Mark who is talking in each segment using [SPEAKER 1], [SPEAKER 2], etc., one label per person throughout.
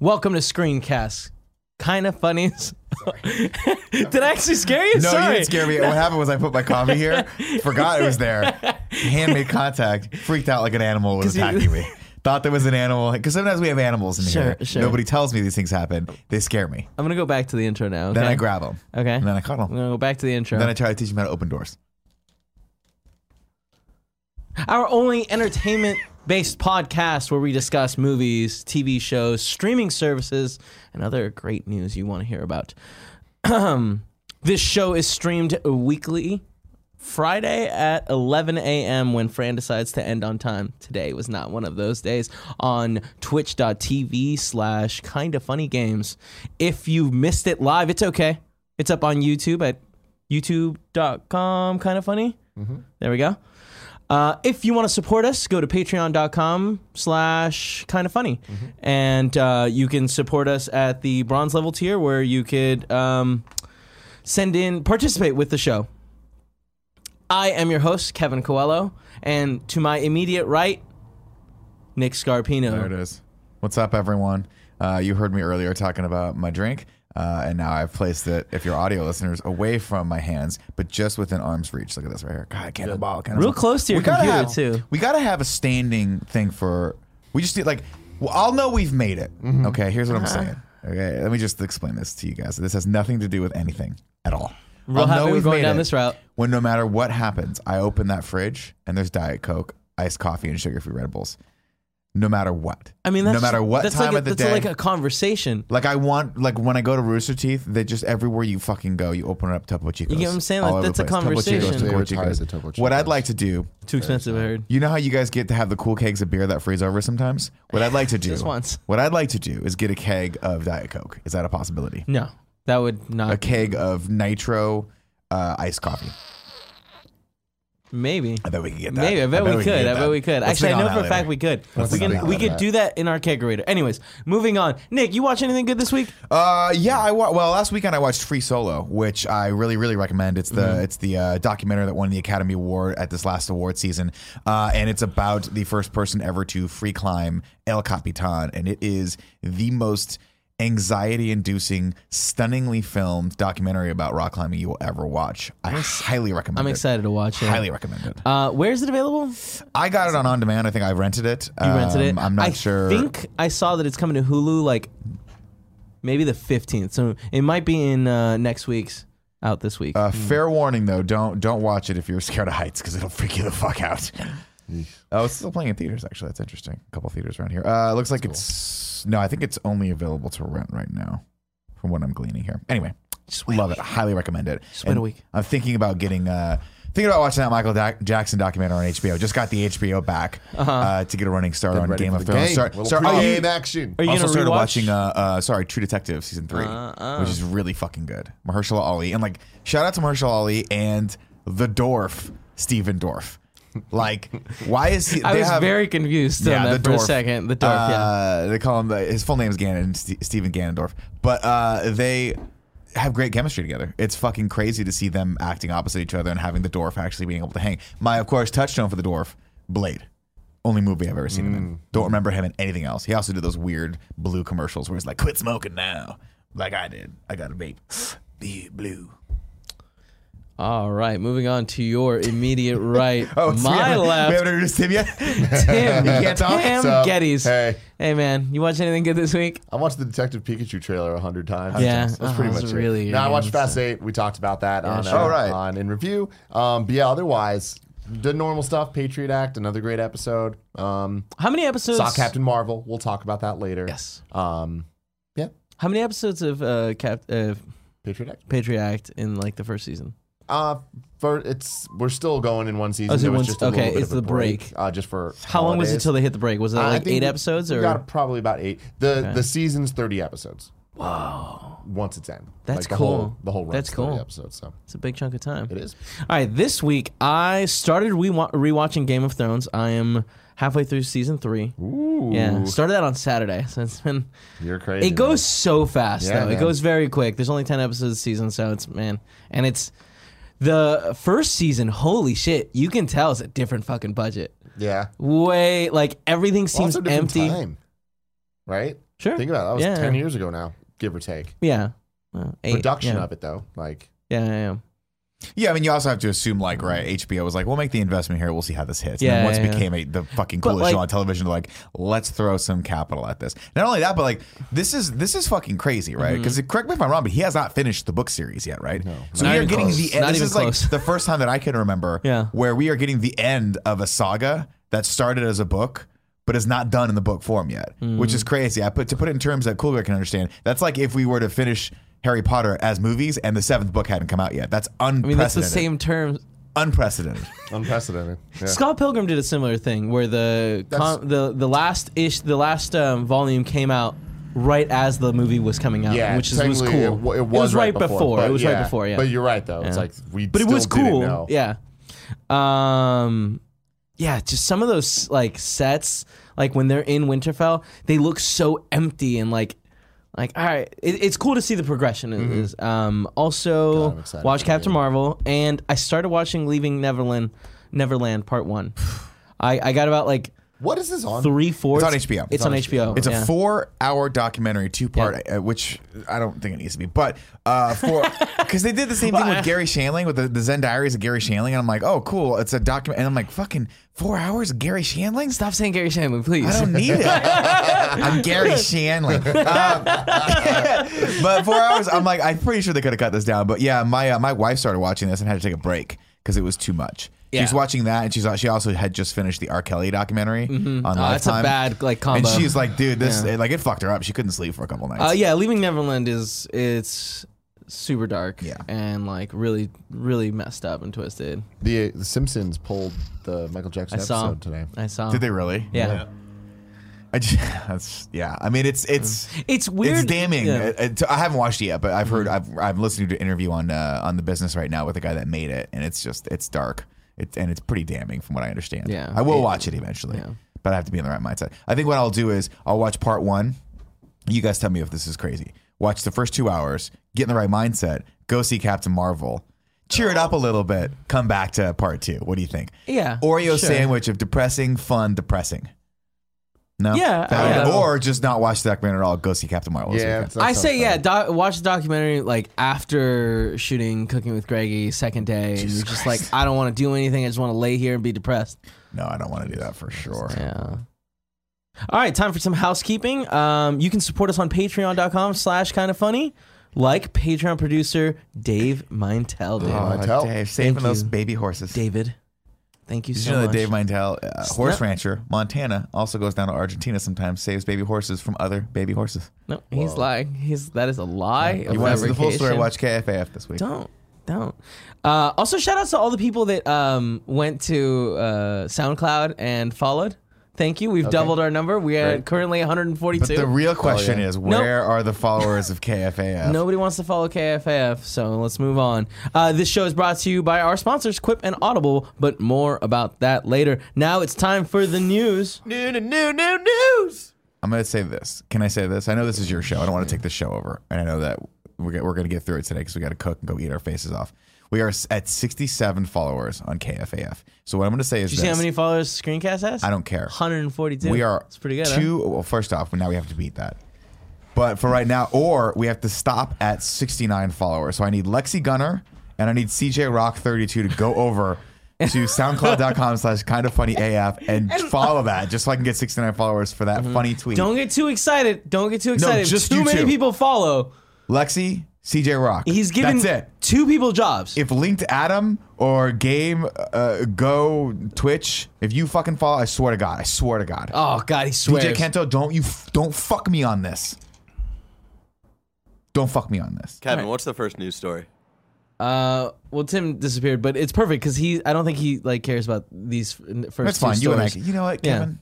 [SPEAKER 1] Welcome to Screencast. Kind of funnies. Did I actually scare you?
[SPEAKER 2] No,
[SPEAKER 1] Sorry.
[SPEAKER 2] you didn't scare me. What happened was I put my coffee here, forgot it was there, handmade contact, freaked out like an animal was
[SPEAKER 1] 'Cause you-
[SPEAKER 2] attacking me. Thought there was an animal because sometimes we have animals in
[SPEAKER 1] Sure,
[SPEAKER 2] here.
[SPEAKER 1] sure.
[SPEAKER 2] Nobody tells me these things happen. They scare me.
[SPEAKER 1] I'm gonna go back to the intro now. Okay?
[SPEAKER 2] Then I grab them.
[SPEAKER 1] Okay.
[SPEAKER 2] And then I cuddle.
[SPEAKER 1] I'm gonna go back to the intro.
[SPEAKER 2] Then I try to teach them how to open doors.
[SPEAKER 1] Our only entertainment based podcast where we discuss movies, TV shows, streaming services, and other great news you want to hear about. this show is streamed weekly Friday at 11 a.m. when Fran decides to end on time. Today was not one of those days on twitch.tv slash kinda funny games. If you missed it live, it's okay. It's up on YouTube at youtube.com kinda funny.
[SPEAKER 2] Mm-hmm.
[SPEAKER 1] There we go. Uh, if you want to support us, go to patreon.com slash kind of funny.
[SPEAKER 2] Mm-hmm.
[SPEAKER 1] And uh, you can support us at the bronze level tier where you could um, send in, participate with the show. I am your host, Kevin Coelho. And to my immediate right, Nick
[SPEAKER 2] There it
[SPEAKER 1] Scarpino.
[SPEAKER 2] is. What's up, everyone? Uh, you heard me earlier talking about my drink, uh, and now I've placed it, if you're audio listeners, away from my hands, but just within arm's reach. Look at this right here. God, cannonball, cannonball.
[SPEAKER 1] Real close to your
[SPEAKER 2] gotta
[SPEAKER 1] computer,
[SPEAKER 2] have,
[SPEAKER 1] too.
[SPEAKER 2] We gotta have a standing thing for. We just need like. Well, I'll know we've made it.
[SPEAKER 1] Mm-hmm.
[SPEAKER 2] Okay, here's what
[SPEAKER 1] Uh-huh.
[SPEAKER 2] I'm saying. Okay, let me just explain this to you guys. This has nothing to do with anything at all.
[SPEAKER 1] Real
[SPEAKER 2] I'll
[SPEAKER 1] happy
[SPEAKER 2] know
[SPEAKER 1] we're
[SPEAKER 2] we've
[SPEAKER 1] going
[SPEAKER 2] made
[SPEAKER 1] down
[SPEAKER 2] it
[SPEAKER 1] this route.
[SPEAKER 2] when no matter what happens, I open that fridge and there's Diet Coke, iced coffee, and sugar free Red Bulls. No matter what.
[SPEAKER 1] I mean, that's
[SPEAKER 2] no matter what
[SPEAKER 1] that's like
[SPEAKER 2] time
[SPEAKER 1] a,
[SPEAKER 2] of the
[SPEAKER 1] that's
[SPEAKER 2] day.
[SPEAKER 1] like a conversation.
[SPEAKER 2] like I want, like when I go to Rooster Teeth, they just everywhere you fucking go, you open up Topo Chicos.
[SPEAKER 1] You get what I'm saying? Like,
[SPEAKER 2] all over
[SPEAKER 1] that's
[SPEAKER 2] the
[SPEAKER 1] a
[SPEAKER 2] place. Topo Chicos,
[SPEAKER 1] conversation.
[SPEAKER 2] Topo
[SPEAKER 3] They
[SPEAKER 2] Chicos.
[SPEAKER 3] advertise the Topo
[SPEAKER 2] What I'd
[SPEAKER 3] Chicos.
[SPEAKER 2] like to do,
[SPEAKER 1] Too expensive, I heard.
[SPEAKER 2] you know how you guys get to have the cool kegs of beer that freeze over sometimes. What I'd like to do,
[SPEAKER 1] Just once.
[SPEAKER 2] What I'd like to do is get a keg of Diet Coke. Is that a possibility?
[SPEAKER 1] No, that would
[SPEAKER 2] A
[SPEAKER 1] not.
[SPEAKER 2] keg of nitro uh, iced coffee.
[SPEAKER 1] Maybe.
[SPEAKER 2] I bet we could get that.
[SPEAKER 1] Maybe I bet, we,
[SPEAKER 2] can
[SPEAKER 1] could.
[SPEAKER 2] get
[SPEAKER 1] I
[SPEAKER 2] that.
[SPEAKER 1] bet we could.
[SPEAKER 2] Let's
[SPEAKER 1] Actually,
[SPEAKER 2] think
[SPEAKER 1] I know
[SPEAKER 2] on
[SPEAKER 1] for a
[SPEAKER 2] that
[SPEAKER 1] fact
[SPEAKER 2] later.
[SPEAKER 1] we could.
[SPEAKER 2] Let's
[SPEAKER 1] we
[SPEAKER 2] think
[SPEAKER 1] can
[SPEAKER 2] on
[SPEAKER 1] we
[SPEAKER 2] that
[SPEAKER 1] could
[SPEAKER 2] later.
[SPEAKER 1] do that in our kegerator. Anyways, moving on. Nick, you watch anything good this week?
[SPEAKER 2] Uh, yeah, I wa- well last weekend I watched Free Solo, which I really really recommend. It's the
[SPEAKER 1] Mm-hmm.
[SPEAKER 2] it's the uh, documentary that won the Academy Award at this last award season, uh, and it's about the first person ever to free climb El Capitan, and it is the most anxiety inducing, stunningly filmed documentary about rock climbing you will ever watch. I highly recommend.
[SPEAKER 1] I'm
[SPEAKER 2] it.
[SPEAKER 1] excited to watch it.
[SPEAKER 2] Highly recommend it.
[SPEAKER 1] Uh, where is it available?
[SPEAKER 2] I got it on on demand. I think I rented it.
[SPEAKER 1] You rented it.
[SPEAKER 2] Um, I'm not
[SPEAKER 1] I
[SPEAKER 2] sure.
[SPEAKER 1] think I saw that it's coming to Hulu like maybe the 15th. So it might be in uh, next week's out this week.
[SPEAKER 2] Uh, Fair warning though, don't don't watch it if you're scared of heights because it'll freak you the fuck out. oh, it's still playing in theaters. Actually, that's interesting. A couple theaters around here. Uh, looks like it's no, I think it's only available to rent right now, from what I'm gleaning here. Anyway,
[SPEAKER 1] Just wait a
[SPEAKER 2] love it. Highly recommend it.
[SPEAKER 1] Just wait
[SPEAKER 2] And
[SPEAKER 1] a week.
[SPEAKER 2] I'm thinking about getting. Uh, Thinking about watching that Michael Dac- Jackson documentary on HBO. Just got the HBO back
[SPEAKER 1] Uh-huh.
[SPEAKER 2] uh to get a running start on
[SPEAKER 3] ready
[SPEAKER 2] Game
[SPEAKER 3] for
[SPEAKER 2] of
[SPEAKER 3] the
[SPEAKER 2] Thrones.
[SPEAKER 3] game.
[SPEAKER 2] Start,
[SPEAKER 3] Little
[SPEAKER 2] start- oh,
[SPEAKER 3] pre-game
[SPEAKER 2] you-
[SPEAKER 3] action.
[SPEAKER 1] Are you
[SPEAKER 2] also
[SPEAKER 1] gonna
[SPEAKER 2] started
[SPEAKER 1] rewatch?
[SPEAKER 2] watching uh, uh sorry True Detective season three,
[SPEAKER 1] Uh-uh.
[SPEAKER 2] which is really fucking good. Mahershala Ali and like shout out to Mahershala Ali and the Dorf Stephen Dorf. Like why is he?
[SPEAKER 1] I
[SPEAKER 2] they
[SPEAKER 1] was
[SPEAKER 2] have-
[SPEAKER 1] very confused on that for a
[SPEAKER 2] Dorf.
[SPEAKER 1] second. The dark, yeah.
[SPEAKER 2] Uh, They call him the, his full name is Gannon St- Stephen Ganondorf, but uh, they have great chemistry together. It's fucking crazy to see them acting opposite each other and having the dwarf actually being able to hang. My of course touchstone for the dwarf, Blade. Only movie I've ever seen him in. Don't remember him in anything else. He also did those weird blue commercials where he's like, "Quit smoking now," like I did. I got a vape. Be blue.
[SPEAKER 1] All right, moving on to your immediate right.
[SPEAKER 2] Oh, it's- we
[SPEAKER 1] My
[SPEAKER 2] haven't- We
[SPEAKER 1] left,
[SPEAKER 2] haven't introduced him yet.
[SPEAKER 1] Tim.
[SPEAKER 2] You can't talk?
[SPEAKER 1] Tim
[SPEAKER 3] So,
[SPEAKER 1] Geddes.
[SPEAKER 3] hey.
[SPEAKER 1] hey, man, you watch anything good this week?
[SPEAKER 3] I watched the Detective Pikachu trailer a hundred times.
[SPEAKER 1] Yeah.
[SPEAKER 3] that's
[SPEAKER 1] Oh,
[SPEAKER 3] pretty
[SPEAKER 1] that's
[SPEAKER 3] much
[SPEAKER 1] really
[SPEAKER 3] it. No, I
[SPEAKER 1] good.
[SPEAKER 3] watched Fast Eight. We talked about that on,
[SPEAKER 1] sure.
[SPEAKER 3] uh,
[SPEAKER 2] Oh, right.
[SPEAKER 3] on in review. Um, but yeah, otherwise, the normal stuff. Patriot Act, another great episode. Um,
[SPEAKER 1] How many episodes?
[SPEAKER 3] saw Captain Marvel. We'll talk about that later.
[SPEAKER 1] Yes.
[SPEAKER 3] Um, yeah,
[SPEAKER 1] How many episodes of uh, Cap uh,
[SPEAKER 3] Patriot Act.
[SPEAKER 1] Patriot Act in like the first season?
[SPEAKER 3] Uh, for it's we're still going in one season.
[SPEAKER 1] Oh, so
[SPEAKER 3] There was
[SPEAKER 1] one-
[SPEAKER 3] just a
[SPEAKER 1] okay,
[SPEAKER 3] little bit
[SPEAKER 1] it's
[SPEAKER 3] of a
[SPEAKER 1] the break.
[SPEAKER 3] Uh, just for
[SPEAKER 1] How long was it
[SPEAKER 3] holidays.
[SPEAKER 1] till they hit the break? Was it
[SPEAKER 3] I
[SPEAKER 1] like
[SPEAKER 3] think
[SPEAKER 1] eight
[SPEAKER 3] we-
[SPEAKER 1] episodes
[SPEAKER 3] we
[SPEAKER 1] or?
[SPEAKER 3] got probably about eight. The the season's thirty episodes. Wow. Once it's in,
[SPEAKER 1] That's
[SPEAKER 3] like the whole-
[SPEAKER 1] cool.
[SPEAKER 3] The whole run
[SPEAKER 1] That's cool.
[SPEAKER 3] episodes. So
[SPEAKER 1] It's a big chunk of time.
[SPEAKER 3] it is.
[SPEAKER 1] All right, this week I started re- rewatching Game of Thrones. I am halfway through season three.
[SPEAKER 3] Ooh.
[SPEAKER 1] Yeah, started that on Saturday, so it's been.
[SPEAKER 3] You're crazy.
[SPEAKER 1] It goes so fast
[SPEAKER 3] Yeah,
[SPEAKER 1] though. It
[SPEAKER 3] man.
[SPEAKER 1] goes very quick. There's only ten episodes a season, so it's man, and it's the first season. Holy shit, you can tell it's a different fucking budget.
[SPEAKER 3] Yeah.
[SPEAKER 1] Way like everything seems
[SPEAKER 3] also different
[SPEAKER 1] empty.
[SPEAKER 3] Time, right?
[SPEAKER 1] Sure.
[SPEAKER 3] Think about it. That was
[SPEAKER 1] Yeah.
[SPEAKER 3] 10 years ago now, give or take.
[SPEAKER 1] Yeah. Well, eight,
[SPEAKER 3] Production
[SPEAKER 1] yeah.
[SPEAKER 3] of it, though. Like,
[SPEAKER 1] Yeah, yeah, yeah.
[SPEAKER 2] Yeah, I mean, you also have to assume like right, HBO was like, we'll make the investment here, we'll see how this hits. and
[SPEAKER 1] Yeah,
[SPEAKER 2] then once
[SPEAKER 1] yeah,
[SPEAKER 2] it became a, the fucking
[SPEAKER 1] But,
[SPEAKER 2] coolest
[SPEAKER 1] like-
[SPEAKER 2] show on television, like let's throw some capital at this. Not only that, but like this is this is fucking crazy, right?
[SPEAKER 1] Mm-hmm.
[SPEAKER 2] Because correct me if I'm wrong, but he has not finished the book series yet, right? No. So
[SPEAKER 1] Not
[SPEAKER 2] we are
[SPEAKER 1] even
[SPEAKER 2] getting
[SPEAKER 1] close.
[SPEAKER 2] the
[SPEAKER 1] Not
[SPEAKER 2] end. This
[SPEAKER 1] even
[SPEAKER 2] is
[SPEAKER 1] close.
[SPEAKER 2] like the first time that I can remember,
[SPEAKER 1] Yeah.
[SPEAKER 2] where we are getting the end of a saga that started as a book. But is not done in the book form yet, which
[SPEAKER 1] Mm.
[SPEAKER 2] is crazy. I put to put it in terms that Cool Guy can understand. That's like if we were to finish Harry Potter as movies and the seventh book hadn't come out yet. That's unprecedented
[SPEAKER 1] I mean, that's the same term.
[SPEAKER 2] unprecedented.
[SPEAKER 3] unprecedented. Yeah.
[SPEAKER 1] Scott Pilgrim did a similar thing where the con- the the last ish the last um, volume came out right as the movie was coming out,
[SPEAKER 3] Yeah,
[SPEAKER 1] which is, was cool.
[SPEAKER 3] technically It, wa- it was, right, before. but
[SPEAKER 1] It was
[SPEAKER 3] yeah,
[SPEAKER 1] right before. Yeah,
[SPEAKER 3] But you're right though. It's
[SPEAKER 1] Yeah.
[SPEAKER 3] like we.
[SPEAKER 1] but it
[SPEAKER 3] still
[SPEAKER 1] was
[SPEAKER 3] didn't
[SPEAKER 1] cool.
[SPEAKER 3] know.
[SPEAKER 1] Yeah. Um yeah, just some of those like sets, like when they're in Winterfell, they look so empty and like like all right, it, it's cool to see the progression in this. Um also
[SPEAKER 3] God, I'm excited
[SPEAKER 1] watch
[SPEAKER 3] for the
[SPEAKER 1] Captain Marvel and I started watching Leaving Neverland Neverland part 1. I I got about like
[SPEAKER 3] What is this on?
[SPEAKER 1] 3 fourths.
[SPEAKER 2] It's on HBO.
[SPEAKER 1] It's on HBO.
[SPEAKER 2] It's
[SPEAKER 1] yeah.
[SPEAKER 2] a four-hour documentary, two-part, uh, which I don't think it needs to be, but uh, for because they did the same thing with Gary Shanling with the, the Zen Diaries of Gary Shanling, and I'm like, oh, cool, it's a document, and I'm like, fucking four hours of Gary Shanling.
[SPEAKER 1] Stop saying Gary Shandling, please.
[SPEAKER 2] I don't need it. I'm Gary Shanley. Um, but four hours, I'm like, I'm pretty sure they could have cut this down. But yeah, my uh, my wife started watching this and had to take a break because it was too much. She was
[SPEAKER 1] Yeah.
[SPEAKER 2] watching that, and she's she also had just finished the R. Kelly documentary on
[SPEAKER 1] Oh,
[SPEAKER 2] Lifetime.
[SPEAKER 1] that's a bad like combo.
[SPEAKER 2] And she's like, dude, this it, like it fucked her up. She couldn't sleep for a couple nights.
[SPEAKER 1] Uh, yeah, Leaving Neverland is it's super dark.
[SPEAKER 2] Yeah.
[SPEAKER 1] and like really, really messed up and twisted.
[SPEAKER 3] The, the Simpsons pulled the Michael Jackson
[SPEAKER 1] I saw
[SPEAKER 3] episode today.
[SPEAKER 1] I saw.
[SPEAKER 2] Did they really?
[SPEAKER 1] Yeah.
[SPEAKER 2] I just, that's yeah. I mean, it's it's
[SPEAKER 1] It's weird.
[SPEAKER 2] It's damning.
[SPEAKER 1] Yeah.
[SPEAKER 2] It- it- I haven't watched it yet, but I've heard I've I've listened to an interview on uh, on the business right now with the guy that made it, and it's just it's dark. It's and it's pretty damning from what I understand.
[SPEAKER 1] Yeah.
[SPEAKER 2] I will
[SPEAKER 1] It-
[SPEAKER 2] watch it eventually,
[SPEAKER 1] yeah.
[SPEAKER 2] but I have to be in the right mindset. I think what I'll do is I'll watch part one. You guys tell me if this is crazy. Watch the first two hours, get in the right mindset, go see Captain Marvel, cheer it up a little bit, come back to part two. What do you think?
[SPEAKER 1] Yeah,
[SPEAKER 2] Oreo
[SPEAKER 1] sure.
[SPEAKER 2] sandwich of depressing, fun, depressing. No.
[SPEAKER 1] Yeah,
[SPEAKER 2] That-
[SPEAKER 1] I-
[SPEAKER 2] or just not watch the documentary at all. Go see Captain Marvel. this
[SPEAKER 3] Yeah,
[SPEAKER 2] weekend.
[SPEAKER 3] it's not
[SPEAKER 1] I
[SPEAKER 3] so
[SPEAKER 1] say yeah.
[SPEAKER 3] exciting.
[SPEAKER 1] Do- watch the documentary like after shooting Cooking with Greggy second day, and you're just like, I don't want to do anything. I just want to lay here and be depressed.
[SPEAKER 2] No, I don't want to do that for sure.
[SPEAKER 1] Yeah. All right, time for some housekeeping. Um, you can support us on patreon.com slash kind of funny, like Patreon producer Dave Mintel did.
[SPEAKER 3] Oh, Mintel.
[SPEAKER 2] Dave, saving
[SPEAKER 1] Thank
[SPEAKER 2] those
[SPEAKER 1] you.
[SPEAKER 2] baby horses.
[SPEAKER 1] David, thank you
[SPEAKER 2] Did
[SPEAKER 1] so
[SPEAKER 2] you know that
[SPEAKER 1] much.
[SPEAKER 2] Dave Mindell, uh, horse
[SPEAKER 1] not-
[SPEAKER 2] rancher, Montana, also goes down to Argentina sometimes, saves baby horses from other baby horses.
[SPEAKER 1] No, he's lying. He's that is a lie.
[SPEAKER 2] You
[SPEAKER 1] a
[SPEAKER 2] want to see the full story?
[SPEAKER 1] fabrication.
[SPEAKER 2] Watch KFAF this week.
[SPEAKER 1] Don't don't. Uh, also, shout outs to all the people that um, went to uh, SoundCloud and followed. Thank you. We've doubled our number. We are
[SPEAKER 3] Great.
[SPEAKER 1] currently
[SPEAKER 2] But
[SPEAKER 1] 142.
[SPEAKER 2] the real question
[SPEAKER 3] yeah.
[SPEAKER 2] is, where are the followers of KFAF?
[SPEAKER 1] Nobody wants to follow KFAF, so let's move on. Uh, this show is brought to you by our sponsors, Quip and Audible, but more about that later. Now it's time for the news.
[SPEAKER 3] New, new, new, new news.
[SPEAKER 2] I'm going to say this. Can I say this? I know this is your show. I don't want to take the show over. And I know that we're, go- we're going to get through it today because we got to cook and go eat our faces off. We are s- at 67 followers on KFAF. So what I'm going to say is
[SPEAKER 1] Did you see
[SPEAKER 2] this.
[SPEAKER 1] how many followers Screencast has?
[SPEAKER 2] I don't care.
[SPEAKER 1] 142.
[SPEAKER 2] We are
[SPEAKER 1] It's pretty good. huh?
[SPEAKER 2] Two. Well, first off, now we have to beat that. But for right now, or we have to stop at 69 followers. So I need Lexi Gunner and I need CJ Rock 32 to go over to soundcloud.com slash kind of funny AF and follow that just so I can get 69 followers for that funny tweet.
[SPEAKER 1] Mm-hmm. Don't get too excited. Don't get too excited.
[SPEAKER 2] just
[SPEAKER 1] too
[SPEAKER 2] you
[SPEAKER 1] many
[SPEAKER 2] two.
[SPEAKER 1] people follow.
[SPEAKER 2] Lexi, CJ Rock.
[SPEAKER 1] He's giving
[SPEAKER 2] That's it.
[SPEAKER 1] two people jobs.
[SPEAKER 2] If linked Adam or Game uh, Go Twitch, if you fucking follow, I swear to God, I swear to God.
[SPEAKER 1] oh God, he swears.
[SPEAKER 2] DJ Kento, don't you f- don't fuck me on this. Don't fuck me on this.
[SPEAKER 4] Kevin, what's the first news story?
[SPEAKER 1] Uh, well, Tim disappeared, but it's perfect because he. I don't think he like cares about these f- first.
[SPEAKER 2] That's
[SPEAKER 1] two
[SPEAKER 2] fine. You and I,
[SPEAKER 1] stories.
[SPEAKER 2] you know what,
[SPEAKER 1] Yeah.
[SPEAKER 2] Kevin?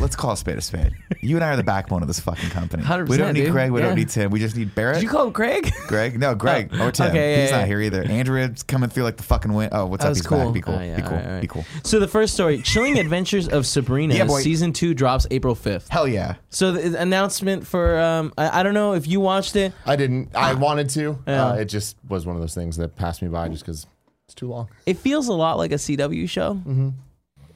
[SPEAKER 2] Let's call a spade a spade. You and I are the backbone of this fucking company.
[SPEAKER 1] 100%,
[SPEAKER 2] we don't need
[SPEAKER 1] dude.
[SPEAKER 2] Craig. We
[SPEAKER 1] Yeah.
[SPEAKER 2] don't need Tim. We just need Barrett.
[SPEAKER 1] Did you call him Craig?
[SPEAKER 2] Greg? No, Greg
[SPEAKER 1] Oh,
[SPEAKER 2] or Tim.
[SPEAKER 1] okay, yeah,
[SPEAKER 2] he's
[SPEAKER 1] yeah,
[SPEAKER 2] not
[SPEAKER 1] yeah.
[SPEAKER 2] here either. Andrew's coming through like the fucking wind. Oh, what's
[SPEAKER 1] That
[SPEAKER 2] up?
[SPEAKER 1] was
[SPEAKER 2] He's
[SPEAKER 1] cool.
[SPEAKER 2] back. Be cool.
[SPEAKER 1] Oh, yeah,
[SPEAKER 2] be cool.
[SPEAKER 1] all right, all right.
[SPEAKER 2] Be cool.
[SPEAKER 1] So the first story, Chilling Adventures of Sabrina,
[SPEAKER 2] Yeah, boy.
[SPEAKER 1] season two drops April fifth.
[SPEAKER 2] Hell yeah.
[SPEAKER 1] So the announcement for um, I, I don't know if you watched it.
[SPEAKER 3] I didn't. I wanted to.
[SPEAKER 1] Ah. Yeah.
[SPEAKER 3] Uh, it just was one of those things that passed me by just because it's too long.
[SPEAKER 1] It feels a lot like a CW show.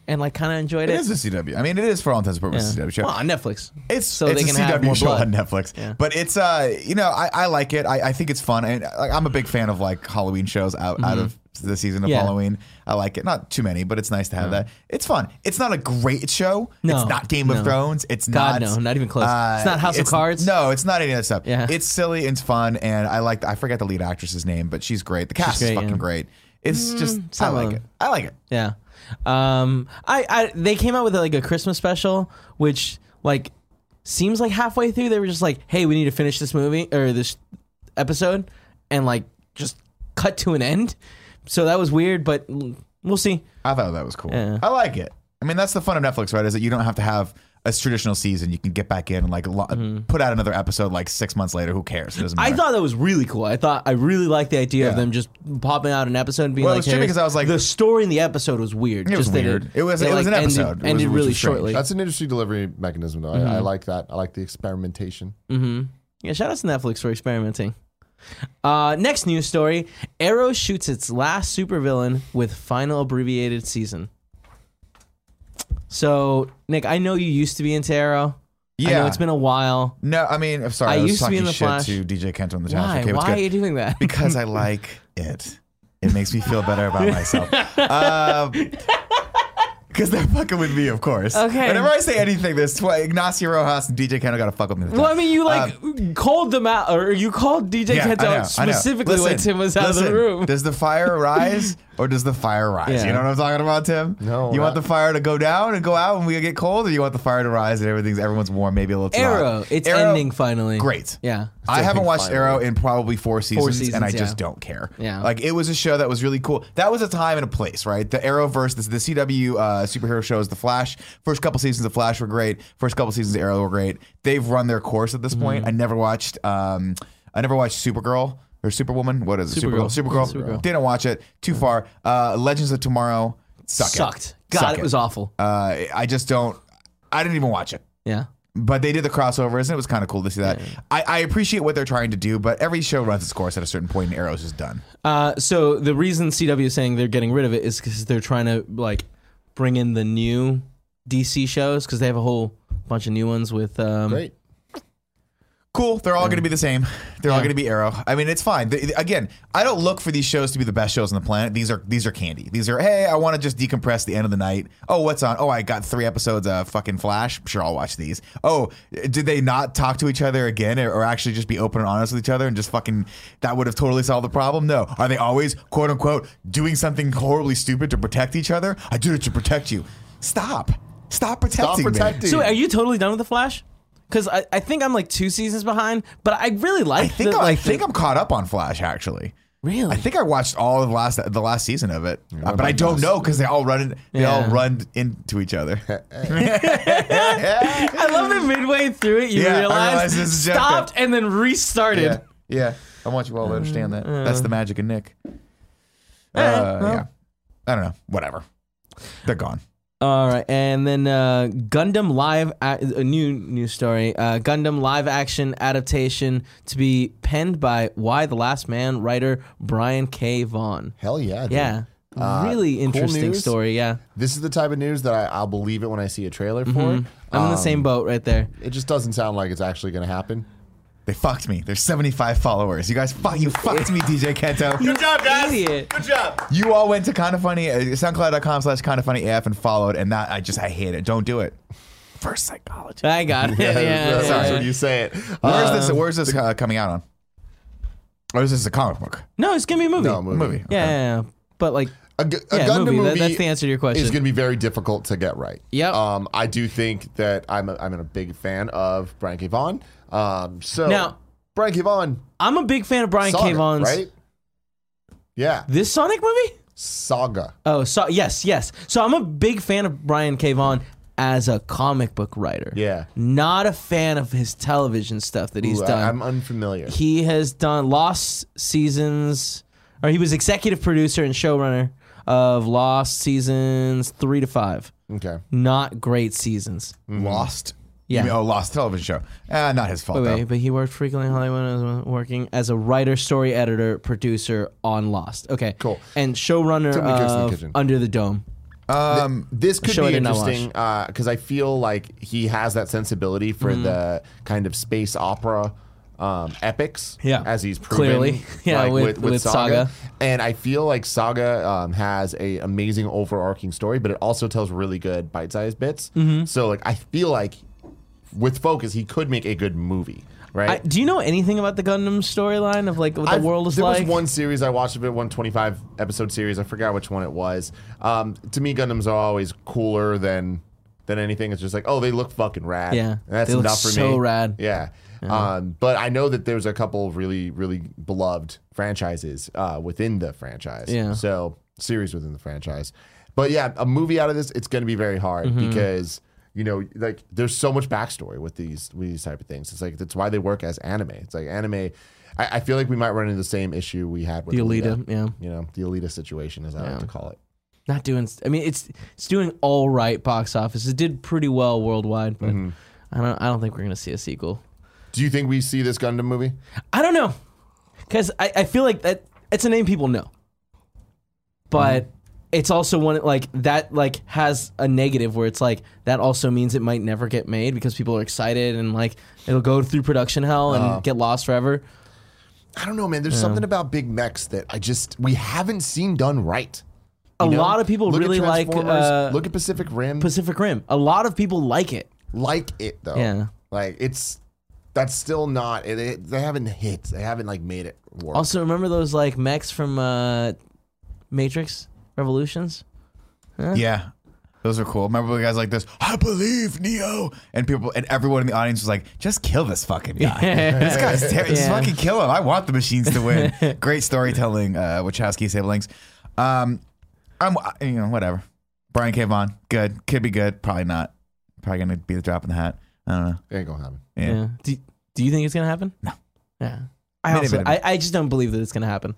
[SPEAKER 1] and like kind of enjoyed
[SPEAKER 2] Mm-hmm. It
[SPEAKER 1] it.
[SPEAKER 2] is a CW. I mean, it is for all intents and purposes
[SPEAKER 1] Yeah.
[SPEAKER 2] a CW show.
[SPEAKER 1] Well, on Netflix.
[SPEAKER 2] It's
[SPEAKER 1] so
[SPEAKER 2] it's
[SPEAKER 1] they
[SPEAKER 2] a
[SPEAKER 1] can
[SPEAKER 2] CW
[SPEAKER 1] have more
[SPEAKER 2] show
[SPEAKER 1] blood.
[SPEAKER 2] on Netflix,
[SPEAKER 1] Yeah.
[SPEAKER 2] but it's uh you know I, I like it. I, I think it's fun, and like, I'm a big fan of like Halloween shows out out of the season of
[SPEAKER 1] Mm-hmm. Yeah.
[SPEAKER 2] Halloween. I like it. Not too many, but it's nice to have that. It's fun. It's not a great show.
[SPEAKER 1] No,
[SPEAKER 2] it's not Game
[SPEAKER 1] no.
[SPEAKER 2] of Thrones. It's
[SPEAKER 1] God,
[SPEAKER 2] not
[SPEAKER 1] no, not even close. It's not House of Cards?
[SPEAKER 2] No, it's not any of that stuff.
[SPEAKER 1] Yeah.
[SPEAKER 2] it's silly. It's fun, and I like. I forget the lead actress's name, but she's great. The cast
[SPEAKER 1] great,
[SPEAKER 2] is fucking
[SPEAKER 1] yeah. Mm,
[SPEAKER 2] great. It's just I
[SPEAKER 1] some of
[SPEAKER 2] like
[SPEAKER 1] them.
[SPEAKER 2] it. I like it.
[SPEAKER 1] Yeah. Um I, I they came out with like a Christmas special, which like seems like halfway through they were just like, Hey, we need to finish this movie or this episode and like just cut to an end. So that was weird, but l- we'll see.
[SPEAKER 2] I thought that was cool.
[SPEAKER 1] Yeah.
[SPEAKER 2] I like it. I mean, that's the fun of Netflix, right? Is that you don't have to have a traditional season. You can get back in and like lo- put out another episode like six months later. Who cares? It doesn't matter.
[SPEAKER 1] Mm-hmm. I thought that was really cool. I thought I really liked the idea of
[SPEAKER 2] Yeah.
[SPEAKER 1] them just popping out an episode and being
[SPEAKER 2] Well, it
[SPEAKER 1] like,
[SPEAKER 2] was trippy
[SPEAKER 1] "Here's-"
[SPEAKER 2] 'cause I was like-
[SPEAKER 1] the story in the episode was weird.
[SPEAKER 2] It was
[SPEAKER 1] just that
[SPEAKER 2] weird. It was- it was an
[SPEAKER 1] ended-
[SPEAKER 2] episode. It
[SPEAKER 1] Ended,
[SPEAKER 2] was- which
[SPEAKER 1] really
[SPEAKER 2] was strange.
[SPEAKER 1] shortly.
[SPEAKER 3] That's an industry delivery mechanism, though.
[SPEAKER 1] Mm-hmm.
[SPEAKER 3] I, I like that. I like the experimentation.
[SPEAKER 1] Mm. Yeah, shout out to Netflix for experimenting. Uh, next news story Arrow shoots its last supervillain with final abbreviated season. So, Nick, I know you used to be into Arrow. I know
[SPEAKER 2] yeah,
[SPEAKER 1] it's been a while.
[SPEAKER 2] no. I mean, I'm sorry.
[SPEAKER 1] I
[SPEAKER 2] I, was
[SPEAKER 1] used to be
[SPEAKER 2] talking
[SPEAKER 1] in the
[SPEAKER 2] shit
[SPEAKER 1] Flash.
[SPEAKER 2] to DJ Kent on the Town
[SPEAKER 1] Why?
[SPEAKER 2] Okay,
[SPEAKER 1] Why are
[SPEAKER 2] good.
[SPEAKER 1] you doing that?
[SPEAKER 2] because I like it. It makes me feel better about myself. Because they're fucking with me, of course.
[SPEAKER 1] Okay.
[SPEAKER 2] Whenever I say anything, there's tw- Ignacio Rojas and DJ Kent got to Um, fuck with me.
[SPEAKER 1] Well, I mean, you like called them out, or you called DJ
[SPEAKER 2] Yeah,
[SPEAKER 1] Kent
[SPEAKER 2] I know,
[SPEAKER 1] out
[SPEAKER 2] I know.
[SPEAKER 1] specifically when
[SPEAKER 2] Listen,
[SPEAKER 1] Tim was out of
[SPEAKER 2] listen,
[SPEAKER 1] the room.
[SPEAKER 2] Does the fire rise or does the fire rise?
[SPEAKER 1] Yeah.
[SPEAKER 2] You know what I'm talking about, Tim?
[SPEAKER 3] No,
[SPEAKER 2] You
[SPEAKER 3] we're
[SPEAKER 2] want
[SPEAKER 3] not-
[SPEAKER 2] the fire to go down and go out when we get cold, or you want the fire to rise and everything's everyone's warm, maybe a little too hot?
[SPEAKER 1] Arrow, it's
[SPEAKER 2] Arrow,
[SPEAKER 1] ending finally.
[SPEAKER 2] Great.
[SPEAKER 1] Yeah.
[SPEAKER 2] I haven't
[SPEAKER 3] think
[SPEAKER 2] watched
[SPEAKER 3] finally.
[SPEAKER 2] Arrow in probably four seasons,
[SPEAKER 1] seasons,
[SPEAKER 2] and I
[SPEAKER 1] yeah.
[SPEAKER 2] just don't care.
[SPEAKER 1] Yeah.
[SPEAKER 2] like it was a show that was really cool. That was a time and a place, right? The Arrowverse, the, the CW uh, superhero shows, The Flash. First couple seasons of Flash were great. First couple seasons of Arrow were great. They've run their course at this
[SPEAKER 1] Mm-hmm.
[SPEAKER 2] point. I never watched. Um, I never watched Supergirl or Superwoman. What is it?
[SPEAKER 1] Supergirl.
[SPEAKER 2] Supergirl.
[SPEAKER 1] Supergirl.
[SPEAKER 2] Didn't watch it. Too far. Uh, Legends of Tomorrow suck it.
[SPEAKER 1] Sucked. God,
[SPEAKER 2] Suck
[SPEAKER 1] it was awful.
[SPEAKER 2] Uh, I just don't. I didn't even watch it
[SPEAKER 1] yeah.
[SPEAKER 2] but they did the crossovers and it was kind of cool to see that. I, I appreciate what they're trying to do, but every show runs its course at a certain point and Arrow's just done.
[SPEAKER 1] Uh, so the reason CW is saying they're getting rid of it is because they're trying to like bring in the new DC shows because they have a whole bunch of new ones with um,
[SPEAKER 3] Great.
[SPEAKER 2] Cool. They're all going to be the same. They're all
[SPEAKER 1] Yeah.
[SPEAKER 2] going to be Arrow. I mean, it's fine. They- again, I don't look for these shows to be the best shows on the planet. These are these are candy. These are hey, I want to just decompress the end of the night. Oh, what's on? Oh, I got three episodes of fucking Flash. Sure, I'll watch these. Oh, did they not talk to each other again, or, or actually just be open and honest with each other and just fucking that would have totally solved the problem? No. Are they always quote unquote doing something horribly stupid to protect each other? I did it to protect you. Stop. Stop protecting.
[SPEAKER 3] Stop
[SPEAKER 2] me.
[SPEAKER 3] protecting.
[SPEAKER 1] So are you totally done with the Flash? Because I, I think I'm like two seasons behind, but I really like.
[SPEAKER 2] I think
[SPEAKER 1] the,
[SPEAKER 2] I
[SPEAKER 1] like
[SPEAKER 2] think
[SPEAKER 1] the,
[SPEAKER 2] I'm caught up on Flash actually.
[SPEAKER 1] really.
[SPEAKER 2] I think I watched all of the last the last season of it, Uh, but
[SPEAKER 3] about
[SPEAKER 2] I don't
[SPEAKER 3] last
[SPEAKER 2] know because they all run in, they all
[SPEAKER 1] Yeah.
[SPEAKER 2] run into each other.
[SPEAKER 1] I love that midway through it you
[SPEAKER 2] Yeah, I
[SPEAKER 1] realized
[SPEAKER 2] realized this is Jeff
[SPEAKER 1] stopped and then restarted.
[SPEAKER 2] yeah, yeah. I want you all to understand that. That's the magic of Nick. Uh,
[SPEAKER 1] Eh, well.
[SPEAKER 2] Yeah, I don't know. Whatever. They're gone.
[SPEAKER 1] All right, and then uh, Gundam live a-, a new news story. Uh, Gundam live action adaptation to be penned by Why the Last Man writer Brian K. Vaughan.
[SPEAKER 3] Hell yeah. dude.
[SPEAKER 1] Yeah,
[SPEAKER 3] Uh,
[SPEAKER 1] really
[SPEAKER 3] cool
[SPEAKER 1] interesting
[SPEAKER 3] news.
[SPEAKER 1] story. Yeah,
[SPEAKER 3] This is the type of news that I, I'll believe it when I see a trailer for it.
[SPEAKER 1] Mm-hmm. I'm in the
[SPEAKER 3] Um,
[SPEAKER 1] same boat right there.
[SPEAKER 3] It just doesn't sound like it's actually going to happen.
[SPEAKER 2] They fucked me. There's 75 followers. You guys, fuck you, fucked me, DJ Kento.
[SPEAKER 1] job, guys. Idiot.
[SPEAKER 4] Good job.
[SPEAKER 2] You all went to kind of funny uh, soundcloud.com slash kind of funny af and followed, and that I just I hate it. Don't do it. First psychology.
[SPEAKER 1] I got it. Yeah,
[SPEAKER 3] that's
[SPEAKER 1] yeah,
[SPEAKER 3] actually
[SPEAKER 1] yeah.
[SPEAKER 3] when you say it.
[SPEAKER 2] Where's
[SPEAKER 1] Um,
[SPEAKER 2] this? Where's this uh, coming out on? Or is this a comic book
[SPEAKER 1] No, it's gonna be a movie.
[SPEAKER 3] No, movie.
[SPEAKER 2] movie?
[SPEAKER 1] Yeah, yeah, yeah. but like,
[SPEAKER 3] A, gu- a
[SPEAKER 1] yeah,
[SPEAKER 3] Gundam
[SPEAKER 1] movie.
[SPEAKER 3] movie,
[SPEAKER 1] That- that's the answer to your question.
[SPEAKER 3] is going to be very difficult to get right.
[SPEAKER 1] Yep.
[SPEAKER 3] Um, I do think that I'm a, I'm a big fan of Brian K. Vaughan. Um, so
[SPEAKER 1] Now-
[SPEAKER 3] Brian K. Vaughan,
[SPEAKER 1] I'm a big fan of Brian
[SPEAKER 3] Saga,
[SPEAKER 1] K. Vaughan's.
[SPEAKER 3] right? Yeah,
[SPEAKER 1] This Sonic movie?
[SPEAKER 3] Saga.
[SPEAKER 1] Oh, so yes, yes. So I'm a big fan of Brian K. Vaughan as a comic book writer.
[SPEAKER 3] Yeah.
[SPEAKER 1] Not a fan of his television stuff that he's
[SPEAKER 3] Ooh, I-
[SPEAKER 1] done.
[SPEAKER 3] I'm unfamiliar.
[SPEAKER 1] he has done Lost Seasons, or he was executive producer and showrunner of Lost Seasons 3 to 5.
[SPEAKER 3] okay.
[SPEAKER 1] Not great seasons.
[SPEAKER 2] Lost.
[SPEAKER 1] Mm. Yeah.
[SPEAKER 2] You mean- oh, Lost television show. Uh, not his fault.
[SPEAKER 1] Wait,
[SPEAKER 2] though.
[SPEAKER 1] wait, but he worked frequently in Hollywood, as working as a writer, story editor, producer on Lost. Okay,
[SPEAKER 3] Cool.
[SPEAKER 1] And showrunner
[SPEAKER 3] Tiffany Cooks in the
[SPEAKER 1] of
[SPEAKER 3] Kitchen.
[SPEAKER 1] Under the Dome.
[SPEAKER 2] Um,
[SPEAKER 3] this could
[SPEAKER 1] show I
[SPEAKER 3] be
[SPEAKER 1] did not watch.
[SPEAKER 3] interesting because I feel like he has that sensibility for
[SPEAKER 1] Mm-hmm.
[SPEAKER 3] the kind of space opera um, epics.
[SPEAKER 1] Yeah.
[SPEAKER 3] as he's proven,
[SPEAKER 1] Clearly. Yeah,
[SPEAKER 3] like,
[SPEAKER 1] with-
[SPEAKER 3] with,
[SPEAKER 1] with
[SPEAKER 3] with, Saga.
[SPEAKER 1] Saga.
[SPEAKER 3] And I feel like Saga um, has a amazing overarching story, but it also tells really good bite-sized bits.
[SPEAKER 1] Mm-hmm.
[SPEAKER 3] So like I feel like with focus, he could make a good movie. Right.
[SPEAKER 1] I, do you know anything about the Gundam storyline of like what the
[SPEAKER 3] I've-
[SPEAKER 1] world is
[SPEAKER 3] there
[SPEAKER 1] like?
[SPEAKER 3] was one series I watched of it, one 25 episode series. I forgot which one it was. Um, to me, Gundams are always cooler than than anything. It's just like, oh, they look fucking rad.
[SPEAKER 1] Yeah.
[SPEAKER 3] And that's
[SPEAKER 1] They look
[SPEAKER 3] enough for me.
[SPEAKER 1] so rad.
[SPEAKER 3] Yeah.
[SPEAKER 1] Uh-huh.
[SPEAKER 3] Um, but I know that there's a couple of really, really beloved franchises uh, within the franchise.
[SPEAKER 1] Yeah.
[SPEAKER 3] So series within the franchise. But yeah, a movie out of this, it's going to be very hard
[SPEAKER 1] Mm-hmm.
[SPEAKER 3] because you know, like there's so much backstory with these with these type of things. It's like that's why they work as anime. It's like anime. I, I feel like we might run into the same issue we had with
[SPEAKER 1] the Alita, yeah.
[SPEAKER 3] You know, the Alita situation, as I like to call it.
[SPEAKER 1] Not doing. I mean, it's it's doing all right box office. It did pretty well worldwide, but
[SPEAKER 3] Mm-hmm.
[SPEAKER 1] I don't. I don't think we're gonna see a sequel.
[SPEAKER 3] Do you think we see this Gundam movie?
[SPEAKER 1] I don't know, because I, I feel like that it's a name people know, but
[SPEAKER 3] Mm-hmm.
[SPEAKER 1] it's also one like that like has a negative where it's like that also means it might never get made because people are excited and like it'll go through production hell and
[SPEAKER 3] Uh-huh.
[SPEAKER 1] get lost forever.
[SPEAKER 3] I don't know, man. There's something about big mechs that I just we haven't seen done right.
[SPEAKER 1] A
[SPEAKER 3] You know?
[SPEAKER 1] lot of people
[SPEAKER 3] Look at
[SPEAKER 1] really like
[SPEAKER 3] Transformers,
[SPEAKER 1] uh,
[SPEAKER 3] look at Pacific Rim.
[SPEAKER 1] Pacific Rim. A lot of people like it.
[SPEAKER 3] like it though.
[SPEAKER 1] Yeah.
[SPEAKER 3] Like it's that's still not. It, it- they haven't hit. They haven't like made it work.
[SPEAKER 1] Also, remember those like mechs from uh, Matrix Revolutions? uh?
[SPEAKER 2] Yeah. Those are cool. Remember the guys like this, I believe Neo, and people and everyone in the audience was like, just kill this fucking guy. this guy's terrible. Just
[SPEAKER 1] Yeah.
[SPEAKER 2] fucking kill him. I want the machines to win. Great storytelling, uh, Wachowski siblings. Um, I'm I- you know whatever. Brian K. Vaughan, good. Could be good. Probably not. Probably gonna be the drop in the hat. I don't know.
[SPEAKER 3] ain't gonna happen.
[SPEAKER 2] Yeah.
[SPEAKER 1] Yeah. Do, do you think it's gonna happen?
[SPEAKER 2] No.
[SPEAKER 1] Yeah. I,
[SPEAKER 2] Maybe,
[SPEAKER 1] also-
[SPEAKER 2] maybe.
[SPEAKER 1] I, I just don't believe that it's gonna happen.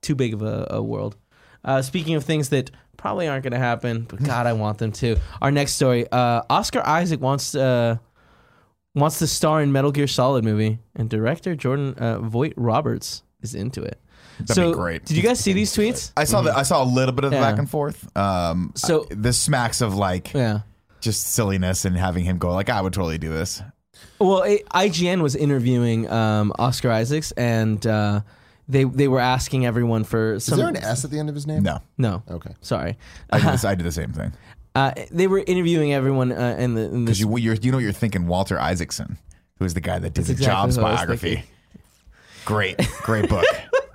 [SPEAKER 1] Too big of a, a world. Uh, speaking of things that probably aren't gonna happen, but God, I want them to. Our next story: uh, Oscar Isaac wants uh, wants to star in Metal Gear Solid movie, and director Jordan uh, Voight Roberts is into it.
[SPEAKER 2] That'd
[SPEAKER 1] so,
[SPEAKER 2] be great.
[SPEAKER 1] did you guys see these tweets?
[SPEAKER 2] I saw the, I saw a little bit of the
[SPEAKER 1] Yeah.
[SPEAKER 2] back and forth. Um,
[SPEAKER 1] So-
[SPEAKER 2] I- this smacks of like
[SPEAKER 1] Yeah.
[SPEAKER 2] just silliness and having him go like I would totally do this.
[SPEAKER 1] Well, it, IGN was interviewing um, Oscar Isaacs, and uh, they they were asking everyone for
[SPEAKER 3] Is
[SPEAKER 1] some.
[SPEAKER 3] there an S at the end of his name?
[SPEAKER 2] No,
[SPEAKER 1] no?
[SPEAKER 3] Okay.
[SPEAKER 1] Sorry,
[SPEAKER 2] I did, this, I did the same thing.
[SPEAKER 1] uh, they were interviewing everyone uh, in the. In the
[SPEAKER 2] Because you, you're, you know you're thinking Walter Isaacson, who is the guy that did the
[SPEAKER 1] exactly
[SPEAKER 2] Jobs
[SPEAKER 1] who I was
[SPEAKER 2] biography.
[SPEAKER 1] thinking.
[SPEAKER 2] Great, great book,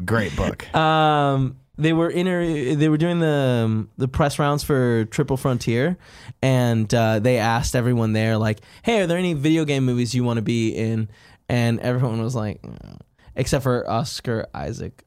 [SPEAKER 2] great book.
[SPEAKER 1] um, they were inter- They were doing the um, the press rounds for Triple Frontier, and uh, they asked everyone there like, "Hey, are there any video game movies you want to be in?" And everyone was like, "Uh," except for Oscar Isaac.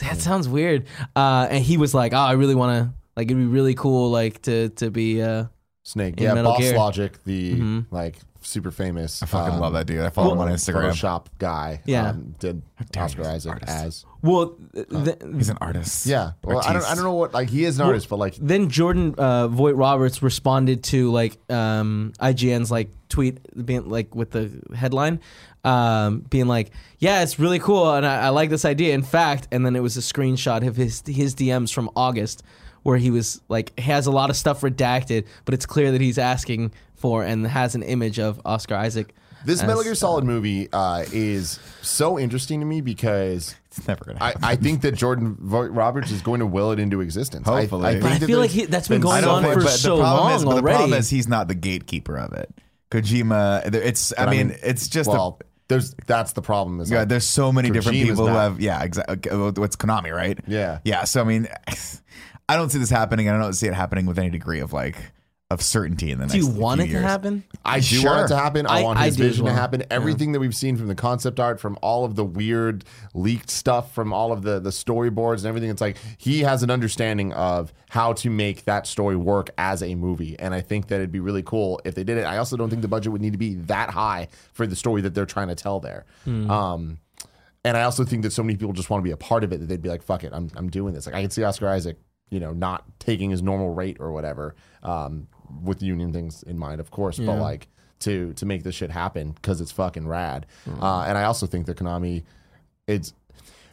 [SPEAKER 1] That sounds weird. Uh, and he was like, "Oh, I really want to. Like, it'd be really cool. Like to to be." Uh,
[SPEAKER 3] Snake.
[SPEAKER 1] In
[SPEAKER 3] yeah,
[SPEAKER 1] Metal
[SPEAKER 3] Boss
[SPEAKER 1] Gear. Mm-hmm.
[SPEAKER 3] Logic, the like super famous.
[SPEAKER 2] I fucking
[SPEAKER 3] um,
[SPEAKER 2] love that dude. I follow him on Instagram.
[SPEAKER 3] Photoshop guy.
[SPEAKER 1] Yeah.
[SPEAKER 3] um, did
[SPEAKER 2] dare
[SPEAKER 3] Oscar
[SPEAKER 2] you,
[SPEAKER 3] Isaac
[SPEAKER 2] artist.
[SPEAKER 3] as
[SPEAKER 1] well, th- th-
[SPEAKER 2] He's an artist.
[SPEAKER 3] yeah. Well, I don't.
[SPEAKER 2] Artiste.
[SPEAKER 3] I don't know what like he is an artist, but like
[SPEAKER 1] then Jordan uh, Voight Roberts responded to like um, IGN's like tweet being like with the headline um, being like, "Yeah, it's really cool, and I, I like this idea." In fact, and then it was a screenshot of his his DMs from August where he was like has a lot of stuff redacted, but it's clear that he's asking for and has an image of Oscar Isaac.
[SPEAKER 3] this
[SPEAKER 1] as-
[SPEAKER 3] Metal Gear Solid movie uh, is so interesting to me because
[SPEAKER 2] It's never gonna
[SPEAKER 3] I,
[SPEAKER 2] happen.
[SPEAKER 3] I think that Jordan Vo- Roberts is going to will it into existence. I-
[SPEAKER 2] Hopefully.
[SPEAKER 3] I,
[SPEAKER 2] But
[SPEAKER 1] I
[SPEAKER 3] that
[SPEAKER 1] feel like
[SPEAKER 3] there's
[SPEAKER 1] he- that's been
[SPEAKER 3] been
[SPEAKER 1] going
[SPEAKER 3] so
[SPEAKER 1] on
[SPEAKER 3] much-
[SPEAKER 1] for
[SPEAKER 2] but
[SPEAKER 1] so
[SPEAKER 2] the problem
[SPEAKER 1] long
[SPEAKER 2] is, but
[SPEAKER 1] already.
[SPEAKER 2] the problem is he's not the gatekeeper of it. Kojima, there- it's. I,
[SPEAKER 3] I
[SPEAKER 2] mean,
[SPEAKER 3] mean,
[SPEAKER 2] it's just. a,
[SPEAKER 3] well, there's that's the problem. Is
[SPEAKER 2] Yeah,
[SPEAKER 3] like,
[SPEAKER 2] there's so many different
[SPEAKER 3] Kojima's
[SPEAKER 2] people who
[SPEAKER 3] not-
[SPEAKER 2] have. Yeah, exactly. What's Konami, right?
[SPEAKER 3] Yeah.
[SPEAKER 2] yeah. So I mean, I don't see this happening. and I don't see it happening with any degree of like of certainty in the
[SPEAKER 1] Do
[SPEAKER 2] next.
[SPEAKER 1] you want
[SPEAKER 2] few
[SPEAKER 1] it to
[SPEAKER 2] years.
[SPEAKER 1] happen?
[SPEAKER 3] I do
[SPEAKER 2] Sure.
[SPEAKER 3] want it to happen. I,
[SPEAKER 1] I-
[SPEAKER 3] want
[SPEAKER 1] I
[SPEAKER 3] his
[SPEAKER 1] do as
[SPEAKER 3] vision
[SPEAKER 1] well.
[SPEAKER 3] to happen. Everything that we've seen from the concept art, from all of the weird leaked stuff, from all of the the storyboards and everything, it's like he has an understanding of how to make that story work as a movie. And I think that it'd be really cool if they did it. I also don't think the budget would need to be that high for the story that they're trying to tell there.
[SPEAKER 1] Hmm.
[SPEAKER 3] Um, and I also think that so many people just want to be a part of it that they'd be like, "Fuck it, I'm I'm doing this." Like I can see Oscar Isaac, you know, not taking his normal rate or whatever, um, with union things in mind, of course, but like to to make this shit happen because it's fucking rad. Uh, and I also think that Konami, it's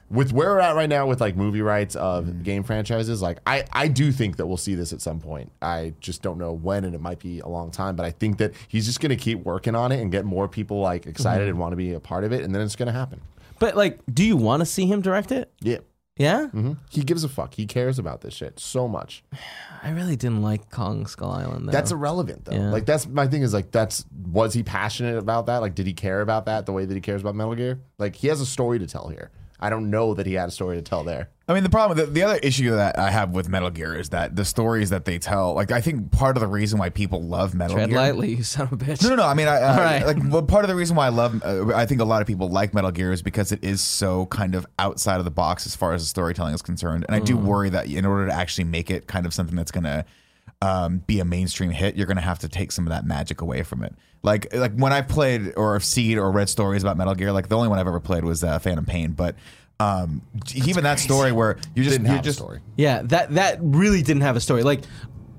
[SPEAKER 3] with where we're at right now with like movie rights of game franchises, like I, I do think that we'll see this at some point. I just don't know when, and it might be a long time. But I think that he's just going to keep working on it and get more people like excited and want to be a part of it, and then it's going to happen.
[SPEAKER 1] But like, do you want to see him direct it?
[SPEAKER 3] Yeah,
[SPEAKER 1] Yeah,
[SPEAKER 3] hmm he gives a fuck. He cares about this shit so much.
[SPEAKER 1] I really didn't like Kong Skull Island. Though.
[SPEAKER 3] That's irrelevant though.
[SPEAKER 1] Yeah.
[SPEAKER 3] Like that's my thing is like that's was he passionate about that? Like did he care about that the way that he cares about Metal Gear? Like he has a story to tell here. I don't know that he had a story to tell there.
[SPEAKER 2] I mean, the problem, the, the other issue that I have with Metal Gear is that the stories that they tell, like, I think part of the reason why people love Metal
[SPEAKER 1] tread
[SPEAKER 2] Gear.
[SPEAKER 1] lightly, you son of a bitch.
[SPEAKER 2] No, no, no. I mean, I, I
[SPEAKER 1] right.
[SPEAKER 2] like well, part of the reason why I love, uh, I think a lot of people like Metal Gear is because it is so kind of outside of the box as far as the storytelling is concerned, and I
[SPEAKER 3] Mm.
[SPEAKER 2] do worry that in order to actually make it kind of something that's gonna um, be a mainstream hit, you're gonna have to take some of that magic away from it. Like, like when I played or seen or read stories about Metal Gear, like the only one I've ever played was uh, Phantom Pain, but um, even that story where you just
[SPEAKER 3] Didn't
[SPEAKER 2] you're
[SPEAKER 3] have
[SPEAKER 2] just
[SPEAKER 3] a story.
[SPEAKER 1] Yeah, that that really didn't have a story. Like,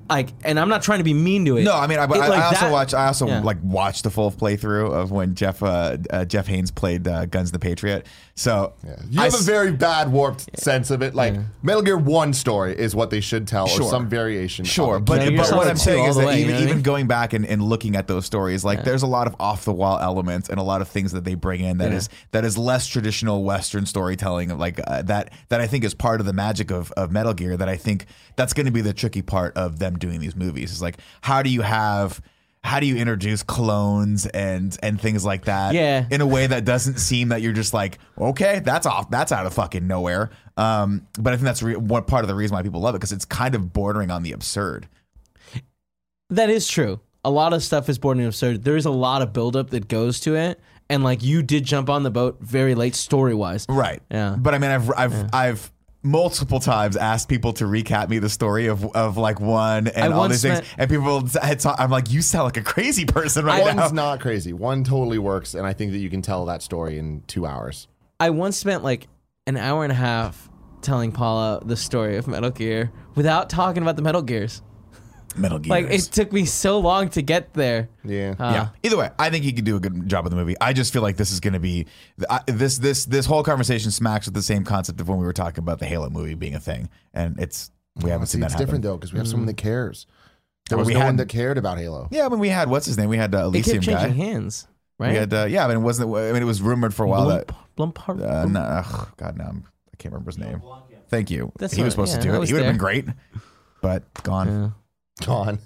[SPEAKER 1] like, and I'm not trying to be mean to it.
[SPEAKER 2] No, I mean, I,
[SPEAKER 1] It-
[SPEAKER 2] I,
[SPEAKER 1] like
[SPEAKER 2] I also
[SPEAKER 1] that-
[SPEAKER 2] watch. I also
[SPEAKER 1] yeah.
[SPEAKER 2] like watched the full playthrough of when Jeff uh, uh, Jeff Haynes played uh, Guns the Patriot. So
[SPEAKER 3] You
[SPEAKER 2] I
[SPEAKER 3] have a
[SPEAKER 2] s-
[SPEAKER 3] very bad warped sense of it. Like Metal Gear One story is what they should tell, or
[SPEAKER 2] Sure.
[SPEAKER 3] some variation. of
[SPEAKER 2] sure,
[SPEAKER 3] it.
[SPEAKER 2] but
[SPEAKER 1] Metal Gear
[SPEAKER 2] but what
[SPEAKER 1] Solid
[SPEAKER 2] I'm
[SPEAKER 1] two
[SPEAKER 2] saying
[SPEAKER 1] all
[SPEAKER 2] is
[SPEAKER 1] the
[SPEAKER 2] that
[SPEAKER 1] way, you
[SPEAKER 2] even
[SPEAKER 1] know what I
[SPEAKER 2] even
[SPEAKER 1] mean?
[SPEAKER 2] going back and, and looking at those stories, like there's a lot of off the wall elements and a lot of things that they bring in that is that is less traditional Western storytelling. Like uh, that that I think is part of the magic of, of Metal Gear. That I think that's going to be the tricky part of them doing these movies. Is like how do you have how do you introduce clones and and things like that
[SPEAKER 1] Yeah.
[SPEAKER 2] in a way that doesn't seem that you're just like okay that's off that's out of fucking nowhere um but i think that's re- one part of the reason why people love it because it's kind of bordering on the absurd
[SPEAKER 1] That is true. A lot of stuff is boring and absurd. There is a lot of buildup that goes to it, and like you did jump on the boat very late story wise.
[SPEAKER 2] Right.
[SPEAKER 1] Yeah.
[SPEAKER 2] But I mean, I've I've I've multiple times asked people to recap me the story of of like one and all
[SPEAKER 1] once
[SPEAKER 2] these things,
[SPEAKER 1] met-
[SPEAKER 2] and people had ta- I'm like, you sound like a crazy person right
[SPEAKER 3] one's
[SPEAKER 2] now.
[SPEAKER 3] not crazy. One totally works, and I think that you can tell that story in two hours.
[SPEAKER 1] I once spent like an hour and a half telling Paula the story of Metal Gear without talking about the Metal Gears.
[SPEAKER 2] Metal Gear.
[SPEAKER 1] Like it took me so long to get there.
[SPEAKER 3] Yeah.
[SPEAKER 2] yeah.
[SPEAKER 1] Uh,
[SPEAKER 2] Either way, I think he could do a good job with the movie. I just feel like this is going to be I, this this this whole conversation smacks with the same concept of when we were talking about the Halo movie being a thing, and it's we haven't
[SPEAKER 3] See,
[SPEAKER 2] seen that
[SPEAKER 3] it's
[SPEAKER 2] happen. Mm.
[SPEAKER 3] different though because we have someone that cares. There
[SPEAKER 2] Well,
[SPEAKER 3] was
[SPEAKER 2] we
[SPEAKER 3] no one
[SPEAKER 2] had-
[SPEAKER 3] that cared about Halo.
[SPEAKER 2] Yeah, I mean, we had what's his name? We had uh,
[SPEAKER 1] it
[SPEAKER 2] Elysium
[SPEAKER 1] kept
[SPEAKER 2] guy.
[SPEAKER 1] changing hands,
[SPEAKER 2] We
[SPEAKER 1] right?
[SPEAKER 2] had uh, yeah. I mean, it wasn't. I mean, it was rumored for a while that
[SPEAKER 1] Blump, Blump-
[SPEAKER 2] Uh, no, ugh, God, no, I'm, I can't remember his name. Thank you.
[SPEAKER 1] That's
[SPEAKER 2] he was
[SPEAKER 1] all right.
[SPEAKER 2] supposed
[SPEAKER 1] Yeah,
[SPEAKER 2] to do
[SPEAKER 1] I
[SPEAKER 2] it.
[SPEAKER 1] was
[SPEAKER 2] He would have been
[SPEAKER 1] there.
[SPEAKER 2] great, but gone.
[SPEAKER 1] Yeah.
[SPEAKER 3] Gone.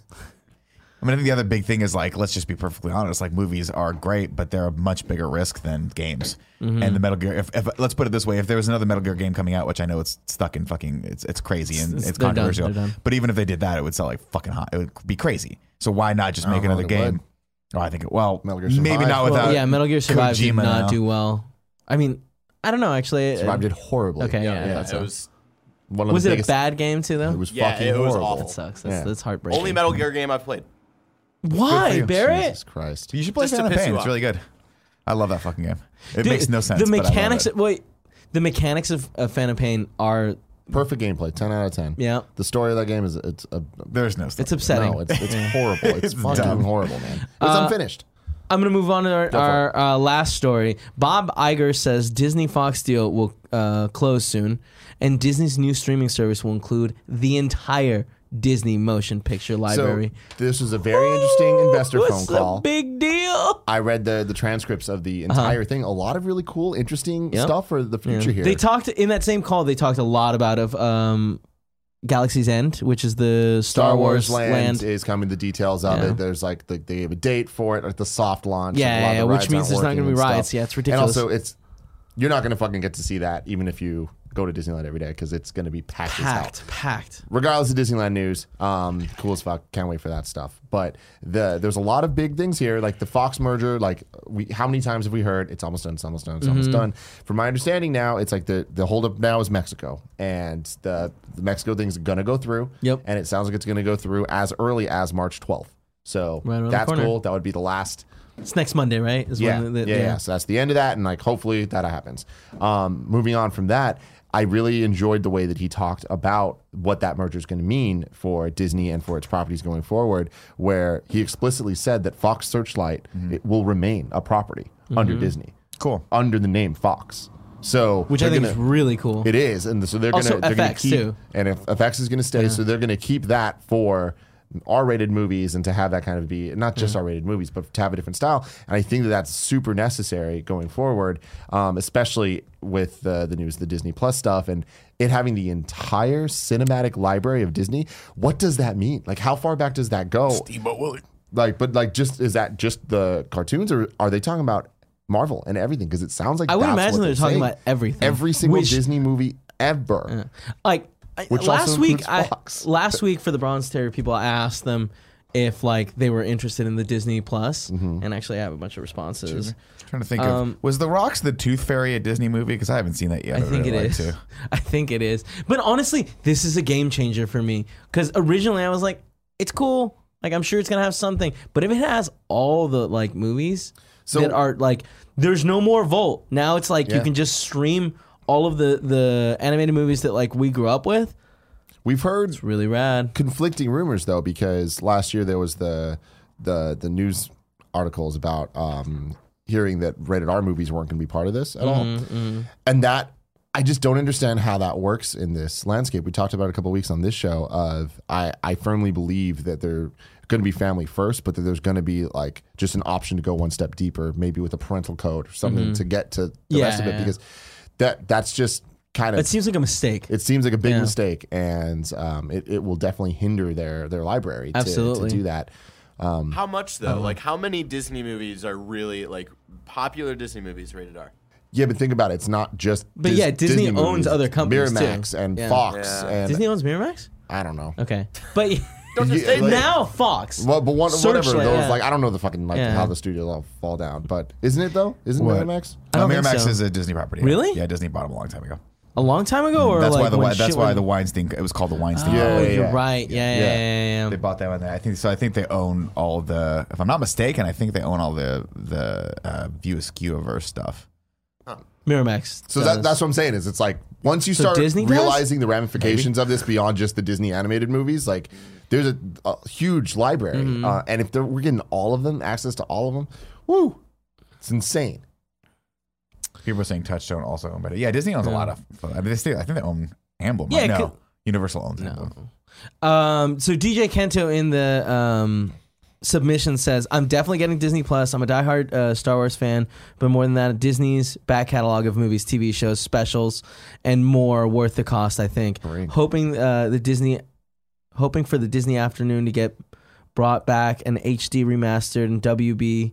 [SPEAKER 2] I mean, I think the other big thing is like, let's just be perfectly honest. Like, movies are great, but they're a much bigger risk than games.
[SPEAKER 1] Mm-hmm.
[SPEAKER 2] And the Metal Gear, if, if let's put it this way, if there was another Metal Gear game coming out, which I know it's stuck in fucking, it's it's crazy and
[SPEAKER 1] It's- it's-
[SPEAKER 2] it's,
[SPEAKER 1] they're done,
[SPEAKER 2] controversial.
[SPEAKER 1] they're done.
[SPEAKER 2] But even if they did that, it would sell like fucking hot. It would be crazy. So why not just
[SPEAKER 3] I
[SPEAKER 2] make
[SPEAKER 3] don't know
[SPEAKER 2] another
[SPEAKER 3] that it
[SPEAKER 2] game? Oh, I think it. Well,
[SPEAKER 3] Metal Gear
[SPEAKER 2] maybe
[SPEAKER 3] Survive.
[SPEAKER 2] not
[SPEAKER 3] Well,
[SPEAKER 2] without.
[SPEAKER 1] yeah, Metal Gear Survive did
[SPEAKER 2] Uh, Kojima
[SPEAKER 1] not
[SPEAKER 2] now.
[SPEAKER 1] do well. I mean, I don't know actually.
[SPEAKER 3] Survive did horribly.
[SPEAKER 1] Okay, yeah,
[SPEAKER 3] yeah.
[SPEAKER 1] yeah.
[SPEAKER 3] that's
[SPEAKER 4] it
[SPEAKER 3] a-
[SPEAKER 4] was
[SPEAKER 3] One of
[SPEAKER 1] Was
[SPEAKER 3] the
[SPEAKER 1] it a
[SPEAKER 3] biggest-
[SPEAKER 1] bad game too, though?
[SPEAKER 3] It was
[SPEAKER 4] Yeah,
[SPEAKER 3] fucking
[SPEAKER 4] it was
[SPEAKER 3] horrible.
[SPEAKER 4] awful.
[SPEAKER 1] That sucks. That's,
[SPEAKER 3] Yeah.
[SPEAKER 1] that's heartbreaking.
[SPEAKER 4] only Metal Gear game I've played.
[SPEAKER 1] Why, Barrett?
[SPEAKER 3] Jesus Christ.
[SPEAKER 2] You should play
[SPEAKER 4] Just to
[SPEAKER 2] Phantom
[SPEAKER 4] piss
[SPEAKER 2] Pain.
[SPEAKER 4] you
[SPEAKER 2] It's
[SPEAKER 4] off.
[SPEAKER 2] really good. I love that fucking game. It
[SPEAKER 1] Dude,
[SPEAKER 2] makes no sense.
[SPEAKER 1] The
[SPEAKER 2] but I love
[SPEAKER 1] mechanics,
[SPEAKER 2] it.
[SPEAKER 1] wait, the mechanics of, of Phantom Pain are,
[SPEAKER 3] Perfect gameplay. Ten out of ten.
[SPEAKER 1] yeah,
[SPEAKER 3] The story of that game is it's a
[SPEAKER 2] There's no. Sense.
[SPEAKER 1] it's upsetting.
[SPEAKER 3] no. It's it's horrible. It's, fucking
[SPEAKER 2] dumb.
[SPEAKER 3] horrible, man. It's
[SPEAKER 1] Uh,
[SPEAKER 3] unfinished.
[SPEAKER 1] I'm gonna move on to our,
[SPEAKER 3] for
[SPEAKER 1] our uh, last story. Bob Iger says Disney Fox deal will uh, close soon, and Disney's new streaming service will include the entire Disney motion picture library.
[SPEAKER 3] So this was a very interesting investor
[SPEAKER 1] What's
[SPEAKER 3] phone
[SPEAKER 1] the
[SPEAKER 3] call.
[SPEAKER 1] big deal?
[SPEAKER 3] I read the the transcripts of the entire thing. A lot of really cool, interesting
[SPEAKER 1] Yep.
[SPEAKER 3] stuff for the future here.
[SPEAKER 1] They talked in that same call. They talked a lot about of um, Galaxy's End, which is the Star, Wars, land.
[SPEAKER 3] is coming. The details of
[SPEAKER 1] Yeah.
[SPEAKER 3] it. There's like the, they gave a date for it at the soft launch.
[SPEAKER 1] Yeah,
[SPEAKER 3] and a lot of
[SPEAKER 1] yeah,
[SPEAKER 3] the
[SPEAKER 1] which
[SPEAKER 3] rides
[SPEAKER 1] means
[SPEAKER 3] aren't
[SPEAKER 1] there's not
[SPEAKER 3] working
[SPEAKER 1] gonna be
[SPEAKER 3] and stuff.
[SPEAKER 1] riots. Yeah, it's ridiculous.
[SPEAKER 3] And also, it's you're not going to fucking get to see that even if you go to Disneyland every day because it's going to be packed. as hell.
[SPEAKER 1] packed, packed.
[SPEAKER 3] regardless of Disneyland news, um, cool as fuck. Can't wait for that stuff. But the there's a lot of big things here, like the Fox merger. Like, we how many times have we heard it's almost done, it's almost done, it's
[SPEAKER 1] Mm-hmm.
[SPEAKER 3] almost done. From my understanding now, it's like the the holdup now is Mexico, and the the Mexico thing's gonna go through.
[SPEAKER 1] Yep.
[SPEAKER 3] And it sounds like it's gonna go through as early as March 12th. So
[SPEAKER 1] Right around the
[SPEAKER 3] that's
[SPEAKER 1] corner.
[SPEAKER 3] cool. That would be the last
[SPEAKER 1] It's next Monday, right? Is
[SPEAKER 3] yeah,
[SPEAKER 1] the- the-
[SPEAKER 3] yeah, yeah. So that's the end of that, and like hopefully that happens. Um, moving on from that, I really enjoyed the way that he talked about what that merger is going to mean for Disney and for its properties going forward. Where he explicitly said that Fox
[SPEAKER 1] Mm-hmm.
[SPEAKER 3] Searchlight it will remain a property under Disney,
[SPEAKER 2] cool.
[SPEAKER 3] under the name Fox. So
[SPEAKER 1] which I
[SPEAKER 3] they're
[SPEAKER 1] think
[SPEAKER 3] gonna-
[SPEAKER 1] is really cool.
[SPEAKER 3] it is, and so they're
[SPEAKER 1] Also
[SPEAKER 3] gonna they're gonna
[SPEAKER 1] FX
[SPEAKER 3] keep
[SPEAKER 1] too.
[SPEAKER 3] and if FX is gonna stay, so they're gonna keep that for R-rated movies and to have that kind of be not just R-rated movies, but to have a different style. And I think that that's super necessary going forward, um, especially with the the news, the Disney Plus stuff, and it having the entire cinematic library of Disney. What does that mean? Like, how far back does that go? Like, but like, just is that just the cartoons, or are they talking about? Marvel and everything because it sounds like
[SPEAKER 1] I would
[SPEAKER 3] that's
[SPEAKER 1] imagine
[SPEAKER 3] what
[SPEAKER 1] they're talking
[SPEAKER 3] saying.
[SPEAKER 1] about everything.
[SPEAKER 3] every single
[SPEAKER 1] Which-
[SPEAKER 3] Disney movie ever.
[SPEAKER 1] like I-
[SPEAKER 3] Which
[SPEAKER 1] last
[SPEAKER 3] also
[SPEAKER 1] week
[SPEAKER 3] includes
[SPEAKER 1] I,
[SPEAKER 3] Fox.
[SPEAKER 1] last week for the bronze terror people i asked them if like they were interested in the disney plus
[SPEAKER 3] Mm-hmm.
[SPEAKER 1] and actually i have a bunch of responses
[SPEAKER 2] trying to think of was the Rocks the Tooth Fairy a Disney movie? Because I haven't seen that yet.
[SPEAKER 1] Um, I think it is. I think it is. But honestly, this is a game changer for me because originally I was like, it's cool. Like I'm sure it's gonna have something. But if it has all the like movies that are like, there's no more Volt. Now it's like you
[SPEAKER 3] Yeah.
[SPEAKER 1] can just stream all of the the animated movies that like we grew up with.
[SPEAKER 3] We've heard
[SPEAKER 1] Really rad.
[SPEAKER 3] conflicting rumors though, because last year there was the the the news articles about um, hearing that rated R movies weren't going to be part of this at all, and that I just don't understand how that works in this landscape. We talked about it a couple of weeks on this show. Of I I firmly believe that they're going to be family first, but that there's going to be like just an option to go one step deeper, maybe with a parental code or something to get to the
[SPEAKER 1] Yeah,
[SPEAKER 3] rest of it,
[SPEAKER 1] yeah.
[SPEAKER 3] because that that's just kind of
[SPEAKER 1] It seems like a mistake.
[SPEAKER 3] it seems like a big mistake, and um, it, it will definitely hinder their their library to,
[SPEAKER 1] Absolutely.
[SPEAKER 3] to do that.
[SPEAKER 4] How much though? Like how many Disney movies are really like popular Disney movies rated R?
[SPEAKER 3] Yeah, but think about it. It's not just.
[SPEAKER 1] But yeah, Disney owns
[SPEAKER 3] movies.
[SPEAKER 1] other companies, too.
[SPEAKER 3] Miramax and
[SPEAKER 1] Yeah.
[SPEAKER 3] Fox,
[SPEAKER 4] Yeah.
[SPEAKER 3] and
[SPEAKER 1] Disney owns Miramax.
[SPEAKER 3] I don't know.
[SPEAKER 1] Okay, but
[SPEAKER 4] Don't just say
[SPEAKER 3] like-
[SPEAKER 4] that.
[SPEAKER 1] now Fox.
[SPEAKER 3] Well, but one,
[SPEAKER 1] Searchlight,
[SPEAKER 3] whatever those
[SPEAKER 1] yeah.
[SPEAKER 3] like, I don't know the fucking like
[SPEAKER 1] Yeah.
[SPEAKER 3] how the studios all fall down, but isn't it though? Isn't
[SPEAKER 2] What?
[SPEAKER 3] Miramax?
[SPEAKER 1] I
[SPEAKER 2] No,
[SPEAKER 1] don't think
[SPEAKER 2] Miramax
[SPEAKER 1] so.
[SPEAKER 2] is a Disney property.
[SPEAKER 1] Really?
[SPEAKER 2] Yeah, Disney bought them a long time ago.
[SPEAKER 1] a long time ago, or
[SPEAKER 2] That's
[SPEAKER 1] like
[SPEAKER 2] why the
[SPEAKER 1] when
[SPEAKER 2] why, that's
[SPEAKER 1] shit
[SPEAKER 2] why
[SPEAKER 1] went-
[SPEAKER 2] the Weinstein it was called the Weinstein.
[SPEAKER 3] Yeah,
[SPEAKER 1] Oh,
[SPEAKER 2] Company.
[SPEAKER 1] you're
[SPEAKER 3] yeah.
[SPEAKER 1] right. Yeah, yeah, yeah.
[SPEAKER 3] Yeah.
[SPEAKER 1] yeah, yeah.
[SPEAKER 2] They bought that one. there. I think so. I think they own all the. If I'm not mistaken, I think they own all the the uh, View Askewiverse stuff.
[SPEAKER 1] Miramax.
[SPEAKER 3] So
[SPEAKER 1] does.
[SPEAKER 3] that, that's what I'm saying is it's like once you
[SPEAKER 1] So
[SPEAKER 3] start
[SPEAKER 1] Disney does?
[SPEAKER 3] realizing the ramifications of this beyond just the Disney animated movies, like there's a, a huge library,
[SPEAKER 1] Mm-hmm.
[SPEAKER 3] uh, and if they're- we're getting all of them, access to all of them, woo, it's insane.
[SPEAKER 2] People are saying Touchstone also owned, but yeah, Disney owns a lot of. I mean, they still, I think they own Emblem.
[SPEAKER 1] Yeah,
[SPEAKER 2] right?
[SPEAKER 1] it
[SPEAKER 2] no,
[SPEAKER 1] could-
[SPEAKER 2] Universal owns Emblem.
[SPEAKER 1] Um, so DJ Kento in the um, submission says, "I'm definitely getting Disney Plus. I'm a diehard uh, Star Wars fan, but more than that, Disney's back catalog of movies, TV shows, specials, and more worth the cost. I think. Hoping uh, the Disney, hoping for the Disney afternoon to get brought back and HD remastered and WB."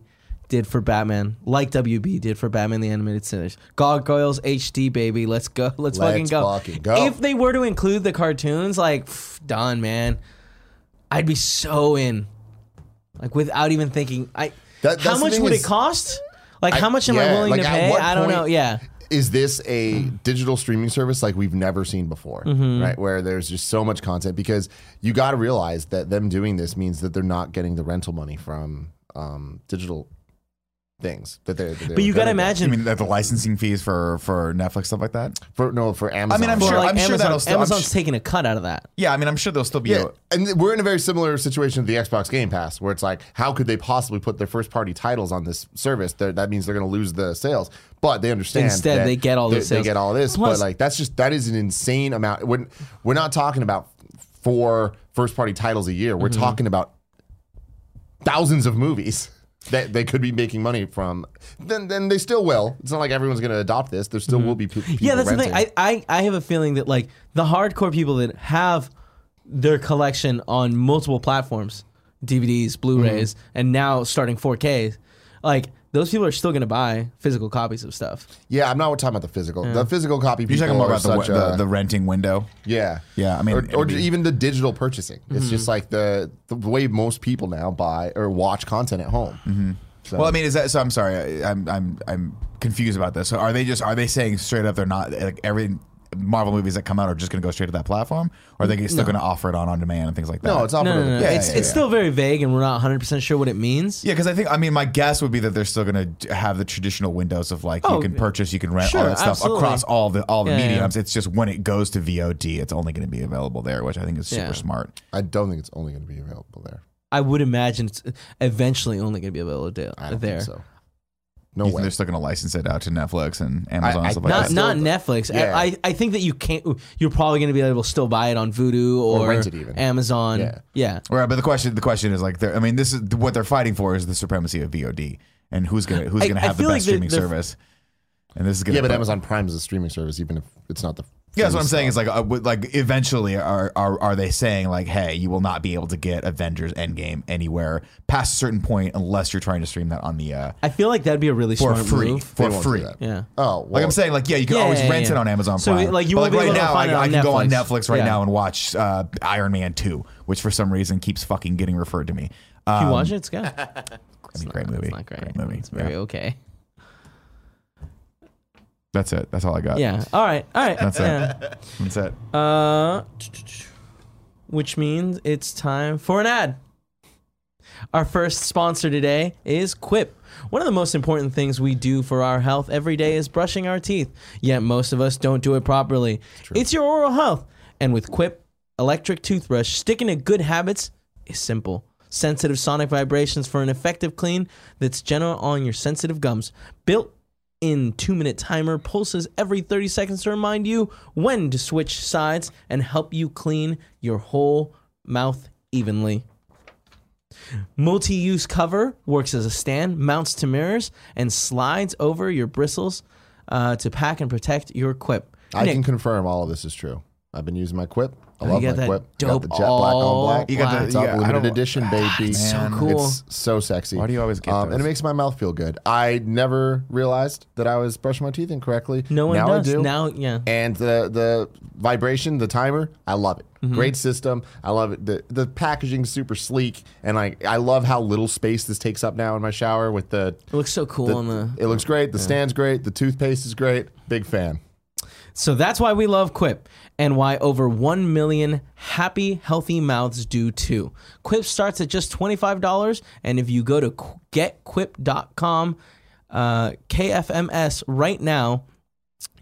[SPEAKER 1] Did for Batman, like WB did for Batman the Animated Series. Gargoyles HD, baby. Let's go. Let's,
[SPEAKER 3] Let's
[SPEAKER 1] fucking go.
[SPEAKER 3] fucking go.
[SPEAKER 1] If they were to include the cartoons, like pff, done, man, I'd be so in. Like without even thinking, I
[SPEAKER 3] That-
[SPEAKER 1] how
[SPEAKER 3] that's the
[SPEAKER 1] much
[SPEAKER 3] thing
[SPEAKER 1] would
[SPEAKER 3] is-
[SPEAKER 1] it cost? Like how much am I
[SPEAKER 3] yeah,
[SPEAKER 1] willing
[SPEAKER 3] like,
[SPEAKER 1] to
[SPEAKER 3] at
[SPEAKER 1] pay?
[SPEAKER 3] what
[SPEAKER 1] I don't know.
[SPEAKER 3] point-
[SPEAKER 1] Yeah,
[SPEAKER 3] Is this a
[SPEAKER 1] Mm.
[SPEAKER 3] digital streaming service like we've never seen before?
[SPEAKER 1] Mm-hmm.
[SPEAKER 3] Right, where there's just so much content because you got to realize that them doing this means that they're not getting the rental money from um, digital things that they're. That they
[SPEAKER 1] but you
[SPEAKER 3] were
[SPEAKER 1] gotta
[SPEAKER 3] gonna get.
[SPEAKER 2] You
[SPEAKER 1] imagine
[SPEAKER 2] mean that the licensing fees for for Netflix stuff like that?
[SPEAKER 3] for no for Amazon.
[SPEAKER 2] I'm
[SPEAKER 1] for
[SPEAKER 2] sure-
[SPEAKER 1] like
[SPEAKER 2] I'm sure
[SPEAKER 1] Amazon.
[SPEAKER 2] that'll still- I'm
[SPEAKER 1] Amazon's
[SPEAKER 2] sh-
[SPEAKER 1] taking a cut out of that.
[SPEAKER 2] Yeah, I mean, I'm sure they'll still be.
[SPEAKER 3] Yeah, and th- we're in a very similar situation to the Xbox Game Pass, where it's like, how could they possibly put their first party titles on this service? They're, that means they're going to lose the sales. But they understand.
[SPEAKER 1] Instead,
[SPEAKER 3] that
[SPEAKER 1] they get all
[SPEAKER 3] they-
[SPEAKER 1] the sales.
[SPEAKER 3] They get all this,
[SPEAKER 1] Plus-
[SPEAKER 3] but like that's just that is an insane amount. We're, we're not talking about four first party titles a year. We're
[SPEAKER 1] Mm-hmm.
[SPEAKER 3] talking about thousands of movies. That they could be making money from, then then they still will. It's not like everyone's going to adopt this. There still will be pe- people.
[SPEAKER 1] Mm-hmm. yeah, that's
[SPEAKER 3] renting.
[SPEAKER 1] the thing. I, I I have a feeling that like the hardcore people that have their collection on multiple platforms, DVDs, Blu-rays,
[SPEAKER 3] Mm-hmm.
[SPEAKER 1] and now starting 4Ks, like those people are still gonna buy physical copies of stuff.
[SPEAKER 3] yeah, I'm not talking about the physical. The physical copy.
[SPEAKER 2] You're talking
[SPEAKER 3] people
[SPEAKER 2] more
[SPEAKER 3] are
[SPEAKER 2] about the,
[SPEAKER 3] such a-
[SPEAKER 2] the the renting window.
[SPEAKER 3] Yeah,
[SPEAKER 2] Yeah, I mean,
[SPEAKER 3] or, or
[SPEAKER 2] it'd be- Mm-hmm.
[SPEAKER 3] even the digital purchasing. It's just like the the way most people now buy or watch content at home. Mm-hmm. So,
[SPEAKER 2] Well, I mean, is that so? I'm sorry, I, I'm I'm I'm confused about this. So are they just are they saying straight up they're not like every Marvel movies that come out are just going to go straight to that platform, or are they still going to offer it on on demand and things like that?
[SPEAKER 3] no, it's not.
[SPEAKER 1] No, no, no.
[SPEAKER 3] Yeah,
[SPEAKER 1] it's
[SPEAKER 3] yeah,
[SPEAKER 1] it's
[SPEAKER 3] yeah.
[SPEAKER 1] still very vague, and we're not 100 percent sure what it means.
[SPEAKER 2] Yeah, because I think I mean my guess would be that they're still going to have the traditional windows of like
[SPEAKER 1] Oh,
[SPEAKER 2] you can purchase, you can rent
[SPEAKER 1] sure,
[SPEAKER 2] all that stuff
[SPEAKER 1] absolutely.
[SPEAKER 2] across all the all the
[SPEAKER 1] Yeah, yeah.
[SPEAKER 2] mediums. It's just when it goes to VOD, it's only going to be available there, which I think is super
[SPEAKER 1] Yeah.
[SPEAKER 2] smart.
[SPEAKER 3] I don't think it's only going to be available there.
[SPEAKER 1] I would imagine it's eventually only going to be available to,
[SPEAKER 3] I don't
[SPEAKER 1] there.
[SPEAKER 3] think so. No
[SPEAKER 2] you
[SPEAKER 3] way.
[SPEAKER 2] think they're still going to license it out to Netflix and Amazon
[SPEAKER 3] I-
[SPEAKER 2] and stuff
[SPEAKER 3] I-
[SPEAKER 2] like
[SPEAKER 1] Not not
[SPEAKER 2] that?
[SPEAKER 1] Netflix.
[SPEAKER 3] Yeah.
[SPEAKER 1] I, I I think that you can't. You're probably going to be able to still buy it on Vudu or,
[SPEAKER 3] rent it even.
[SPEAKER 1] Amazon.
[SPEAKER 3] Yeah.
[SPEAKER 1] yeah.
[SPEAKER 2] Right, but the question the question is like, they're- I mean, this is what they're fighting for is the supremacy of VOD and who's gonna who's
[SPEAKER 1] I-
[SPEAKER 2] gonna
[SPEAKER 1] I
[SPEAKER 2] have the
[SPEAKER 1] feel
[SPEAKER 2] best
[SPEAKER 1] like they're-
[SPEAKER 2] streaming
[SPEAKER 1] they're-
[SPEAKER 2] service. And this is gonna
[SPEAKER 3] Yeah, but Amazon Prime is a streaming service, even if it's not the.
[SPEAKER 2] Yeah, that's what I'm
[SPEAKER 3] famous-
[SPEAKER 2] saying. Is like, uh, would- like eventually, are, are are they saying like, hey, you will not be able to get Avengers Endgame anywhere past a certain point unless you're trying to stream that on the uh,
[SPEAKER 1] I feel like that'd be a really
[SPEAKER 2] for
[SPEAKER 1] smart
[SPEAKER 2] free
[SPEAKER 1] move.
[SPEAKER 3] They
[SPEAKER 2] for
[SPEAKER 3] won't do
[SPEAKER 2] free.
[SPEAKER 3] that.
[SPEAKER 1] Yeah.
[SPEAKER 3] Oh, well,
[SPEAKER 2] Like I'm saying, like yeah, you can
[SPEAKER 1] Yeah,
[SPEAKER 2] always
[SPEAKER 1] yeah,
[SPEAKER 2] rent
[SPEAKER 1] yeah.
[SPEAKER 2] it on Amazon
[SPEAKER 1] So,
[SPEAKER 2] Prime.
[SPEAKER 1] like, you
[SPEAKER 2] But,
[SPEAKER 1] won't be
[SPEAKER 2] right
[SPEAKER 1] able to
[SPEAKER 2] now,
[SPEAKER 1] find
[SPEAKER 2] I,
[SPEAKER 1] it
[SPEAKER 2] I
[SPEAKER 1] on
[SPEAKER 2] can go on
[SPEAKER 1] Netflix.
[SPEAKER 2] Netflix right
[SPEAKER 1] Yeah.
[SPEAKER 2] now and watch uh, Iron Man Two, which for some reason keeps fucking getting referred to me.
[SPEAKER 1] If
[SPEAKER 2] Um,
[SPEAKER 1] you watch it, it's good. It's
[SPEAKER 2] I mean, great movie.
[SPEAKER 1] not great.
[SPEAKER 2] movie.
[SPEAKER 1] It's very
[SPEAKER 2] Yeah.
[SPEAKER 1] okay.
[SPEAKER 2] That's it. That's all I got.
[SPEAKER 1] Yeah. All right. All right.
[SPEAKER 2] Uh, That's it.
[SPEAKER 1] yeah.
[SPEAKER 2] That's it.
[SPEAKER 1] Uh, which means it's time for an ad. Our first sponsor today is Quip. One of the most important things we do for our health every day is brushing our teeth, yet most of us don't do it properly. It's your oral health. And with Quip electric toothbrush, sticking to good habits is simple. Sensitive sonic vibrations for an effective clean that's gentle on your sensitive gums. Built in two minute timer pulses every 30 seconds to remind you when to switch sides and help you clean your whole mouth evenly. Multi use cover works as a stand, mounts to mirrors, and slides over your bristles uh, to pack and protect your quip.
[SPEAKER 3] I can confirm all of this is true. I've been using my Quip. I
[SPEAKER 1] Oh, you
[SPEAKER 3] love
[SPEAKER 1] got
[SPEAKER 3] my
[SPEAKER 1] that
[SPEAKER 3] Quip. I
[SPEAKER 1] dope
[SPEAKER 3] got the jet black
[SPEAKER 1] all
[SPEAKER 3] on black.
[SPEAKER 2] You got the-
[SPEAKER 3] it's all
[SPEAKER 2] yeah, I don't- Ah,
[SPEAKER 3] limited edition, baby.
[SPEAKER 1] it's so cool.
[SPEAKER 3] It's so sexy.
[SPEAKER 2] Why do you always get
[SPEAKER 3] um, And it
[SPEAKER 2] those?
[SPEAKER 3] makes my mouth feel good. I never realized that I was brushing my teeth incorrectly.
[SPEAKER 1] No one
[SPEAKER 3] now
[SPEAKER 1] does.
[SPEAKER 3] I do.
[SPEAKER 1] Now, yeah.
[SPEAKER 3] and the the vibration, the timer, I love it.
[SPEAKER 1] Mm-hmm.
[SPEAKER 3] Great system. I love it. The the packaging's super sleek, and I I love how little space this takes up now in my shower with the.
[SPEAKER 1] It looks so cool on the
[SPEAKER 3] It looks great. The stand's great. The toothpaste is great. Big fan.
[SPEAKER 1] So that's why we love Quip and why over 1 million happy, healthy mouths do too. Quip starts at just $25. And if you go to qu- getquip.com, uh, KFMS right now,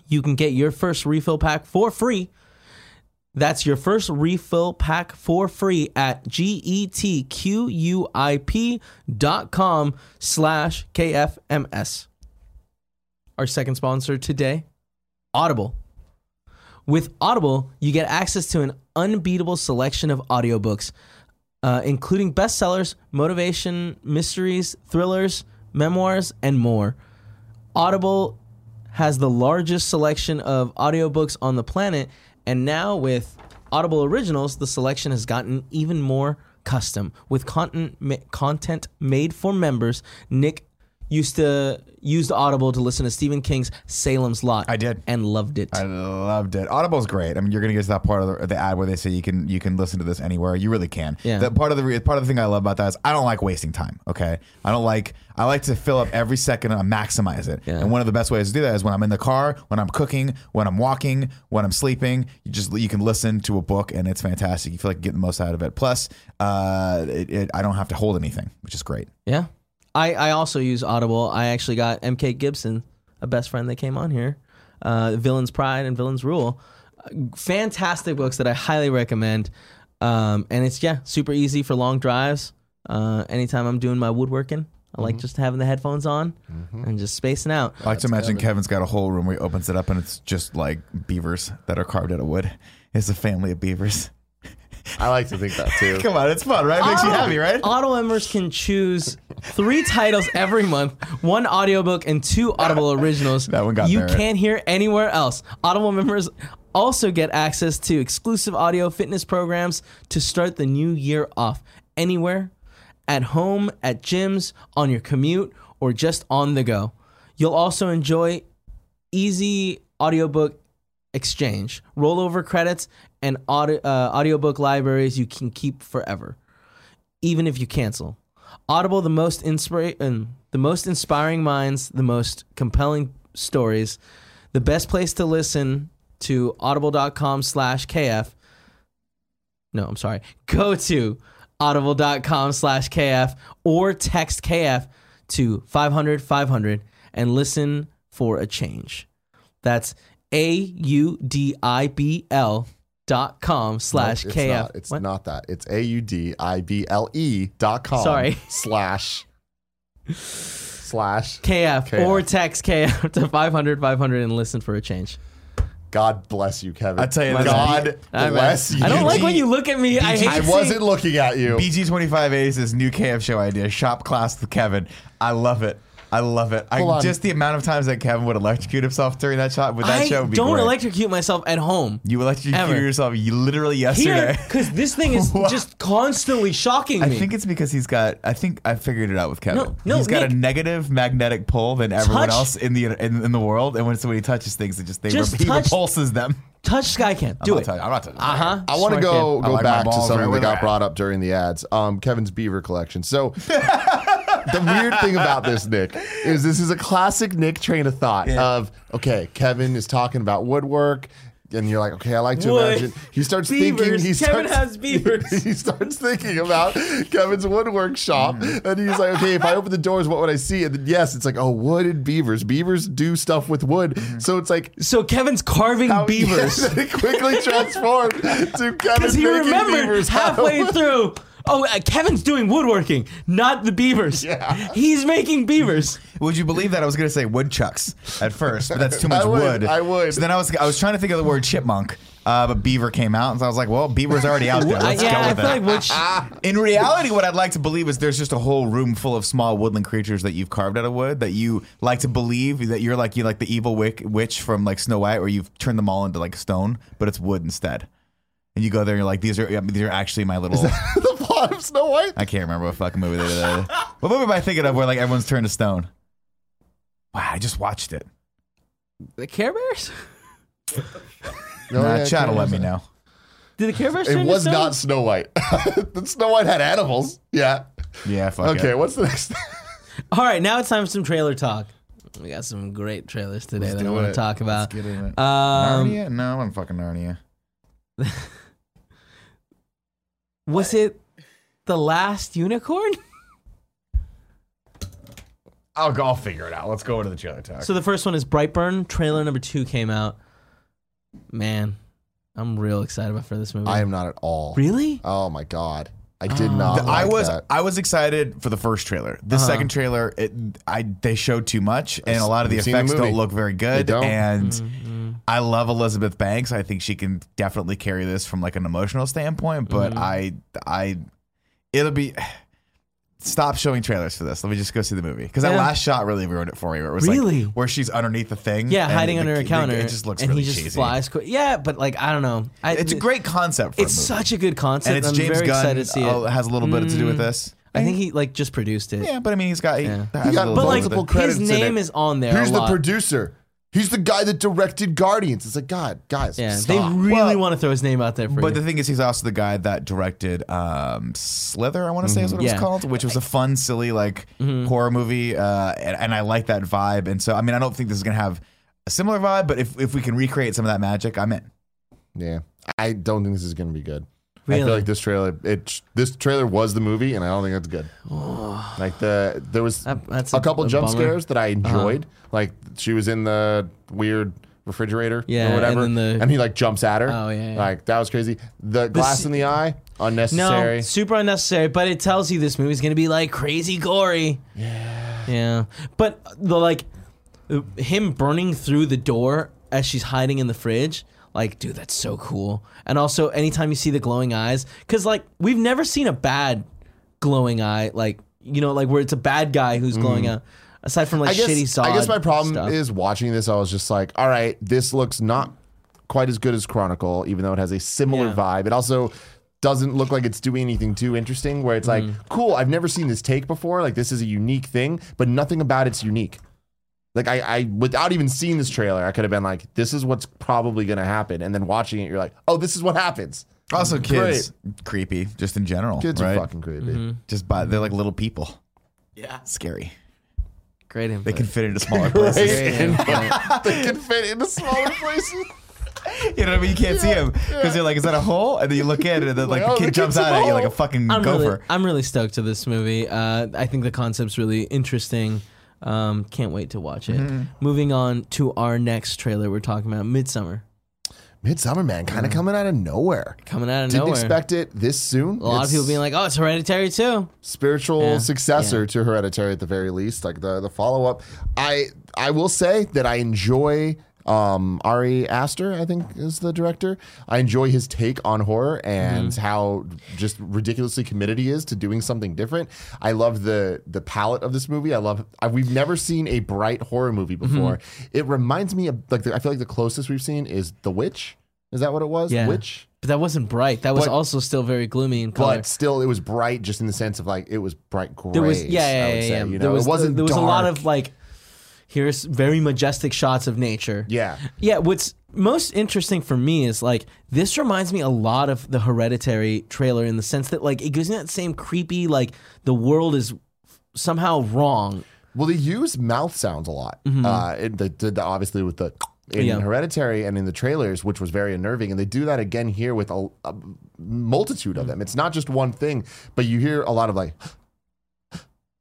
[SPEAKER 1] you can get your first refill pack for free. That's your first refill pack for free at E getquip dot com slash KFMS. Our second sponsor today Audible. With Audible, you get access to an unbeatable selection of audiobooks, uh, including bestsellers, motivation, mysteries, thrillers, memoirs, and more. Audible has the largest selection of audiobooks on the planet, and now with Audible Originals, the selection has gotten even more custom with content ma- content made for members. Nick used to used Audible to listen to Stephen King's Salem's Lot.
[SPEAKER 2] I did.
[SPEAKER 1] and loved it.
[SPEAKER 2] I loved it. Audible's great. I mean, you're gonna get to that part of the, the ad where they say you can you can listen to this anywhere. You really can.
[SPEAKER 1] Yeah.
[SPEAKER 2] The part of the re- part of the thing I love about that is I don't like wasting time. Okay. I don't like I like to fill up every second and maximize it.
[SPEAKER 1] Yeah.
[SPEAKER 2] And one of the best ways to do that is when I'm in the car, when I'm cooking, when I'm walking, when I'm sleeping. You just you can listen to a book and it's fantastic. You feel like you get the most out of it. Plus, uh, it, it, I don't have to hold anything, which is great.
[SPEAKER 1] Yeah. I, I also use Audible. I actually got MK Gibson, a best friend that came on here, uh, Villain's Pride and Villain's Rule. Uh, Fantastic books that I highly recommend. Um, and it's, yeah, super easy for long drives. Uh, anytime I'm doing my woodworking, I like just having the headphones on and just spacing out.
[SPEAKER 2] I like to imagine Kevin's got a whole room where he opens it up and it's just like beavers that are carved out of wood. It's a family of beavers.
[SPEAKER 3] I like to think that too.
[SPEAKER 2] Come on, it's fun, right? It makes
[SPEAKER 1] Oh.
[SPEAKER 2] you happy, right?
[SPEAKER 1] Auto members can choose three titles every month, one audiobook and two Audible originals.
[SPEAKER 2] That one got
[SPEAKER 1] you
[SPEAKER 2] there.
[SPEAKER 1] can't hear anywhere else. Audible members also get access to exclusive audio fitness programs to start the new year off anywhere, at home, at gyms, on your commute, or just on the go. You'll also enjoy easy audiobook exchange, rollover credits, and audio, uh, audiobook libraries you can keep forever even if you cancel. Audible, the most inspira- um, the most inspiring minds, the most compelling stories. The best place to listen to audible.com slash KF. No, I'm sorry. Go to audible.com slash KF or text KF to 500 500 and listen for a change. That's A U D I B L dot com slash
[SPEAKER 3] Nope, it's
[SPEAKER 1] KF.
[SPEAKER 3] Not, it's
[SPEAKER 1] What?
[SPEAKER 3] not that. It's A U D I B L E dot com
[SPEAKER 1] Sorry.
[SPEAKER 3] slash slash
[SPEAKER 1] KF,
[SPEAKER 3] KF.
[SPEAKER 1] or text KF to 500 500 and listen for a change.
[SPEAKER 3] God bless you, Kevin.
[SPEAKER 2] I tell you this,
[SPEAKER 3] God
[SPEAKER 1] I-
[SPEAKER 3] bless you.
[SPEAKER 1] I don't like
[SPEAKER 2] BG.
[SPEAKER 1] when you look at me. I hate
[SPEAKER 3] I
[SPEAKER 1] seeing-
[SPEAKER 3] wasn't looking at you.
[SPEAKER 2] BG25 Ace's new KF show idea, shop class with Kevin. I love it. I love it.
[SPEAKER 3] Hold
[SPEAKER 2] I,
[SPEAKER 3] on.
[SPEAKER 2] just the amount of times that Kevin would electrocute himself during that shot with that
[SPEAKER 1] I
[SPEAKER 2] show would be
[SPEAKER 1] don't
[SPEAKER 2] great.
[SPEAKER 1] electrocute myself at home.
[SPEAKER 2] you electrocuted
[SPEAKER 1] Ever.
[SPEAKER 2] yourself you literally yesterday.
[SPEAKER 1] Here, because this thing is
[SPEAKER 2] Wow.
[SPEAKER 1] just constantly shocking
[SPEAKER 2] I
[SPEAKER 1] me.
[SPEAKER 2] think it's because he's got. I think I figured it out with Kevin.
[SPEAKER 1] No, no,
[SPEAKER 2] he's got a
[SPEAKER 1] Nick.
[SPEAKER 2] negative magnetic pull than everyone
[SPEAKER 1] Touch-
[SPEAKER 2] else in the in, in the world. And when so when he touches things, it just they
[SPEAKER 1] Just
[SPEAKER 2] re- he
[SPEAKER 1] touch-
[SPEAKER 2] repulses them.
[SPEAKER 1] Touch Skycam. Do
[SPEAKER 2] I'm
[SPEAKER 1] it.
[SPEAKER 2] Not touching, I'm not touching.
[SPEAKER 1] Uh huh.
[SPEAKER 3] I want to go
[SPEAKER 2] I
[SPEAKER 3] go
[SPEAKER 2] like my
[SPEAKER 3] back to
[SPEAKER 2] balls
[SPEAKER 3] something
[SPEAKER 2] right
[SPEAKER 3] that
[SPEAKER 2] where they're
[SPEAKER 3] got
[SPEAKER 2] at.
[SPEAKER 3] brought up during the ads. Um, Kevin's beaver collection. So the weird thing about this, Nick, is this is a classic Nick train of thought of okay, Kevin is talking about woodwork. And you're like, okay, I like to
[SPEAKER 1] Wood.
[SPEAKER 3] imagine. He starts thinking.
[SPEAKER 1] Beavers.
[SPEAKER 3] He
[SPEAKER 1] Kevin
[SPEAKER 3] starts,
[SPEAKER 1] has beavers.
[SPEAKER 3] he starts thinking about Kevin's woodwork shop, and he's like, "Okay, if I open the doors, what would I see?" And then yes, it's like, "Oh, wood and beavers. Beavers do stuff with wood." So it's like
[SPEAKER 1] So Kevin's carving beavers.
[SPEAKER 3] Yes, it quickly transformed to Kevin
[SPEAKER 1] Because he
[SPEAKER 3] making
[SPEAKER 1] remembered
[SPEAKER 3] beavers.
[SPEAKER 1] halfway through. Oh, uh, Kevin's doing woodworking, not the beavers.
[SPEAKER 3] Yeah.
[SPEAKER 1] He's making beavers.
[SPEAKER 2] Would you believe that I was going to say woodchucks at first, but that's too much
[SPEAKER 3] I would,
[SPEAKER 2] wood.
[SPEAKER 3] I would.
[SPEAKER 2] So then I was I was trying to think of the word chipmunk, uh, but beaver came out, and so I was like, well, beaver's already out there.
[SPEAKER 1] I,
[SPEAKER 2] Let's
[SPEAKER 1] yeah, I
[SPEAKER 2] go
[SPEAKER 1] feel
[SPEAKER 2] with
[SPEAKER 1] like
[SPEAKER 2] it.
[SPEAKER 1] which
[SPEAKER 2] In reality, what I'd like to believe is there's just a whole room full of small woodland creatures that you've carved out of wood that you like to believe that you're like you like the evil wick, witch from like Snow White, where you've turned them all into like stone, but it's wood instead. And you go there and you're like, these are yeah, these are actually my little.
[SPEAKER 3] the plot of Snow White.
[SPEAKER 2] I can't remember what fucking movie they did. what movie am I thinking of where like everyone's turned to stone? Wow, I just watched it.
[SPEAKER 1] the Care Bears?
[SPEAKER 3] No,
[SPEAKER 2] nah,
[SPEAKER 3] yeah,
[SPEAKER 2] chat will
[SPEAKER 3] Kevin
[SPEAKER 2] let
[SPEAKER 3] was-
[SPEAKER 2] me know.
[SPEAKER 1] Did the Care Bears? turn
[SPEAKER 3] It
[SPEAKER 1] to
[SPEAKER 3] was
[SPEAKER 1] stone?
[SPEAKER 3] not Snow White. Snow White had animals. Yeah.
[SPEAKER 2] Yeah, fuck
[SPEAKER 3] Okay.
[SPEAKER 2] it.
[SPEAKER 3] What's the next?
[SPEAKER 1] All right, now it's time for some trailer talk. We got some great trailers today that I
[SPEAKER 3] do
[SPEAKER 1] want to
[SPEAKER 3] it.
[SPEAKER 1] talk about.
[SPEAKER 2] Get in it.
[SPEAKER 1] Um,
[SPEAKER 2] Narnia? No, I'm fucking Narnia.
[SPEAKER 1] was it the last unicorn?
[SPEAKER 2] I'll go. I'll figure it out. Let's go into the trailer talk.
[SPEAKER 1] So the first one is Brightburn. Trailer number two came out. Man, I'm real excited about for this movie.
[SPEAKER 3] I am not at all.
[SPEAKER 1] really?
[SPEAKER 3] Oh my god. I did not.
[SPEAKER 2] I
[SPEAKER 3] like
[SPEAKER 2] was
[SPEAKER 3] that.
[SPEAKER 2] I was excited for the first trailer. The
[SPEAKER 1] Uh-huh.
[SPEAKER 2] second trailer, it, I they showed too much, and a lot of the
[SPEAKER 3] I've seen the
[SPEAKER 2] effects
[SPEAKER 3] movie.
[SPEAKER 2] don't look very good.
[SPEAKER 3] They don't.
[SPEAKER 2] And
[SPEAKER 1] Mm-hmm,
[SPEAKER 2] I love Elizabeth Banks. I think she can definitely carry this from like an emotional standpoint. But
[SPEAKER 1] Mm-hmm.
[SPEAKER 2] I I it'll be. Stop showing trailers for this. Let me just go see the movie because that
[SPEAKER 1] Yeah.
[SPEAKER 2] last shot really ruined it for me. Where it was
[SPEAKER 1] Really?
[SPEAKER 2] like where she's underneath the thing,
[SPEAKER 1] Yeah,
[SPEAKER 2] and
[SPEAKER 1] hiding
[SPEAKER 2] the-
[SPEAKER 1] under a
[SPEAKER 2] the-
[SPEAKER 1] counter.
[SPEAKER 2] It just looks
[SPEAKER 1] and
[SPEAKER 2] really
[SPEAKER 1] he just
[SPEAKER 2] cheesy.
[SPEAKER 1] flies quick. Yeah, but like I don't know. I,
[SPEAKER 2] It's a great concept. For
[SPEAKER 1] It's
[SPEAKER 2] a movie.
[SPEAKER 1] such a good concept.
[SPEAKER 2] and it's
[SPEAKER 1] I'm
[SPEAKER 2] James
[SPEAKER 1] very
[SPEAKER 2] Gunn
[SPEAKER 1] excited to see it. Mm-hmm.
[SPEAKER 2] uh, has a little bit to do with this.
[SPEAKER 1] I think he like just produced it.
[SPEAKER 2] Yeah, but I mean, he's got. He,
[SPEAKER 1] Yeah.
[SPEAKER 2] has a
[SPEAKER 3] got
[SPEAKER 2] little
[SPEAKER 1] But
[SPEAKER 2] bit
[SPEAKER 1] like
[SPEAKER 2] of
[SPEAKER 3] Multiple
[SPEAKER 1] his
[SPEAKER 3] credits in
[SPEAKER 1] name
[SPEAKER 3] it.
[SPEAKER 1] is on there.
[SPEAKER 3] Here's
[SPEAKER 1] a
[SPEAKER 3] the
[SPEAKER 1] lot.
[SPEAKER 3] producer. He's the guy that directed Guardians. It's like God, guys.
[SPEAKER 1] Yeah,
[SPEAKER 3] stop.
[SPEAKER 1] they really
[SPEAKER 2] Well-
[SPEAKER 1] want to throw his name out there for you.
[SPEAKER 2] But the thing is, he's also the guy that directed um, Slither. I want to say is what it
[SPEAKER 1] Mm-hmm. Yeah. Mm-hmm.
[SPEAKER 2] was called, which was a fun, silly like horror movie, uh, and, and I like that vibe. And so, I mean, I don't think this is gonna have a similar vibe, but if if we can recreate some of that magic, I'm in.
[SPEAKER 3] Yeah, I don't think this is going to be good. I
[SPEAKER 1] Really?
[SPEAKER 3] feel like this trailer, it this trailer was the movie, and I don't think that's good. Like the there was
[SPEAKER 1] Oh. That- that's
[SPEAKER 3] a,
[SPEAKER 1] a-
[SPEAKER 3] couple
[SPEAKER 1] a
[SPEAKER 3] jump
[SPEAKER 1] bummer. Uh-huh.
[SPEAKER 3] scares that I enjoyed. Like she was in the weird refrigerator
[SPEAKER 1] Yeah, and
[SPEAKER 3] or whatever,
[SPEAKER 1] then
[SPEAKER 3] and,
[SPEAKER 1] the-
[SPEAKER 3] he like jumps at her.
[SPEAKER 1] Oh, yeah, yeah.
[SPEAKER 3] like that was crazy. The glass
[SPEAKER 1] se-
[SPEAKER 3] in the eye,
[SPEAKER 1] no,
[SPEAKER 3] unnecessary.
[SPEAKER 1] super unnecessary. But it tells you this movie's gonna be like crazy gory. Yeah. Yeah. But the like him burning through the door as she's hiding in the fridge. Like, dude, that's so cool. And also, anytime you see the glowing eyes, because like we've never seen a bad glowing eye, like you know, like where it's a bad guy who's glowing out. Aside from like
[SPEAKER 3] Mm-hmm. I guess
[SPEAKER 1] shitty Saw.
[SPEAKER 3] I guess my problem
[SPEAKER 1] stuff.
[SPEAKER 3] is watching this. I was just like, all right, this looks not quite as good as Chronicle, even though it has a similar
[SPEAKER 1] Yeah.
[SPEAKER 3] vibe. It also doesn't look like it's doing anything too interesting. Where it's like, cool, I've never seen this take before. Like this is a unique thing, but nothing about it's unique. Like I, I, without even seeing this trailer, I could have been like, "This is what's probably going to happen," and then watching it, you're like, "Oh, this is what happens."
[SPEAKER 2] Also, kids creepy just in general,
[SPEAKER 3] Kids
[SPEAKER 2] right?
[SPEAKER 3] are fucking creepy.
[SPEAKER 2] Just by they're like little people,
[SPEAKER 4] Yeah.
[SPEAKER 2] scary.
[SPEAKER 1] great. Input.
[SPEAKER 2] They can fit into smaller places.
[SPEAKER 1] Great input.
[SPEAKER 3] they can fit into smaller places.
[SPEAKER 2] You know what I mean? You can't see him because you're like, is that a hole? And then you look in, and then like
[SPEAKER 3] Like,
[SPEAKER 2] the
[SPEAKER 3] oh,
[SPEAKER 2] kid
[SPEAKER 3] the
[SPEAKER 2] jumps
[SPEAKER 3] kid's
[SPEAKER 2] out
[SPEAKER 3] in
[SPEAKER 2] at
[SPEAKER 3] the
[SPEAKER 2] you like a
[SPEAKER 3] hole.
[SPEAKER 2] fucking
[SPEAKER 1] I'm
[SPEAKER 2] gopher.
[SPEAKER 1] really, I'm really stoked to this movie. Uh, I think the concept's really interesting. Um,
[SPEAKER 3] Mm-hmm.
[SPEAKER 1] can't wait to watch it. Moving on to our next trailer, we're talking about Midsummer.
[SPEAKER 3] Midsummer Man kind of coming out of nowhere.
[SPEAKER 1] Coming out of
[SPEAKER 3] Didn't
[SPEAKER 1] nowhere.
[SPEAKER 3] expect it this soon.
[SPEAKER 1] a lot of people being like, "Oh, it's hereditary too."
[SPEAKER 3] spiritual
[SPEAKER 1] Yeah,
[SPEAKER 3] successor to Hereditary at the very least, like the the follow up. I I will say that I enjoy um, Ari Aster, I think is the director. I enjoy his take on horror and
[SPEAKER 1] Mm-hmm.
[SPEAKER 3] how just ridiculously committed he is to doing something different. I love the the palette of this movie. I love. I, we've never seen a bright horror movie
[SPEAKER 1] Mm-hmm.
[SPEAKER 3] before. It reminds me of like the, I feel like the closest we've seen is The Witch. Is that what it was?
[SPEAKER 1] Yeah.
[SPEAKER 3] Witch.
[SPEAKER 1] But that wasn't bright. That was
[SPEAKER 3] But-
[SPEAKER 1] also still very gloomy in color.
[SPEAKER 3] But still, it was bright, just in the sense of like it was bright gray.
[SPEAKER 1] there was yeah, yeah,
[SPEAKER 3] I
[SPEAKER 1] yeah,
[SPEAKER 3] would
[SPEAKER 1] yeah,
[SPEAKER 3] say,
[SPEAKER 1] yeah.
[SPEAKER 3] You know,
[SPEAKER 1] there was
[SPEAKER 3] it wasn't.
[SPEAKER 1] there was a lot
[SPEAKER 3] dark.
[SPEAKER 1] of like here's very majestic shots of nature.
[SPEAKER 3] yeah.
[SPEAKER 1] Yeah, what's most interesting for me is like this reminds me a lot of the Hereditary trailer in the sense that like it gives me that same creepy like the world is somehow wrong.
[SPEAKER 3] Well, they use mouth sounds a lot. Uh, it, they did the, obviously with the in
[SPEAKER 1] Mm-hmm. Yeah.
[SPEAKER 3] Hereditary and in the trailers, which was very unnerving, and they do that again here with a, a multitude
[SPEAKER 1] Mm.
[SPEAKER 3] of them. It's not just one thing, but you hear a lot of like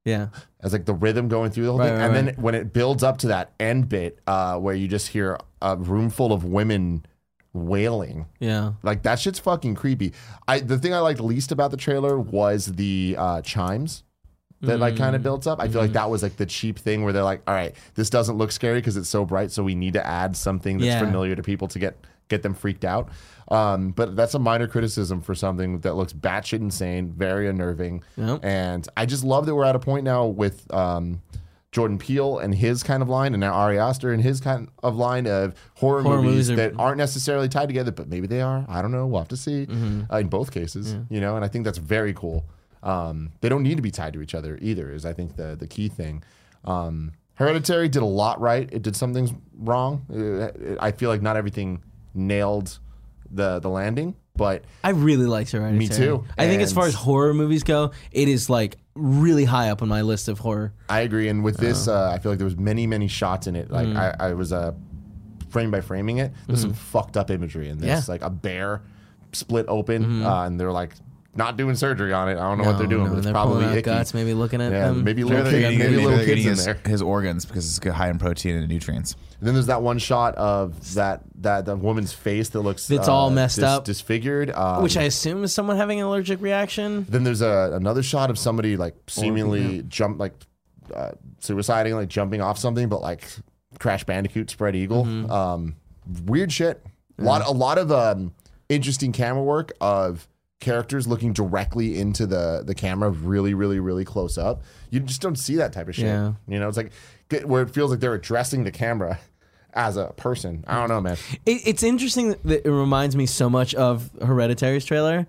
[SPEAKER 1] Yeah,
[SPEAKER 3] as like the rhythm going through the whole
[SPEAKER 1] Right,
[SPEAKER 3] thing,
[SPEAKER 1] right,
[SPEAKER 3] and then when it builds up to that end bit uh, where you just hear a room full of women wailing.
[SPEAKER 1] yeah.
[SPEAKER 3] Like that shit's fucking creepy. I the thing I liked least about the trailer was the uh, chimes that like
[SPEAKER 1] Mm.
[SPEAKER 3] kind of built up. I feel like that was like the cheap thing where they're like, all right, this doesn't look scary because it's so bright, so we need to add something that's
[SPEAKER 1] Yeah.
[SPEAKER 3] familiar to people to get get them freaked out. Um, but that's a minor criticism for something that looks batshit insane, very unnerving,
[SPEAKER 1] Yep.
[SPEAKER 3] and I just love that we're at a point now with. Um, Jordan Peele and his kind of line, and now Ari Aster and his kind of line of horror,
[SPEAKER 1] Horror
[SPEAKER 3] movies
[SPEAKER 1] movies are-
[SPEAKER 3] that aren't necessarily tied together, but maybe they are. I don't know. We'll have to see.
[SPEAKER 1] Mm-hmm.
[SPEAKER 3] Uh, in both cases, you know, and I think that's very cool. Um, they don't need to be tied to each other either. Is I think the the key thing. Um, Hereditary did a lot right. It did some things wrong. Uh, I feel like not everything nailed the the landing, but
[SPEAKER 1] I really liked Hereditary.
[SPEAKER 3] too.
[SPEAKER 1] I think as
[SPEAKER 3] And-
[SPEAKER 1] far as horror movies go, it is like really high up on my list of horror.
[SPEAKER 3] I agree. And with this, uh, I feel like there was many, many shots in it. Like
[SPEAKER 1] Mm.
[SPEAKER 3] I, I was uh, frame by framing it. There's some fucked up imagery in this.
[SPEAKER 1] Mm-hmm. Yeah. Mm-hmm.
[SPEAKER 3] Like a bear split open, uh, and they're like not doing surgery on it. I don't know what they're doing,
[SPEAKER 1] Oh, No,
[SPEAKER 3] but it's
[SPEAKER 1] they're
[SPEAKER 3] probably
[SPEAKER 1] pulling out
[SPEAKER 3] icky.
[SPEAKER 1] guts, maybe looking at
[SPEAKER 3] yeah,
[SPEAKER 1] them.
[SPEAKER 3] maybe
[SPEAKER 2] They're
[SPEAKER 3] little,
[SPEAKER 2] either
[SPEAKER 3] kid,
[SPEAKER 2] eating,
[SPEAKER 3] maybe little
[SPEAKER 2] they're
[SPEAKER 3] kids
[SPEAKER 2] eating
[SPEAKER 3] in
[SPEAKER 2] his,
[SPEAKER 3] there.
[SPEAKER 2] his organs because it's high in protein and nutrients.
[SPEAKER 3] And then there's that one shot of that that, that woman's face that looks uh,
[SPEAKER 1] That's all messed up.
[SPEAKER 3] disfigured. Um,
[SPEAKER 1] which I assume is someone having an allergic reaction.
[SPEAKER 3] Then there's a another shot of somebody like seemingly jump like uh, suiciding, like jumping off something, but like Crash Bandicoot spread eagle.
[SPEAKER 1] Mm-hmm.
[SPEAKER 3] Um, weird shit. A lot, a lot of um, interesting camera work of characters looking directly into the the camera, really, really, really close up. You just don't see that type of shit.
[SPEAKER 1] Yeah.
[SPEAKER 3] You know, it's like get- where it feels like they're addressing the camera as a person. I don't know, man.
[SPEAKER 1] It, it's interesting that it reminds me so much of Hereditary's trailer,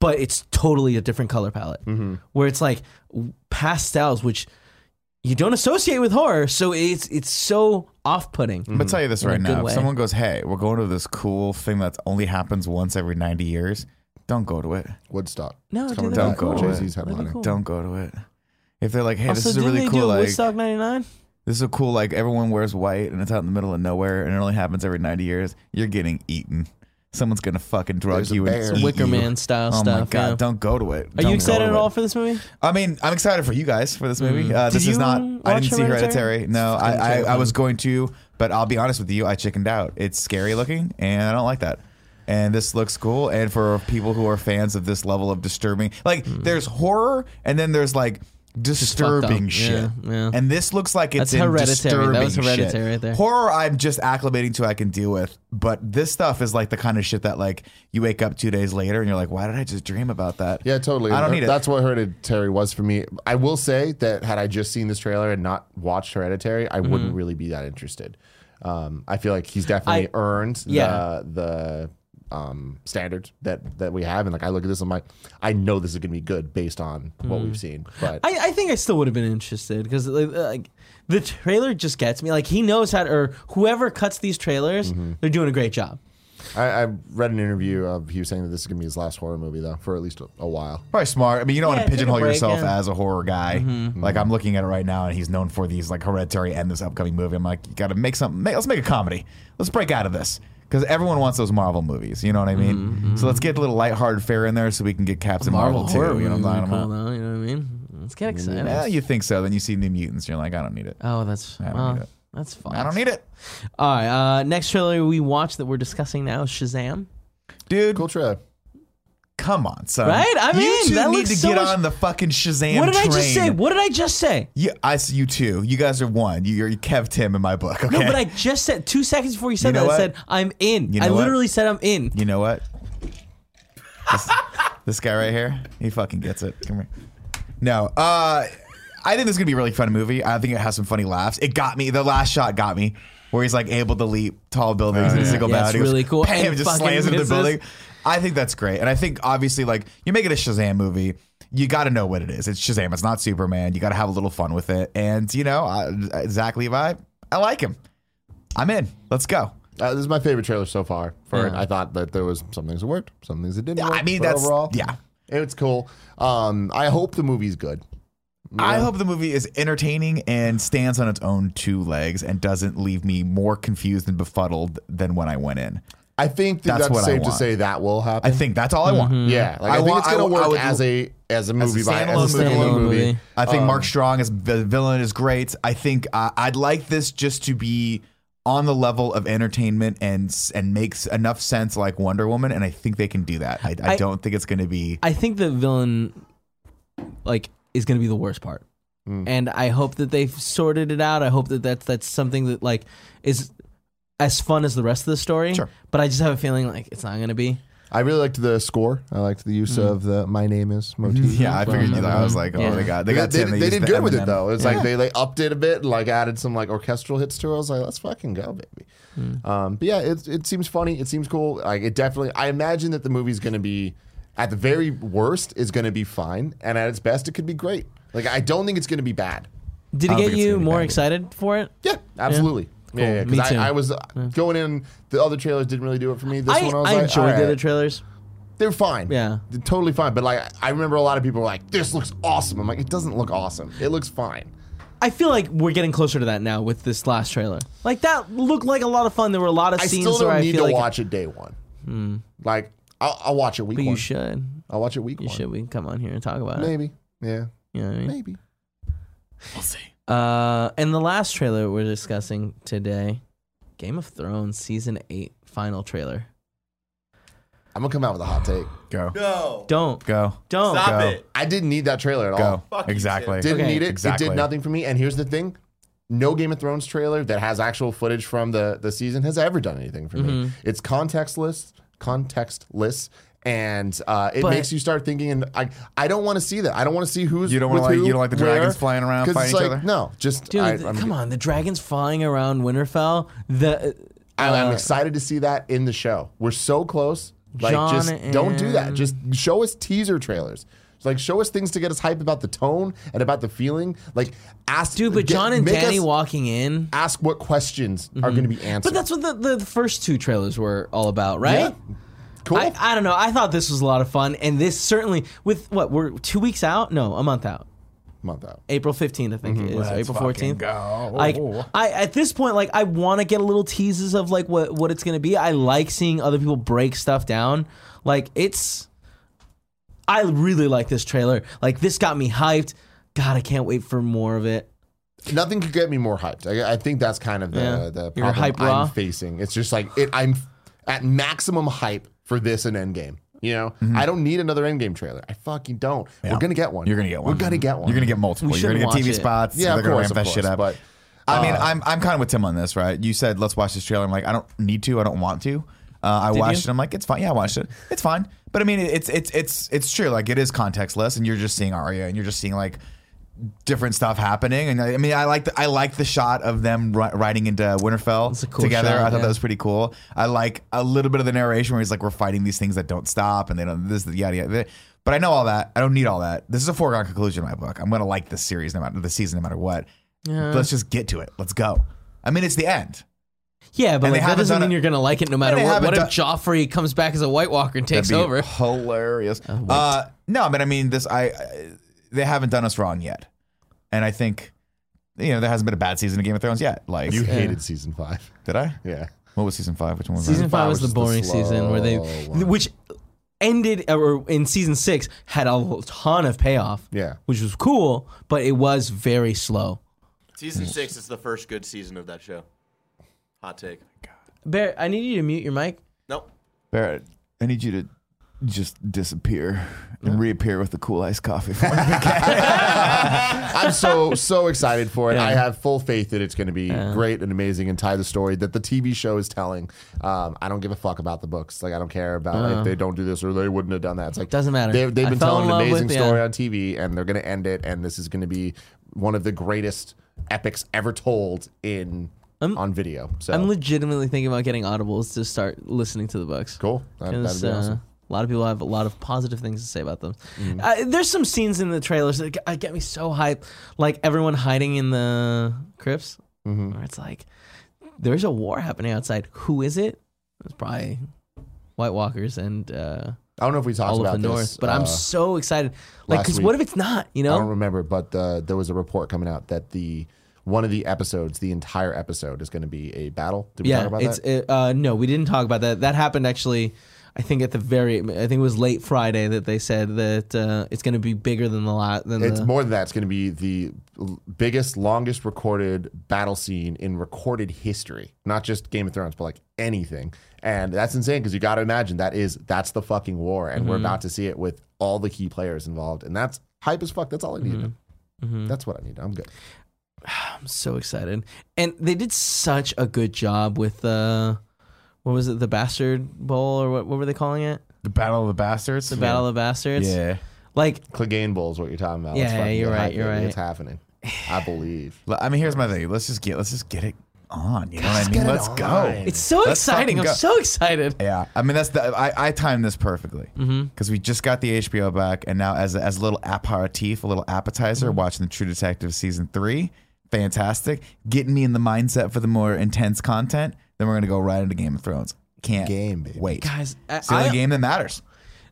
[SPEAKER 1] but it's totally a different color palette.
[SPEAKER 2] Mm-hmm.
[SPEAKER 1] Where it's like pastels, which you don't associate with horror, so it's it's so off-putting.
[SPEAKER 2] But tell you this right
[SPEAKER 1] Hmm. good
[SPEAKER 2] now: if
[SPEAKER 1] way.
[SPEAKER 2] someone goes, "Hey, we're going to this cool thing that only happens once every ninety years," don't go to it.
[SPEAKER 3] Woodstock.
[SPEAKER 1] No, dude,
[SPEAKER 3] coming
[SPEAKER 1] that'd be
[SPEAKER 2] back.
[SPEAKER 1] cool.
[SPEAKER 2] Jay-Z's
[SPEAKER 1] That'd be
[SPEAKER 3] headlining.
[SPEAKER 1] cool.
[SPEAKER 2] Don't go to it. If they're like, "Hey,
[SPEAKER 1] Also,
[SPEAKER 2] this is a
[SPEAKER 1] didn't
[SPEAKER 2] really
[SPEAKER 1] they
[SPEAKER 2] cool
[SPEAKER 1] do a
[SPEAKER 2] like
[SPEAKER 1] Woodstock '99?
[SPEAKER 2] this is a cool like everyone wears white and it's out in the middle of nowhere and it only happens every ninety years," you're getting eaten. Someone's gonna fucking drug
[SPEAKER 3] There's a
[SPEAKER 2] you
[SPEAKER 3] bear.
[SPEAKER 2] and eat
[SPEAKER 1] Wicker
[SPEAKER 2] you.
[SPEAKER 1] Man style
[SPEAKER 2] Oh
[SPEAKER 1] stuff.
[SPEAKER 2] my god!
[SPEAKER 1] yeah.
[SPEAKER 2] Don't go to it.
[SPEAKER 1] Are you excited at all for this movie?
[SPEAKER 2] I mean, I'm excited for you guys for this movie. Uh, this
[SPEAKER 1] Mm. Did
[SPEAKER 2] is
[SPEAKER 1] you
[SPEAKER 2] not. I
[SPEAKER 1] watch
[SPEAKER 2] didn't see
[SPEAKER 1] Hereditary?
[SPEAKER 2] Hereditary. No, I, I, I was going to, but I'll be honest with you. I chickened out. It's scary looking, and I don't like that. And this looks cool. And for people who are fans of this level of disturbing, like there's horror, and then there's like
[SPEAKER 1] Hmm. fucked up.
[SPEAKER 2] disturbing shit.
[SPEAKER 1] Yeah, yeah.
[SPEAKER 2] And this looks like it's
[SPEAKER 1] That's
[SPEAKER 2] in
[SPEAKER 1] Hereditary. That was
[SPEAKER 2] disturbing shit.
[SPEAKER 1] Hereditary right there.
[SPEAKER 2] Horror, I'm just acclimating to. I can deal with. But this stuff is like the kind of shit that like you wake up two days later and you're like, why did I just dream about that?
[SPEAKER 3] Yeah, totally.
[SPEAKER 2] I don't need it.
[SPEAKER 3] That's what Hereditary was for me. I will say that had I just seen this trailer and not watched Hereditary,
[SPEAKER 2] Mm-hmm.
[SPEAKER 3] I wouldn't really be that interested. Um, I feel like he's definitely earned
[SPEAKER 1] Yeah.
[SPEAKER 3] the the um, standard that that we have, and like I look at this, I'm like, I know this is gonna be good based on what
[SPEAKER 2] Mm-hmm.
[SPEAKER 3] we've seen. But
[SPEAKER 1] I, I think I still would have been interested because like, like the trailer just gets me. Like he knows how, to, or whoever cuts these trailers,
[SPEAKER 2] Mm-hmm.
[SPEAKER 1] they're doing a great job.
[SPEAKER 3] I, I read an interview of he was saying that this is gonna be his last horror movie though for at least a, a while.
[SPEAKER 2] Probably smart. I mean, you don't
[SPEAKER 1] Yeah,
[SPEAKER 2] want to
[SPEAKER 1] take a
[SPEAKER 2] pigeonhole
[SPEAKER 1] break,
[SPEAKER 2] yourself
[SPEAKER 1] yeah. Mm-hmm.
[SPEAKER 2] as a horror guy. Like I'm looking at it right now, and he's known for these like Hereditary and this upcoming movie. I'm like, you got to make something. Make, let's make a comedy. Let's break out of this because everyone wants those Marvel movies. You know what I mean?
[SPEAKER 1] Mm-hmm,
[SPEAKER 2] So let's get a little lighthearted fare in there, so we can get Captain Marvel, too. You know what I'm talking
[SPEAKER 1] cool,
[SPEAKER 2] about?
[SPEAKER 1] though, Oh, you know what I mean? Let's get excited.
[SPEAKER 2] Yeah, you think so? Then you see New Mutants, you're like, I don't need it.
[SPEAKER 1] Oh, that's
[SPEAKER 2] I don't
[SPEAKER 1] well,
[SPEAKER 2] need it.
[SPEAKER 1] That's fine.
[SPEAKER 2] I don't need it,
[SPEAKER 1] All right. Uh, next trailer we watched that we're discussing now is Shazam.
[SPEAKER 2] dude.
[SPEAKER 3] Cool trailer.
[SPEAKER 2] Come on, son.
[SPEAKER 1] Right? I
[SPEAKER 2] you
[SPEAKER 1] mean,
[SPEAKER 2] two
[SPEAKER 1] that
[SPEAKER 2] need
[SPEAKER 1] looks
[SPEAKER 2] to
[SPEAKER 1] so
[SPEAKER 2] get
[SPEAKER 1] much-
[SPEAKER 2] on the fucking Shazam.
[SPEAKER 1] what did I just
[SPEAKER 2] train.
[SPEAKER 1] say? What did I just say?
[SPEAKER 2] Yeah, I see you too. You guys are one. You, you're Kev Tim in my book. Okay.
[SPEAKER 1] No, but I just said two seconds before you said
[SPEAKER 2] You know
[SPEAKER 1] that.
[SPEAKER 2] what?
[SPEAKER 1] I said I'm in.
[SPEAKER 2] You know
[SPEAKER 1] I
[SPEAKER 2] what?
[SPEAKER 1] literally said I'm in.
[SPEAKER 2] You know what? This, this guy right here, he fucking gets it. Come here. No, uh, I think this is gonna be a really fun movie. I think it has some funny laughs. It got me. The last shot got me, where he's like able to leap tall buildings in a single
[SPEAKER 1] Oh, Yeah,
[SPEAKER 2] bound.
[SPEAKER 1] it's
[SPEAKER 2] He goes,
[SPEAKER 1] really cool.
[SPEAKER 2] Bam!
[SPEAKER 1] And
[SPEAKER 2] just
[SPEAKER 1] fucking
[SPEAKER 2] slams into the
[SPEAKER 1] misses.
[SPEAKER 2] building. I think that's great, and I think obviously, like you're making a Shazam movie, you got to know what it is. It's Shazam. It's not Superman. You got to have a little fun with it, and you know, I, Zach Levi, I like him. I'm in. Let's go.
[SPEAKER 3] Uh, this is my favorite trailer so far. For it.
[SPEAKER 1] Yeah.
[SPEAKER 3] I thought that there was some things that worked, some things that didn't.
[SPEAKER 2] Yeah,
[SPEAKER 3] work,
[SPEAKER 2] I mean,
[SPEAKER 3] but
[SPEAKER 2] that's-
[SPEAKER 3] overall,
[SPEAKER 2] yeah.
[SPEAKER 3] it's cool. Um, I hope the movie's good.
[SPEAKER 2] I hope the movie is entertaining and stands on its own two legs and doesn't leave me more confused and befuddled than when I went in.
[SPEAKER 3] I think that
[SPEAKER 2] That's
[SPEAKER 3] that's,
[SPEAKER 2] what I
[SPEAKER 3] safe to
[SPEAKER 2] want.
[SPEAKER 3] say that will happen.
[SPEAKER 2] I think that's all I want.
[SPEAKER 1] Mm-hmm.
[SPEAKER 3] yeah, like I,
[SPEAKER 2] I
[SPEAKER 3] think
[SPEAKER 2] wa-
[SPEAKER 3] it's gonna
[SPEAKER 2] I wa- I
[SPEAKER 3] work
[SPEAKER 2] would-
[SPEAKER 3] as a as a
[SPEAKER 2] As
[SPEAKER 3] movie
[SPEAKER 2] a
[SPEAKER 3] by as a
[SPEAKER 2] standalone
[SPEAKER 3] standalone
[SPEAKER 1] movie.
[SPEAKER 3] movie.
[SPEAKER 1] Movie.
[SPEAKER 2] I think
[SPEAKER 1] Um,
[SPEAKER 2] Mark Strong as the villain is great. I think uh, I'd like this just to be on the level of entertainment and s- and makes enough sense like Wonder Woman, and I think they can do that. I, I,
[SPEAKER 1] I-
[SPEAKER 2] don't think it's going to be.
[SPEAKER 1] I think the villain, like, is gonna be the worst part,
[SPEAKER 2] Hmm.
[SPEAKER 1] and I hope that they've sorted it out. I hope that that's that's something that like is as fun as the rest of the story.
[SPEAKER 2] Sure.
[SPEAKER 1] But I just have a feeling like it's not gonna be.
[SPEAKER 3] I really liked the score. I liked the use of the "My Name Is" motif.
[SPEAKER 2] Mm-hmm.
[SPEAKER 3] Um,
[SPEAKER 2] yeah, I figured. I was like, oh,
[SPEAKER 1] Mm-hmm. Yeah.
[SPEAKER 2] they got they
[SPEAKER 3] They,
[SPEAKER 2] got
[SPEAKER 3] they,
[SPEAKER 2] Tim.
[SPEAKER 3] they
[SPEAKER 2] used
[SPEAKER 3] did
[SPEAKER 2] the
[SPEAKER 3] good with it
[SPEAKER 2] Eminem.
[SPEAKER 3] though. It's
[SPEAKER 2] Yeah.
[SPEAKER 3] like they they upped it a bit, and like added some like orchestral hits to it. I was like, let's fucking go, baby. Um, but yeah, it it seems funny. It seems cool. Like it definitely. I imagine that the movie's gonna be, at the very worst, is gonna be fine, and at its best, it could be great. Like I don't think it's gonna be bad.
[SPEAKER 1] Did
[SPEAKER 2] I
[SPEAKER 1] it
[SPEAKER 2] don't
[SPEAKER 1] get
[SPEAKER 2] think it's
[SPEAKER 1] you
[SPEAKER 2] gonna be
[SPEAKER 1] more
[SPEAKER 2] bad.
[SPEAKER 1] excited for it?
[SPEAKER 3] Yeah, absolutely. Yeah, yeah,
[SPEAKER 1] Cool.
[SPEAKER 3] 'cause
[SPEAKER 1] Me
[SPEAKER 3] I,
[SPEAKER 1] too.
[SPEAKER 3] I was uh, going in. The other trailers didn't really do it for me. This
[SPEAKER 1] I,
[SPEAKER 3] one, I was
[SPEAKER 1] I
[SPEAKER 3] like,
[SPEAKER 1] enjoyed
[SPEAKER 3] all
[SPEAKER 1] the other
[SPEAKER 3] right.
[SPEAKER 1] trailers.
[SPEAKER 3] They're fine.
[SPEAKER 1] Yeah.
[SPEAKER 3] They're totally fine. But like I remember a lot of people were like, This looks awesome. I'm like, it doesn't look awesome. It looks fine.
[SPEAKER 1] I feel like we're getting closer to that now with this last trailer. Like that looked like a lot of fun. There were a lot of
[SPEAKER 3] I
[SPEAKER 1] scenes
[SPEAKER 3] still
[SPEAKER 1] where
[SPEAKER 3] don't
[SPEAKER 1] I
[SPEAKER 3] need
[SPEAKER 1] feel
[SPEAKER 3] to
[SPEAKER 1] like Mm.
[SPEAKER 3] watch it day one. Like I'll, I'll watch it week
[SPEAKER 1] but
[SPEAKER 3] one.
[SPEAKER 1] you should.
[SPEAKER 3] I'll watch it week
[SPEAKER 1] You
[SPEAKER 3] one.
[SPEAKER 1] should. We can come on here and talk about it.
[SPEAKER 3] Maybe. Yeah.
[SPEAKER 1] You know what I mean?
[SPEAKER 3] Maybe.
[SPEAKER 1] Uh, and the last trailer we're discussing today, Game of Thrones season eight final trailer.
[SPEAKER 3] I'm gonna come out with a hot take.
[SPEAKER 2] Go
[SPEAKER 4] No.
[SPEAKER 1] Don't
[SPEAKER 2] go
[SPEAKER 1] don't.
[SPEAKER 4] Stop
[SPEAKER 2] Go.
[SPEAKER 4] it.
[SPEAKER 3] I didn't need that trailer at
[SPEAKER 2] go
[SPEAKER 3] all.
[SPEAKER 4] Fuck you,
[SPEAKER 2] exactly.
[SPEAKER 4] Tim.
[SPEAKER 3] Didn't
[SPEAKER 1] Okay.
[SPEAKER 3] need it. It
[SPEAKER 2] Exactly.
[SPEAKER 3] did nothing for me. And here's the thing. No Game of Thrones trailer that has actual footage from the, the season has ever done anything for me.
[SPEAKER 1] Mm-hmm.
[SPEAKER 3] It's contextless, contextless, and uh, it
[SPEAKER 1] But-
[SPEAKER 3] makes you start thinking. And I, I don't want to see that. I don't want to see who's
[SPEAKER 2] You don't
[SPEAKER 3] want
[SPEAKER 2] wanna like- you don't like the dragons flying around fighting each other?
[SPEAKER 3] No, just
[SPEAKER 1] Dude,
[SPEAKER 3] I,
[SPEAKER 1] th-
[SPEAKER 3] I'm,
[SPEAKER 1] come on. The dragons flying around Winterfell. The
[SPEAKER 3] I,
[SPEAKER 1] uh,
[SPEAKER 3] am excited to see that in the show. We're so close. Like,
[SPEAKER 1] Jon
[SPEAKER 3] just don't do that.
[SPEAKER 1] and-
[SPEAKER 3] Just show us teaser trailers. Like, show us things to get us hype about the tone and about the feeling. Like, ask
[SPEAKER 1] dude, but
[SPEAKER 3] get-
[SPEAKER 1] John and
[SPEAKER 3] make
[SPEAKER 1] Danny
[SPEAKER 3] us-
[SPEAKER 1] walking in.
[SPEAKER 3] ask what questions are going to be answered.
[SPEAKER 1] But that's what the, the, the first two trailers were all about, right?
[SPEAKER 3] Yeah. Cool.
[SPEAKER 1] I, I don't know. I thought this was a lot of fun, and this certainly with what we're two weeks out. No, a month out.
[SPEAKER 3] Month out.
[SPEAKER 1] April 15th, I think it is, or April
[SPEAKER 2] Mhm. fucking
[SPEAKER 1] 14th.
[SPEAKER 2] go.
[SPEAKER 1] Like, I at this point, like I want to get a little teases of like what what it's gonna be. I like seeing other people break stuff down. Like it's, I really like this trailer. Like this got me hyped. God, I can't wait for more of it.
[SPEAKER 3] Nothing could get me more hyped. I, I think that's kind of the,
[SPEAKER 1] Yeah.
[SPEAKER 3] the
[SPEAKER 1] You're
[SPEAKER 3] problem
[SPEAKER 1] hype
[SPEAKER 3] I'm
[SPEAKER 1] raw?
[SPEAKER 3] facing. It's just like it, I'm f- at maximum hype for this and Endgame. You know,
[SPEAKER 1] Mm-hmm.
[SPEAKER 3] I don't need another Endgame trailer. I fucking don't.
[SPEAKER 2] Yeah.
[SPEAKER 3] We're gonna get one.
[SPEAKER 2] You're gonna get one.
[SPEAKER 3] We're
[SPEAKER 1] Mm-hmm.
[SPEAKER 3] gonna get one.
[SPEAKER 2] You're gonna get multiple.
[SPEAKER 1] We
[SPEAKER 2] You're gonna get
[SPEAKER 1] should
[SPEAKER 2] TV
[SPEAKER 1] watch it.
[SPEAKER 2] spots.
[SPEAKER 3] Yeah,
[SPEAKER 2] they're
[SPEAKER 3] of
[SPEAKER 2] gonna
[SPEAKER 3] course,
[SPEAKER 2] ramp
[SPEAKER 3] of
[SPEAKER 2] that
[SPEAKER 3] course,
[SPEAKER 2] shit up.
[SPEAKER 3] but,
[SPEAKER 2] I mean, I'm I'm kind of with Tim on this, right? You said let's watch this trailer. I'm like, I don't need to. I don't want to. Uh, I watched
[SPEAKER 1] you?
[SPEAKER 2] it. I'm like, it's fine. Yeah, I watched it. It's fine. But I mean, it's it's it's it's true. Like it is contextless, and you're just seeing Arya, and you're just seeing like different stuff happening. And I, I mean, I like the I like the shot of them ri- riding into Winterfell
[SPEAKER 1] a cool
[SPEAKER 2] together.
[SPEAKER 1] shot,
[SPEAKER 2] I thought
[SPEAKER 1] yeah.
[SPEAKER 2] that was pretty cool. I like a little bit of the narration where he's like, we're fighting these things that don't stop, and they don't this yada yada. But I know all that. I don't need all that. This is a foregone conclusion in my book. I'm gonna like this series no matter the season no matter what. Let's just get to it. Let's go. I mean, it's the end.
[SPEAKER 1] Yeah, but
[SPEAKER 2] And they
[SPEAKER 1] like, that
[SPEAKER 2] haven't
[SPEAKER 1] doesn't
[SPEAKER 2] done
[SPEAKER 1] mean
[SPEAKER 2] it-
[SPEAKER 1] you're gonna like it no matter
[SPEAKER 2] they
[SPEAKER 1] what. What if
[SPEAKER 2] haven't
[SPEAKER 1] Joffrey comes back as a White Walker and takes
[SPEAKER 2] That'd be
[SPEAKER 1] over?
[SPEAKER 2] Hilarious.
[SPEAKER 1] Oh,
[SPEAKER 2] Uh, no, but I mean, this. I, I they haven't done us wrong yet, and I think you know there hasn't been a bad season of Game of Thrones yet. Like,
[SPEAKER 3] You hated season five.
[SPEAKER 2] did I?
[SPEAKER 3] Yeah.
[SPEAKER 2] What was season five? Which one was
[SPEAKER 1] Season
[SPEAKER 2] that?
[SPEAKER 1] five
[SPEAKER 3] five
[SPEAKER 1] was
[SPEAKER 3] was
[SPEAKER 1] the
[SPEAKER 3] just the
[SPEAKER 1] boring season where they,
[SPEAKER 3] slow one.
[SPEAKER 1] which ended uh, or in season six had a ton of payoff.
[SPEAKER 3] Yeah.
[SPEAKER 1] which was cool, but it was very slow.
[SPEAKER 4] Season six is the first good season of that show. Hot take.
[SPEAKER 1] Bear, I need you to mute your mic.
[SPEAKER 4] Nope.
[SPEAKER 2] Barrett, I need you to just disappear and reappear with the cool iced coffee for me.
[SPEAKER 3] I'm so so excited for it. I have full faith that it's going to be great and amazing and tie the story that the TV show is telling. Um, I don't give a fuck about the books. Like I don't care about if they don't do this or they wouldn't have done that. It's like
[SPEAKER 1] Uh-huh. Doesn't matter.
[SPEAKER 3] They, they've
[SPEAKER 1] I
[SPEAKER 3] been
[SPEAKER 1] fell in
[SPEAKER 3] telling an
[SPEAKER 1] love
[SPEAKER 3] amazing
[SPEAKER 1] with- yeah.
[SPEAKER 3] story on TV, and they're going to end it. And this is going to be one of the greatest epics ever told in on video. So
[SPEAKER 1] I'm legitimately thinking about getting audibles to start listening to the books.
[SPEAKER 3] cool. That, that'd be
[SPEAKER 1] 'Cause, uh,
[SPEAKER 3] awesome. Mm.
[SPEAKER 1] A lot of people have a lot of positive things to say about them. Uh, there's some scenes in the trailers that g- uh, get me so hyped, like everyone hiding in the crypts,
[SPEAKER 3] Mm-hmm.
[SPEAKER 1] where it's like, there's a war happening outside. Who is it? It's probably White Walkers and uh,
[SPEAKER 3] I don't know if we talked
[SPEAKER 1] all of
[SPEAKER 3] about
[SPEAKER 1] the North.
[SPEAKER 3] this,
[SPEAKER 1] but
[SPEAKER 3] uh,
[SPEAKER 1] I'm so excited, like,
[SPEAKER 3] last
[SPEAKER 1] because
[SPEAKER 3] week.
[SPEAKER 1] what if it's not? You
[SPEAKER 3] I don't
[SPEAKER 1] know,
[SPEAKER 3] remember, but the, there was a report coming out that the one of the episodes, the entire episode, is going to be a battle. Did we
[SPEAKER 1] yeah.
[SPEAKER 3] talk about
[SPEAKER 1] It's
[SPEAKER 3] that?
[SPEAKER 1] it, uh, no, we didn't talk about that. That happened actually. I think at the very, I think it was late Friday that they said that uh, it's going to be bigger than the lot than
[SPEAKER 3] It's
[SPEAKER 1] the
[SPEAKER 3] more than that. It's going to be the l- biggest, longest recorded battle scene in recorded history. Not just Game of Thrones, but like anything. And that's insane because you got to imagine that is that's the fucking war, and
[SPEAKER 1] Mm-hmm.
[SPEAKER 3] we're about to see it with all the key players involved, and that's hype as fuck. That's all I needed.
[SPEAKER 1] Mm-hmm.
[SPEAKER 3] That's what I need. I'm good.
[SPEAKER 1] so excited. And they did such a good job with uh what was it, the Bastard Bowl or what what were they calling it?
[SPEAKER 2] the Battle of the Bastards.
[SPEAKER 1] The Battle of Bastards.
[SPEAKER 2] Yeah.
[SPEAKER 1] Like
[SPEAKER 3] Clegane Bowl is what you're talking about.
[SPEAKER 1] Yeah,
[SPEAKER 3] Let's fucking
[SPEAKER 1] you're
[SPEAKER 3] get
[SPEAKER 1] right,
[SPEAKER 3] hype,
[SPEAKER 1] you're
[SPEAKER 3] baby.
[SPEAKER 1] right.
[SPEAKER 3] It's happening. I believe.
[SPEAKER 2] L- I mean, here's my thing. Let's just get let's just get it on. You know what I mean? Let's go.
[SPEAKER 1] it's so
[SPEAKER 2] Let's
[SPEAKER 1] exciting.
[SPEAKER 2] fucking
[SPEAKER 1] I'm
[SPEAKER 2] go.
[SPEAKER 1] so excited.
[SPEAKER 2] Yeah, I mean that's the I, I timed this perfectly because
[SPEAKER 1] Mm-hmm.
[SPEAKER 2] we just got the HBO back, and now as a, as a little aperitif, a little appetizer,
[SPEAKER 1] Mm-hmm.
[SPEAKER 2] watching the True Detective season three, fantastic, getting me in the mindset for the more intense content. Then we're gonna go right into Game of Thrones. Can't
[SPEAKER 3] Game, baby.
[SPEAKER 2] wait,
[SPEAKER 1] Guys, I,
[SPEAKER 2] It's the only
[SPEAKER 1] I-
[SPEAKER 2] game that matters.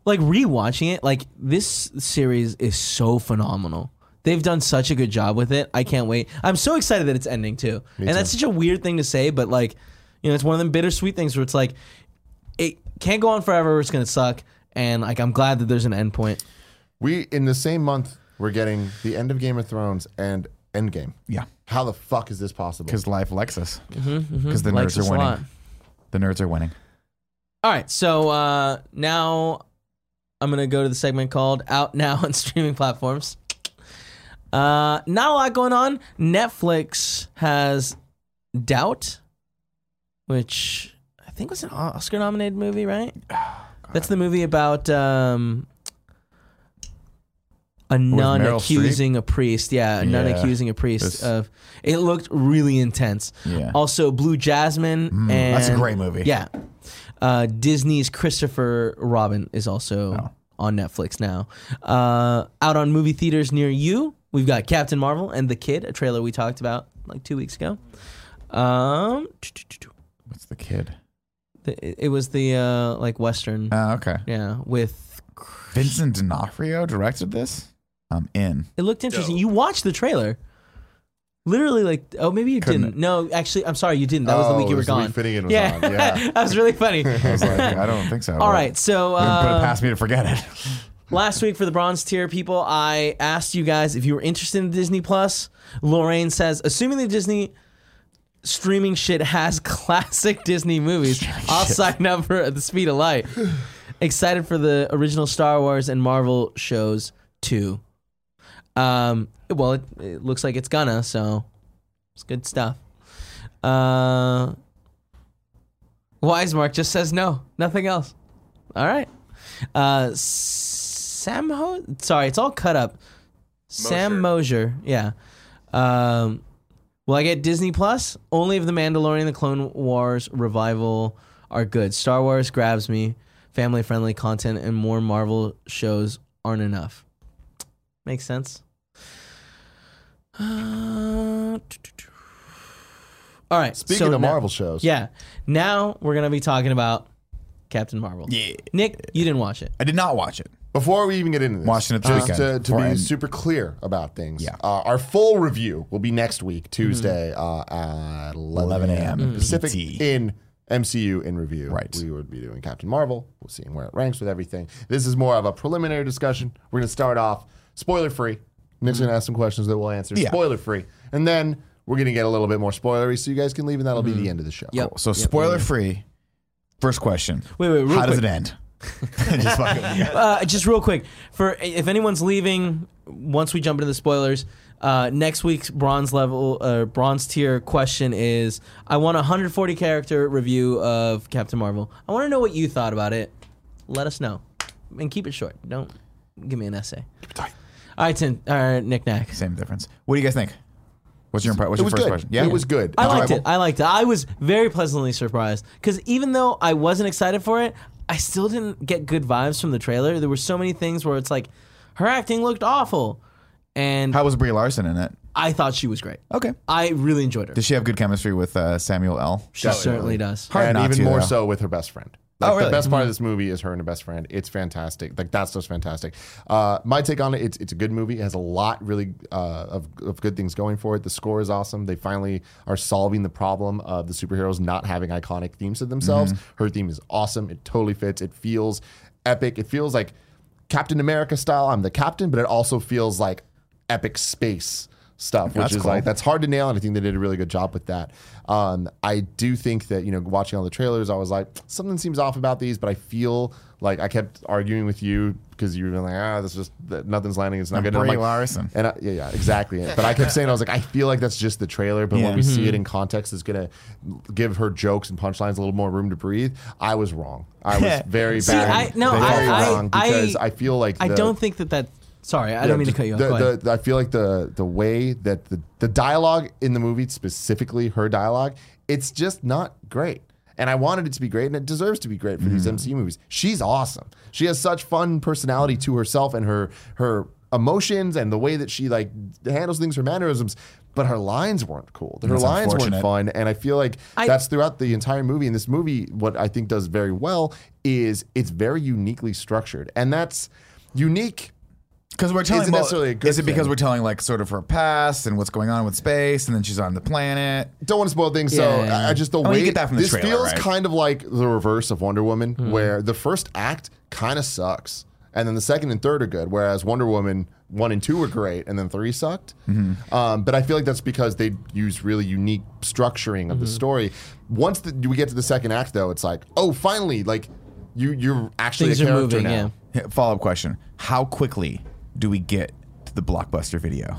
[SPEAKER 1] like rewatching it, like this series is so phenomenal. They've done such a good job with it. I can't wait. I'm so excited that it's ending too. and that's such a weird thing to say, but like, you know, it's one of them bittersweet things where it's like, it can't go on forever. It's gonna suck. And like, I'm glad that there's an end point.
[SPEAKER 3] We in the same month we're getting the end of Game of Thrones and Endgame.
[SPEAKER 2] Yeah,
[SPEAKER 3] How the fuck is this possible?
[SPEAKER 2] because life likes us. Because the nerds
[SPEAKER 1] Mm-hmm, Likes us
[SPEAKER 2] are
[SPEAKER 1] a
[SPEAKER 2] winning.
[SPEAKER 1] lot.
[SPEAKER 2] The nerds are winning.
[SPEAKER 1] All right, so uh, now I'm gonna go to the segment called "Out Now on Streaming Platforms." Uh, not a lot going on. Netflix has Doubt, which I think was an Oscar-nominated movie, right?
[SPEAKER 2] Oh,
[SPEAKER 1] That's the movie about um, a nun
[SPEAKER 2] Meryl
[SPEAKER 1] accusing a priest. Yeah, a nun
[SPEAKER 2] Yeah.
[SPEAKER 1] accusing a priest
[SPEAKER 2] This-
[SPEAKER 1] of. It looked really intense.
[SPEAKER 2] Yeah.
[SPEAKER 1] Also, Blue Jasmine. and
[SPEAKER 2] that's a great movie.
[SPEAKER 1] Yeah. Uh, Disney's Christopher Robin is also on Netflix now. Uh, out on movie theaters near you, we've got Captain Marvel and The Kid, a trailer we talked about like two weeks ago. Um,
[SPEAKER 2] What's the kid?
[SPEAKER 1] it it was the uh, like Western,
[SPEAKER 2] Oh, okay.
[SPEAKER 1] yeah. With
[SPEAKER 2] Vincent D'Onofrio directed this. I'm in.
[SPEAKER 1] it looked interesting.
[SPEAKER 4] Dope.
[SPEAKER 1] You watched the trailer. Literally, like, oh, maybe you
[SPEAKER 2] Couldn't
[SPEAKER 1] didn't. No, actually, I'm sorry, you didn't. That was the
[SPEAKER 3] Oh,
[SPEAKER 1] week you
[SPEAKER 3] it
[SPEAKER 1] were
[SPEAKER 3] was the week
[SPEAKER 1] gone.
[SPEAKER 3] Finnegan was
[SPEAKER 1] yeah,
[SPEAKER 3] on, yeah.
[SPEAKER 1] that was really funny.
[SPEAKER 2] I was like, I don't think so.
[SPEAKER 1] All
[SPEAKER 2] but-
[SPEAKER 1] right, so
[SPEAKER 2] You
[SPEAKER 1] uh,
[SPEAKER 2] didn't put it past me to forget it.
[SPEAKER 1] last week for the bronze tier people i asked you guys if you were interested in disney plus lorraine says assuming the disney streaming shit has classic disney movies i'll sign up for at the speed of light excited for the original star wars and marvel shows too um, well it, it looks like it's gonna so it's good stuff uh, wise mark just says no nothing else all right uh, Samho. Sorry, it's all cut up. Sam Mosier. Yeah. Um, will I get Disney Plus? Only if The Mandalorian and The Clone Wars revival are good. Star Wars grabs me. Family friendly content and more Marvel shows aren't enough. Makes sense. Uh, all right.
[SPEAKER 3] Speaking
[SPEAKER 1] so
[SPEAKER 3] of
[SPEAKER 1] now-
[SPEAKER 3] Marvel shows,
[SPEAKER 1] yeah. Now we're going to be talking about Captain Marvel.
[SPEAKER 2] Yeah.
[SPEAKER 1] Nick, you didn't watch
[SPEAKER 3] Oh,
[SPEAKER 1] it.
[SPEAKER 2] I did not watch it.
[SPEAKER 3] Before we even get into this,
[SPEAKER 2] Watching it this
[SPEAKER 3] just to,
[SPEAKER 2] weekend
[SPEAKER 3] to
[SPEAKER 2] before
[SPEAKER 3] be
[SPEAKER 2] I-
[SPEAKER 3] super clear about things,
[SPEAKER 2] Yeah. Mm-hmm.
[SPEAKER 3] uh, our full review will be next week, Tuesday uh, at 11,
[SPEAKER 2] 11 a.m.
[SPEAKER 1] Mm-hmm.
[SPEAKER 3] Pacific
[SPEAKER 2] PT.
[SPEAKER 3] in MCU in review.
[SPEAKER 2] E Right.
[SPEAKER 3] We would be doing Captain Marvel. We'll see where it ranks with everything. This is more of a preliminary discussion. We're going to start off spoiler free. Nick's going to ask some questions that we'll answer
[SPEAKER 2] Yeah.
[SPEAKER 3] spoiler free. And then we're gonna get a little bit more spoilery, so you guys can leave, and that'll be the end of the show.
[SPEAKER 1] Yep.
[SPEAKER 2] So spoiler free. First question.
[SPEAKER 1] Wait, wait, real
[SPEAKER 2] How does
[SPEAKER 1] quick.
[SPEAKER 2] it end? Just fucking-
[SPEAKER 1] uh, just real quick for if anyone's leaving once we jump into the spoilers uh, next week's bronze level uh, bronze tier question is i want a 140 character review of captain marvel i want to know what you thought about it let us know and keep it short don't give me an essay all right tim all right nick nack
[SPEAKER 2] Same difference. What do you guys think? What's your impre- What's your
[SPEAKER 3] It was
[SPEAKER 2] first
[SPEAKER 3] good.
[SPEAKER 2] question?
[SPEAKER 3] It was good.
[SPEAKER 1] I liked
[SPEAKER 3] Enjoyable.
[SPEAKER 1] it. I liked it. I was very pleasantly surprised because even though I wasn't excited for it, I still didn't get good vibes from the trailer. There were so many things where it's like her acting looked awful, and
[SPEAKER 2] How was Brie Larson in it?
[SPEAKER 1] I thought she was great.
[SPEAKER 2] Okay.
[SPEAKER 1] I really enjoyed her.
[SPEAKER 2] Does she have good chemistry with uh, Samuel L?
[SPEAKER 1] She certainly does.
[SPEAKER 2] Hard
[SPEAKER 3] and
[SPEAKER 2] not
[SPEAKER 3] even
[SPEAKER 2] to,
[SPEAKER 3] more
[SPEAKER 2] though. Oh,
[SPEAKER 3] so with her best friend. Like,
[SPEAKER 2] really? Mm-hmm.
[SPEAKER 3] The best part of this movie is her and her best friend. It's fantastic. Like that's just fantastic. Uh, my take on it: it's it's a good movie. It has a lot really uh, of of good things going for it. The score is awesome. They finally are solving the problem of the superheroes not having iconic themes to themselves.
[SPEAKER 2] Mm-hmm.
[SPEAKER 3] Her theme is awesome. It totally fits. It feels epic. It feels like Captain America style. I'm the captain, but it also feels like epic space stuff, which
[SPEAKER 2] That's
[SPEAKER 3] is
[SPEAKER 2] cool.
[SPEAKER 3] like that's hard to nail, and I think they did a really good job with that. Um, I do think that you know, watching all the trailers, I was like, something seems off about these, but I feel like I kept arguing with you because you were like, ah, this is that nothing's landing, it's not
[SPEAKER 2] And
[SPEAKER 3] good. enough.
[SPEAKER 2] Brie
[SPEAKER 3] I'm like,
[SPEAKER 2] Larson.
[SPEAKER 3] and I, yeah, yeah, exactly. But I kept saying, I was like, I feel like that's just the trailer, but
[SPEAKER 2] Yeah.
[SPEAKER 3] when we see
[SPEAKER 1] Mm-hmm.
[SPEAKER 3] it in context, it's gonna give her jokes and punchlines a little more room to breathe. I was wrong. I was very
[SPEAKER 1] See, I-
[SPEAKER 3] bad.
[SPEAKER 1] no,
[SPEAKER 3] very
[SPEAKER 1] I- I-
[SPEAKER 3] wrong because
[SPEAKER 1] I-
[SPEAKER 3] I, feel like
[SPEAKER 1] I
[SPEAKER 3] the-
[SPEAKER 1] don't think that that. Sorry, I don't mean to
[SPEAKER 3] just
[SPEAKER 1] cut you off.
[SPEAKER 3] the-
[SPEAKER 1] Go ahead.
[SPEAKER 3] the- I feel like the the way that the the dialogue in the movie, specifically her dialogue, it's just not great. And I wanted it to be great, and it deserves to be great for
[SPEAKER 1] Mm-hmm.
[SPEAKER 3] these MCU movies. She's awesome. She has such fun personality to herself and her her emotions and the way that she like handles things, her mannerisms. But her lines weren't cool. Her
[SPEAKER 2] That's
[SPEAKER 3] lines weren't
[SPEAKER 2] unfortunate.
[SPEAKER 3] fun fun, and I feel like
[SPEAKER 1] I-
[SPEAKER 3] that's throughout the entire movie. And this movie, what I think does very well is it's very uniquely structured, and that's unique
[SPEAKER 2] Because we're telling.
[SPEAKER 3] Isn't
[SPEAKER 2] well,
[SPEAKER 3] necessarily a good
[SPEAKER 2] is it because
[SPEAKER 3] thing.
[SPEAKER 2] we're telling like sort of her past and what's going on with space, and then she's on the planet?
[SPEAKER 3] don't want to spoil things.
[SPEAKER 1] Yeah,
[SPEAKER 3] so
[SPEAKER 1] yeah,
[SPEAKER 3] I- I just the
[SPEAKER 2] Oh, you
[SPEAKER 3] way
[SPEAKER 2] get that from the
[SPEAKER 3] this
[SPEAKER 2] trailer,
[SPEAKER 3] feels
[SPEAKER 2] right? Hmm.
[SPEAKER 3] kind of like the reverse of Wonder Woman, where the first act kind of sucks, and then the second and third are good. Whereas Wonder Woman one and two were great, and then three sucked.
[SPEAKER 2] Mm-hmm.
[SPEAKER 3] Um, but I feel like that's because they use really unique structuring of the
[SPEAKER 2] Mm-hmm.
[SPEAKER 3] story. Once the, we get to the second act, though, it's like, oh, finally, like you you're actually
[SPEAKER 1] Things
[SPEAKER 3] a
[SPEAKER 1] are
[SPEAKER 3] character
[SPEAKER 1] moving.
[SPEAKER 3] now.
[SPEAKER 1] Yeah.
[SPEAKER 2] Follow up question: How quickly do we get to the blockbuster video?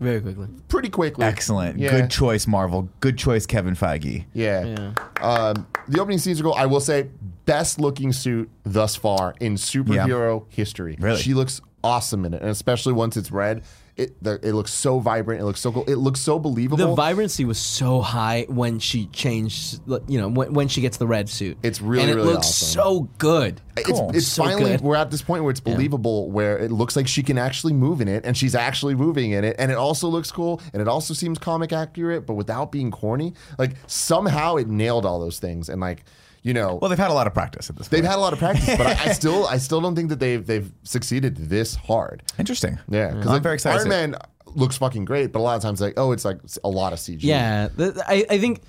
[SPEAKER 1] Very quickly.
[SPEAKER 3] Pretty quickly.
[SPEAKER 2] Excellent.
[SPEAKER 3] Yeah.
[SPEAKER 2] Good choice, Marvel. Good choice, Kevin Feige.
[SPEAKER 3] Yeah.
[SPEAKER 1] Yeah.
[SPEAKER 3] Um, the opening scenes are cool. I will say, best looking suit thus far in superhero history.
[SPEAKER 2] Really?
[SPEAKER 3] She looks awesome in it, and especially once it's red, it the, it looks so vibrant. It looks so cool. It looks so
[SPEAKER 1] The
[SPEAKER 3] believable.
[SPEAKER 1] vibrancy was so high when she changed, you know, when, when she gets the red suit.
[SPEAKER 3] It's really,
[SPEAKER 1] and it
[SPEAKER 3] really
[SPEAKER 1] looks
[SPEAKER 3] awesome.
[SPEAKER 1] so good.
[SPEAKER 2] Cool.
[SPEAKER 3] It's, it's
[SPEAKER 1] So
[SPEAKER 3] finally
[SPEAKER 1] good.
[SPEAKER 3] we're at this point where it's believable, where it looks like she can actually move in it, and she's actually moving in it, and it also looks cool, and it also seems comic accurate, but without being corny. Like somehow it nailed all those things, and like you know,
[SPEAKER 2] Well, they've had a lot of practice at this.
[SPEAKER 3] They've
[SPEAKER 2] point.
[SPEAKER 3] had a lot of practice, but I, I still I still don't think that they've they've succeeded this hard.
[SPEAKER 2] Interesting.
[SPEAKER 3] Yeah, because
[SPEAKER 2] I'm very excited.
[SPEAKER 3] Iron Man looks fucking great, but a lot of times like oh, it's like a lot of CG.
[SPEAKER 1] Yeah, th- I, I think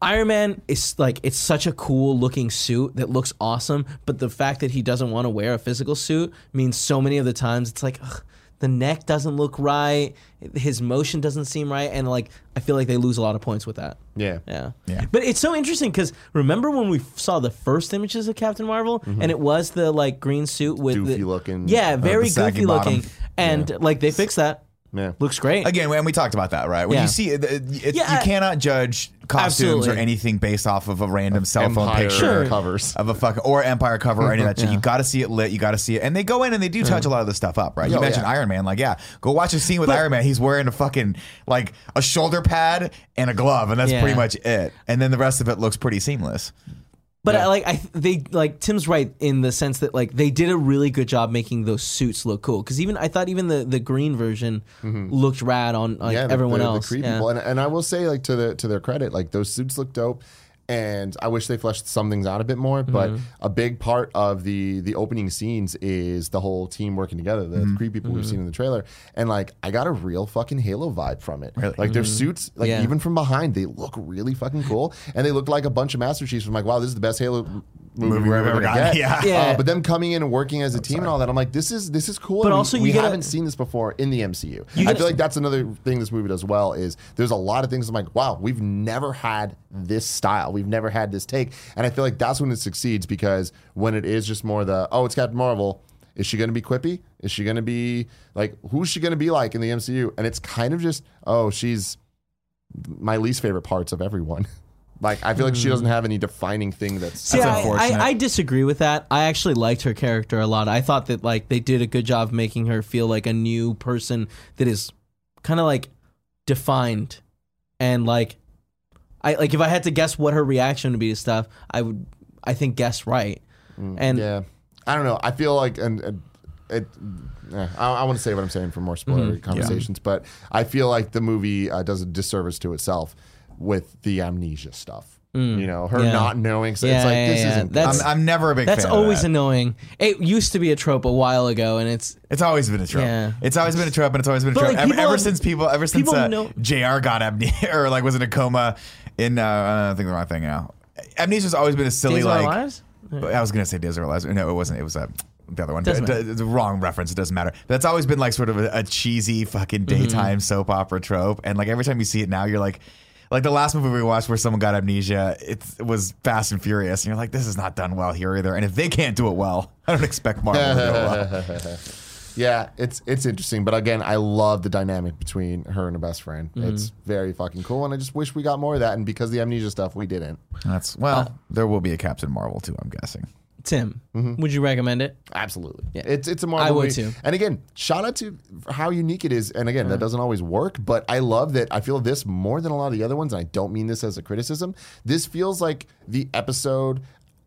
[SPEAKER 1] Iron Man is like it's such a cool looking suit that looks awesome, but the fact that he doesn't want to wear a physical suit means so many of the times it's like ugh, the neck doesn't look right, his motion doesn't seem right, and like I feel like they lose a lot of points with that.
[SPEAKER 3] yeah,
[SPEAKER 1] Yeah.
[SPEAKER 2] Yeah.
[SPEAKER 1] But it's so interesting because remember when we f- saw the first images of Captain Marvel and it was the like green suit with the,
[SPEAKER 3] Mm-hmm. Goofy looking.
[SPEAKER 1] Yeah,
[SPEAKER 3] Uh,
[SPEAKER 1] very
[SPEAKER 2] saggy
[SPEAKER 1] goofy
[SPEAKER 2] bottom.
[SPEAKER 1] looking, and like they fixed that.
[SPEAKER 3] yeah.
[SPEAKER 1] Looks great.
[SPEAKER 2] Again, and we talked about that, right? When
[SPEAKER 1] Yeah.
[SPEAKER 2] you see, it, it, it-
[SPEAKER 1] Yeah,
[SPEAKER 2] you
[SPEAKER 1] I-
[SPEAKER 2] cannot judge costumes
[SPEAKER 1] Absolutely.
[SPEAKER 2] or anything based off of a random cell phone
[SPEAKER 3] Empire
[SPEAKER 2] picture
[SPEAKER 3] covers.
[SPEAKER 2] of a fucking or Empire cover or any of that shit. You got to see it lit. You got to see it, and they go in and they do touch a lot of this stuff up, right? You
[SPEAKER 3] Oh,
[SPEAKER 2] mentioned
[SPEAKER 3] yeah.
[SPEAKER 2] Iron Man, like yeah, go watch a scene with Iron Man. He's wearing a fucking like a shoulder pad and a glove, and that's
[SPEAKER 1] Yeah.
[SPEAKER 2] pretty much it. And then the rest of it looks pretty seamless.
[SPEAKER 1] But I, like I th- they like Tim's right in the sense that like they did a really good job making those suits look cool because even I thought even the, the green version looked rad on like
[SPEAKER 3] Mm-hmm. yeah, the-
[SPEAKER 1] everyone
[SPEAKER 3] the, the
[SPEAKER 1] else.
[SPEAKER 3] Kree
[SPEAKER 1] yeah.
[SPEAKER 3] people. And, and I will say, like to the to their credit, like those suits look dope. And I wish they fleshed some things out a bit more. But
[SPEAKER 1] Mm-hmm.
[SPEAKER 3] a big part of the the opening scenes is the whole team working together, the
[SPEAKER 2] Mm-hmm.
[SPEAKER 3] three people
[SPEAKER 1] Mm-hmm.
[SPEAKER 3] we've seen in the trailer. And like, I got a real fucking Halo vibe from it.
[SPEAKER 2] Really?
[SPEAKER 3] Like their suits, like
[SPEAKER 1] Mm-hmm. Yeah.
[SPEAKER 3] even from behind, they look really fucking cool. And they look like a bunch of Master Chiefs. I'm like, wow, this is the best Halo movie,
[SPEAKER 2] Movie
[SPEAKER 3] we're
[SPEAKER 2] we've
[SPEAKER 3] ever
[SPEAKER 2] ever
[SPEAKER 3] gonna
[SPEAKER 2] gotten, yeah.
[SPEAKER 3] get.
[SPEAKER 1] Yeah.
[SPEAKER 3] Uh, but them coming in and working as a team and all that, I'm like, this is this is cool.
[SPEAKER 1] But
[SPEAKER 3] and we-
[SPEAKER 1] also you
[SPEAKER 3] we
[SPEAKER 1] get a-
[SPEAKER 3] haven't seen this before in the MCU. I
[SPEAKER 1] get a-
[SPEAKER 3] feel like that's another thing this movie does well is there's a lot of things I'm like, wow, we've never had this style, we've never had this take, and I feel like that's when it succeeds because when it is just more the oh, it's Captain Marvel. Is she going to be quippy? Is she going to be like who's she going to be like in the MCU? And it's kind of just oh, she's my least favorite parts of everyone. Like I feel like she doesn't have any defining thing that's
[SPEAKER 1] Hmm. See, I,
[SPEAKER 2] unfortunate.
[SPEAKER 1] I, I disagree with that. I actually liked her character a lot. I thought that like they did a good job of making her feel like a new person that is kind of like defined and like I like if I had to guess what her reaction would be to stuff, I would I think guess right. and
[SPEAKER 3] Mm. Yeah, I don't know. I feel like and. and it, eh, I, I want to say what I'm saying for more
[SPEAKER 1] Mm-hmm.
[SPEAKER 3] spoiler conversations, but I feel like the movie uh, does a disservice to itself with the amnesia stuff. You know, her
[SPEAKER 1] Mm. Yeah.
[SPEAKER 3] not knowing. So
[SPEAKER 1] Yeah,
[SPEAKER 3] it's like
[SPEAKER 1] yeah,
[SPEAKER 3] this
[SPEAKER 1] yeah.
[SPEAKER 3] isn't.
[SPEAKER 1] That's-
[SPEAKER 2] I'm, I'm never a big
[SPEAKER 1] that's
[SPEAKER 2] fan of
[SPEAKER 1] always
[SPEAKER 2] that.
[SPEAKER 1] annoying. It used to be a trope a while ago and it's
[SPEAKER 2] It's always been a trope.
[SPEAKER 1] Yeah.
[SPEAKER 2] It's always been a trope, and it's always been a
[SPEAKER 1] But,
[SPEAKER 2] trope.
[SPEAKER 1] like,
[SPEAKER 2] ever,
[SPEAKER 1] people
[SPEAKER 2] ever
[SPEAKER 1] have-
[SPEAKER 2] since people, ever since
[SPEAKER 1] people
[SPEAKER 2] uh,
[SPEAKER 1] know-
[SPEAKER 2] Jr. got amnesia or like was in a coma. In uh, I think the wrong thing now. Amnesia's always been a silly
[SPEAKER 1] Days of Our
[SPEAKER 2] like.
[SPEAKER 1] Lives?
[SPEAKER 2] I was gonna say Days of Our Lives. No, it wasn't. It was uh, the other one.
[SPEAKER 1] Doesn't
[SPEAKER 2] The-
[SPEAKER 1] matter.
[SPEAKER 2] the- the wrong reference. It doesn't matter. That's always been like sort of a, a cheesy fucking
[SPEAKER 1] Mm-hmm.
[SPEAKER 2] daytime soap opera trope, and like every time you see it now, you're like. Like the last movie we watched where someone got amnesia, it was Fast and Furious, and you're like, this is not done well here either. And if they can't do it well, I don't expect Marvel to do it well.
[SPEAKER 3] yeah, it's it's interesting, but again, I love the dynamic between her and her best friend.
[SPEAKER 1] Mm.
[SPEAKER 3] It's very fucking cool, and I just wish we got more of that. And because of the amnesia stuff, we didn't.
[SPEAKER 2] That's well, there will be a Captain Marvel too, I'm guessing.
[SPEAKER 1] Tim, would you recommend it?
[SPEAKER 3] Absolutely. It's it's a Marvel
[SPEAKER 1] I would
[SPEAKER 3] movie.
[SPEAKER 1] too. Uh-huh.
[SPEAKER 3] And again, shout out to how unique it is. And again, that doesn't always work, but I love that I feel this more than a lot of the other ones, and I don't mean this as a criticism. This feels like the episode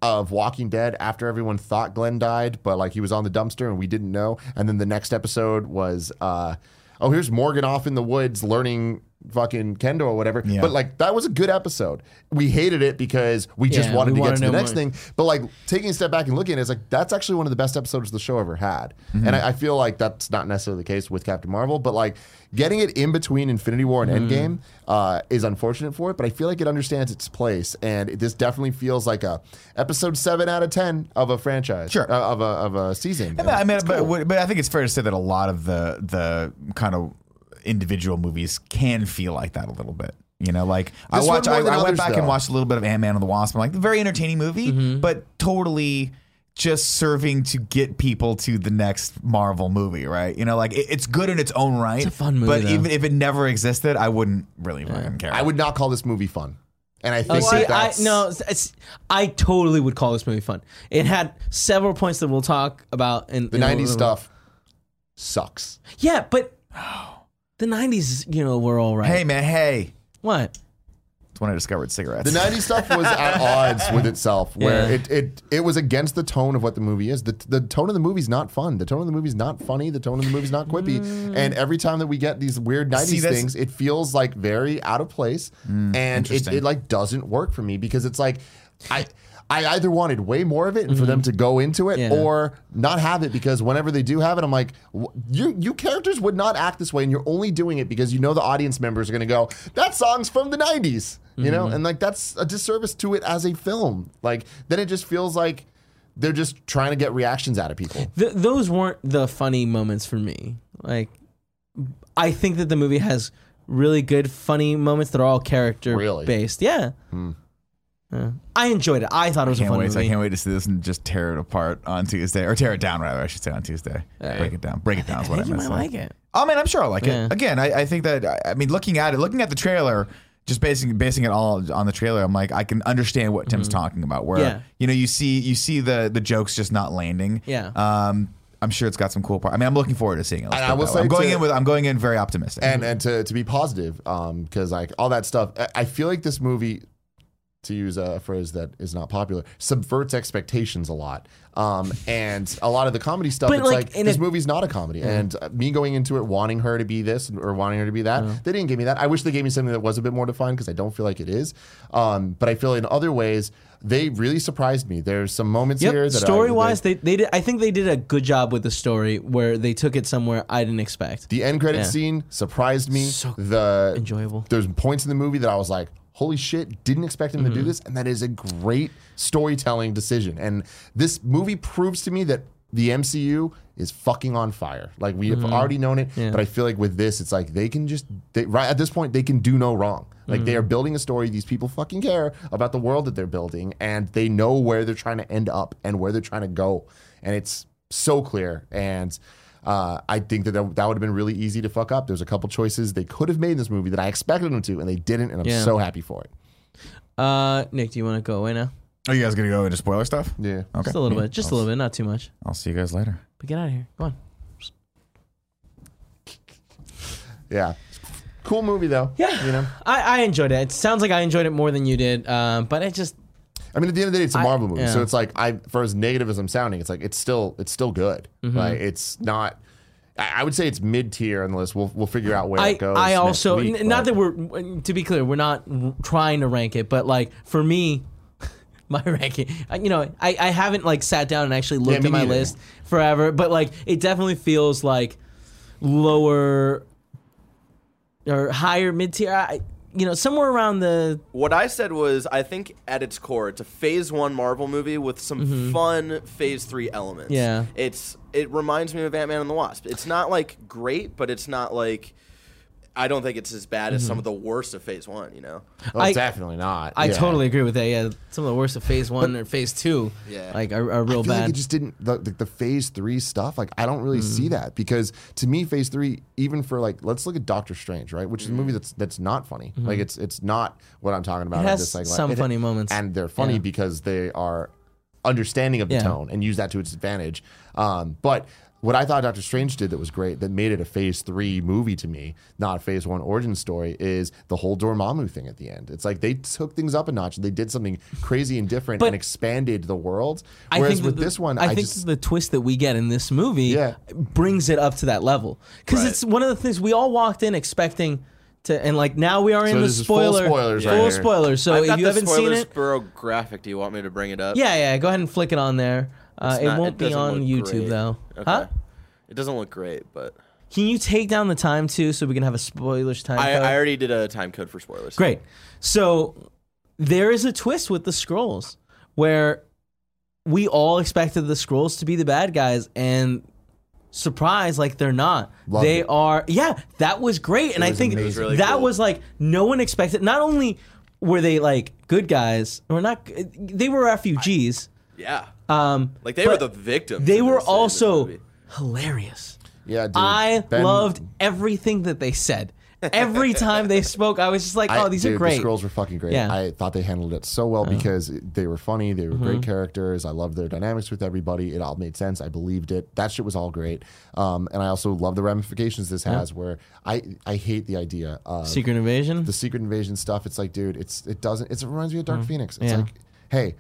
[SPEAKER 3] of Walking Dead after everyone thought Glenn died, but like he was on the dumpster and we didn't know. And then the next episode was uh oh, here's Morgan off in the woods learning fucking kendo or whatever.
[SPEAKER 2] Yeah.
[SPEAKER 3] But like that was a good episode. We hated it because we just
[SPEAKER 1] Yeah,
[SPEAKER 3] wanted
[SPEAKER 1] we
[SPEAKER 3] to get
[SPEAKER 1] wanna
[SPEAKER 3] to the
[SPEAKER 1] know
[SPEAKER 3] next
[SPEAKER 1] more.
[SPEAKER 3] thing thing. But like taking a step back and looking at it, it's like that's actually one of the best episodes the show ever had. And I, I feel like that's not necessarily the case with Captain Marvel, but like getting it in between Infinity War and Endgame uh, is unfortunate for it, but I feel like it understands its place. And it, this definitely feels like a episode seven out of ten of a franchise.
[SPEAKER 2] Sure.
[SPEAKER 3] uh, of a of a season.
[SPEAKER 2] Yeah, I mean, but, but I think it's fair to say that a lot of the the kind of individual movies can feel like that a little bit. You know, like I
[SPEAKER 3] This
[SPEAKER 2] watch, I,
[SPEAKER 3] one more than
[SPEAKER 2] I
[SPEAKER 3] others,
[SPEAKER 2] went back
[SPEAKER 3] though. Mm-hmm.
[SPEAKER 2] and watched a little bit of Ant Man and the Wasp. I'm like, very entertaining movie, but totally just serving to get people to the next Marvel movie, right? You know, like it, it's good in its own right. It's
[SPEAKER 1] a fun movie,
[SPEAKER 2] but
[SPEAKER 1] though.
[SPEAKER 2] even if it never existed, I wouldn't really fucking care.
[SPEAKER 3] I would not call this movie fun. And I think
[SPEAKER 1] See,
[SPEAKER 3] that
[SPEAKER 1] Oh, I
[SPEAKER 3] that's
[SPEAKER 1] no, it's- it's, I totally would call this movie fun. It had several points that we'll talk about in
[SPEAKER 3] the nineties stuff sucks.
[SPEAKER 1] Yeah, but the nineties, you know, were all right.
[SPEAKER 2] Hey man, hey,
[SPEAKER 1] what?
[SPEAKER 2] it's when I discovered cigarettes.
[SPEAKER 3] The 90s stuff was at odds with itself, where
[SPEAKER 1] Yeah.
[SPEAKER 3] it, it it was against the tone of what the movie is. The, the tone of the movie's not fun. The tone of the movie's not funny. The tone of the movie's not quippy. And every time that we get these weird 90s
[SPEAKER 2] Mm. See, that's- Mm.
[SPEAKER 3] things, it feels like very out of place. and it,
[SPEAKER 2] interesting.
[SPEAKER 3] it like doesn't work for me because it's like I I either wanted way more of it and for them to go into it
[SPEAKER 1] Yeah.
[SPEAKER 3] or not have it because whenever they do have it, I'm like, "Wh- you you characters would not act this way, and you're only doing it because you know the audience members are gonna go, that song's from the '90s, you know, and like that's a disservice to it as a film. Like then it just feels like they're just trying to get reactions out of people.
[SPEAKER 1] Th- those weren't the funny moments for me. Like, I think that the movie has really good funny moments that are all character
[SPEAKER 3] Really?
[SPEAKER 1] based. Yeah. Yeah. I enjoyed it. I thought it was a
[SPEAKER 2] Can't
[SPEAKER 1] fun
[SPEAKER 2] wait! I
[SPEAKER 1] movie.
[SPEAKER 2] can't wait to see this and just tear it apart on Tuesday, or tear it down rather. I should say on Tuesday. Break it down. Break it down is what I,
[SPEAKER 1] think you
[SPEAKER 2] meant to
[SPEAKER 1] might
[SPEAKER 2] say.
[SPEAKER 1] like it.
[SPEAKER 2] Oh man, I'm sure I'll like
[SPEAKER 1] Yeah.
[SPEAKER 2] it. Again, I, I think that I- I mean, looking at it, looking at the trailer, just basing basing it all on the trailer, I'm like, I can understand what Tim's talking about. Where
[SPEAKER 1] Mm-hmm. Yeah.
[SPEAKER 2] you know, you see you see the the jokes just not landing.
[SPEAKER 1] Yeah.
[SPEAKER 2] Um, I'm sure it's got some cool part. I mean, I'm looking forward to seeing it. Let's
[SPEAKER 3] And
[SPEAKER 2] put
[SPEAKER 3] I
[SPEAKER 2] it
[SPEAKER 3] will
[SPEAKER 2] that way. I'm
[SPEAKER 3] say
[SPEAKER 2] going
[SPEAKER 3] to-
[SPEAKER 2] in with I'm going in very optimistic.
[SPEAKER 3] and
[SPEAKER 1] Mm-hmm.
[SPEAKER 3] and to, to be positive because like all that stuff I, I feel like this movie to use a phrase that is not popular subverts expectations a lot um, and a lot of the comedy stuff
[SPEAKER 1] But,
[SPEAKER 3] it's
[SPEAKER 1] like,
[SPEAKER 3] like,
[SPEAKER 1] in
[SPEAKER 3] this
[SPEAKER 1] a-
[SPEAKER 3] movie's not a comedy and uh, me going into it wanting her to be this or wanting her to be that they didn't give me that i wish they gave me something that was a bit more defined because i don't feel like it is um, but i feel in other ways they really surprised me there's some moments here
[SPEAKER 1] Yep.
[SPEAKER 3] that I-
[SPEAKER 1] Story
[SPEAKER 3] that-
[SPEAKER 1] wise, they, they did. I think they did a good job with the story where they took it somewhere I didn't expect.
[SPEAKER 3] The end credit
[SPEAKER 1] Yeah.
[SPEAKER 3] scene surprised me.
[SPEAKER 1] So
[SPEAKER 3] the
[SPEAKER 1] enjoyable.
[SPEAKER 3] There's points in the movie that I was like, holy shit, didn't expect him to
[SPEAKER 1] Mm-hmm.
[SPEAKER 3] do this. And that is a great storytelling decision. And this movie proves to me that the MCU is fucking on fire. Like we have
[SPEAKER 1] Mm-hmm.
[SPEAKER 3] already known it, but I feel like with this, it's like they can just they, right at this point they can do no wrong. Like they are building a story. These people fucking care about the world that they're building, and they know where they're trying to end up and where they're trying to go, and it's so clear. And uh, I think that that, that would have been really easy to fuck up. There's a couple choices they could have made in this movie that I expected them to, and they didn't, and I'm
[SPEAKER 1] Yeah.
[SPEAKER 3] so happy for it.
[SPEAKER 1] Uh, Nick, do you want to go away now?
[SPEAKER 2] Are you guys gonna go into spoiler stuff?
[SPEAKER 3] Yeah.
[SPEAKER 2] Okay.
[SPEAKER 1] Just a little bit, just a little bit, not too much.
[SPEAKER 2] I'll see you guys later.
[SPEAKER 1] But get out of here. Go on.
[SPEAKER 3] Yeah. Cool movie though.
[SPEAKER 1] Yeah.
[SPEAKER 3] You know,
[SPEAKER 1] I, I enjoyed it. It sounds like I enjoyed it more than you did. Um, but it just
[SPEAKER 3] I mean, at the end of the day, it's a
[SPEAKER 1] I-
[SPEAKER 3] Marvel movie, so
[SPEAKER 1] yeah.
[SPEAKER 3] it's like I, for as negative as I'm sounding, it's like it's still it's still good.
[SPEAKER 1] Mm-hmm.
[SPEAKER 3] Like it's not. I I would say it's mid tier on the list. We'll we'll figure out where
[SPEAKER 1] I,
[SPEAKER 3] it goes.
[SPEAKER 1] I
[SPEAKER 3] next
[SPEAKER 1] also
[SPEAKER 3] week,
[SPEAKER 1] n- not
[SPEAKER 3] but-
[SPEAKER 1] that we're to be clear, we're not r- trying to rank it, but like for me, my ranking, I- you know, I, I haven't like sat down and actually looked
[SPEAKER 3] me
[SPEAKER 1] at my
[SPEAKER 3] neither.
[SPEAKER 1] list forever, but like it definitely feels like lower or higher mid tier, I- you know, somewhere around the
[SPEAKER 4] What I said was, I think at its core, it's a Phase One Marvel movie with some fun Phase Three elements.
[SPEAKER 1] Mm-hmm. Yeah.
[SPEAKER 4] it's it reminds me of Ant Man and the Wasp. It's not like great, but it's not like I don't think it's as bad as
[SPEAKER 1] Mm-hmm.
[SPEAKER 4] some of the worst of Phase One. You know,
[SPEAKER 3] Oh,
[SPEAKER 1] I-
[SPEAKER 3] definitely not.
[SPEAKER 1] I
[SPEAKER 3] Yeah.
[SPEAKER 1] totally agree with that. Yeah, some of the worst of phase one or phase two,
[SPEAKER 4] Yeah.
[SPEAKER 1] like are, are
[SPEAKER 3] I
[SPEAKER 1] real
[SPEAKER 3] feel
[SPEAKER 1] bad. Mm-hmm.
[SPEAKER 3] like it just didn't the, the, the phase three stuff. Like I don't really see that because to me, phase three, even for like, let's look at Doctor Strange, right? Which is a movie that's that's not funny. Like it's it's not what I'm talking about.
[SPEAKER 1] Mm. Mm-hmm. It
[SPEAKER 3] I'm
[SPEAKER 1] has
[SPEAKER 3] just like,
[SPEAKER 1] some
[SPEAKER 3] it-
[SPEAKER 1] funny moments.
[SPEAKER 3] and they're funny
[SPEAKER 1] Yeah.
[SPEAKER 3] because they are understanding of the
[SPEAKER 1] Yeah.
[SPEAKER 3] tone and use that to its advantage. Um, but what I thought Doctor Strange did that was great, that made it a Phase Three movie to me, not a Phase One origin story, is the whole Dormammu thing at the end. It's like they took things up a notch. They did something crazy and different
[SPEAKER 1] But-
[SPEAKER 3] and expanded the world.
[SPEAKER 1] I
[SPEAKER 3] Whereas
[SPEAKER 1] think
[SPEAKER 3] with
[SPEAKER 1] that the-
[SPEAKER 3] this one,
[SPEAKER 1] I,
[SPEAKER 3] I,
[SPEAKER 1] think
[SPEAKER 3] just
[SPEAKER 1] the twist that we get in this movie
[SPEAKER 3] Yeah.
[SPEAKER 1] brings it up to that level because
[SPEAKER 4] Right.
[SPEAKER 1] it's one of the things we all walked in expecting to, and like now we are in the
[SPEAKER 3] this is full
[SPEAKER 1] spoiler,
[SPEAKER 3] spoilers
[SPEAKER 1] full
[SPEAKER 3] right here.
[SPEAKER 1] spoilers. So
[SPEAKER 4] I've
[SPEAKER 1] if
[SPEAKER 4] got
[SPEAKER 1] you
[SPEAKER 4] the
[SPEAKER 1] haven't seen
[SPEAKER 4] spoilers
[SPEAKER 1] it,
[SPEAKER 4] bureau graphic. Do you want me to bring it up?
[SPEAKER 1] yeah, yeah, go ahead and flick it on there. Uh,
[SPEAKER 4] It's
[SPEAKER 1] it
[SPEAKER 4] not-
[SPEAKER 1] won't be
[SPEAKER 4] doesn't
[SPEAKER 1] on
[SPEAKER 4] look
[SPEAKER 1] YouTube
[SPEAKER 4] great.
[SPEAKER 1] though.
[SPEAKER 4] Okay.
[SPEAKER 1] Huh?
[SPEAKER 4] It doesn't look great, but
[SPEAKER 1] Can you take down the time too so we can have a spoilers time?
[SPEAKER 4] I,
[SPEAKER 1] code?
[SPEAKER 4] I already did a time code for spoilers.
[SPEAKER 1] Great. So there is a twist with the scrolls where we all expected the scrolls to be the bad guys and surprise like they're not.
[SPEAKER 3] Loved
[SPEAKER 1] they
[SPEAKER 3] it.
[SPEAKER 1] are Yeah, that was great and I
[SPEAKER 3] was
[SPEAKER 1] think
[SPEAKER 3] amazing. It was
[SPEAKER 4] really
[SPEAKER 1] that
[SPEAKER 4] cool.
[SPEAKER 1] was like no one expected not only were they like good guys or not they were refugees
[SPEAKER 4] Yeah.
[SPEAKER 1] um
[SPEAKER 4] like they
[SPEAKER 1] but
[SPEAKER 4] were the victims.
[SPEAKER 1] they
[SPEAKER 4] in
[SPEAKER 1] were
[SPEAKER 4] this- in this
[SPEAKER 1] also
[SPEAKER 4] movie.
[SPEAKER 1] hilarious.
[SPEAKER 3] yeah. Dude,
[SPEAKER 1] I
[SPEAKER 3] Ben-
[SPEAKER 1] loved everything that they said. Every time they spoke, I was just like,
[SPEAKER 3] I-
[SPEAKER 1] "Oh, these
[SPEAKER 3] dude,
[SPEAKER 1] are great."
[SPEAKER 3] The scrolls were fucking great.
[SPEAKER 1] Yeah. Uh-huh.
[SPEAKER 3] I thought they handled it so well because they were funny. They were
[SPEAKER 1] Mm-hmm.
[SPEAKER 3] great characters. I loved their dynamics with everybody. It all made sense. I believed it. That shit was all great. Um, and I also love the ramifications this has. Where I I hate the idea of
[SPEAKER 1] Secret Invasion.
[SPEAKER 3] the secret invasion stuff. It's like, dude, it's it doesn't. It's, it reminds me of Dark Phoenix. It's
[SPEAKER 1] Mm-hmm. Yeah.
[SPEAKER 3] like, hey.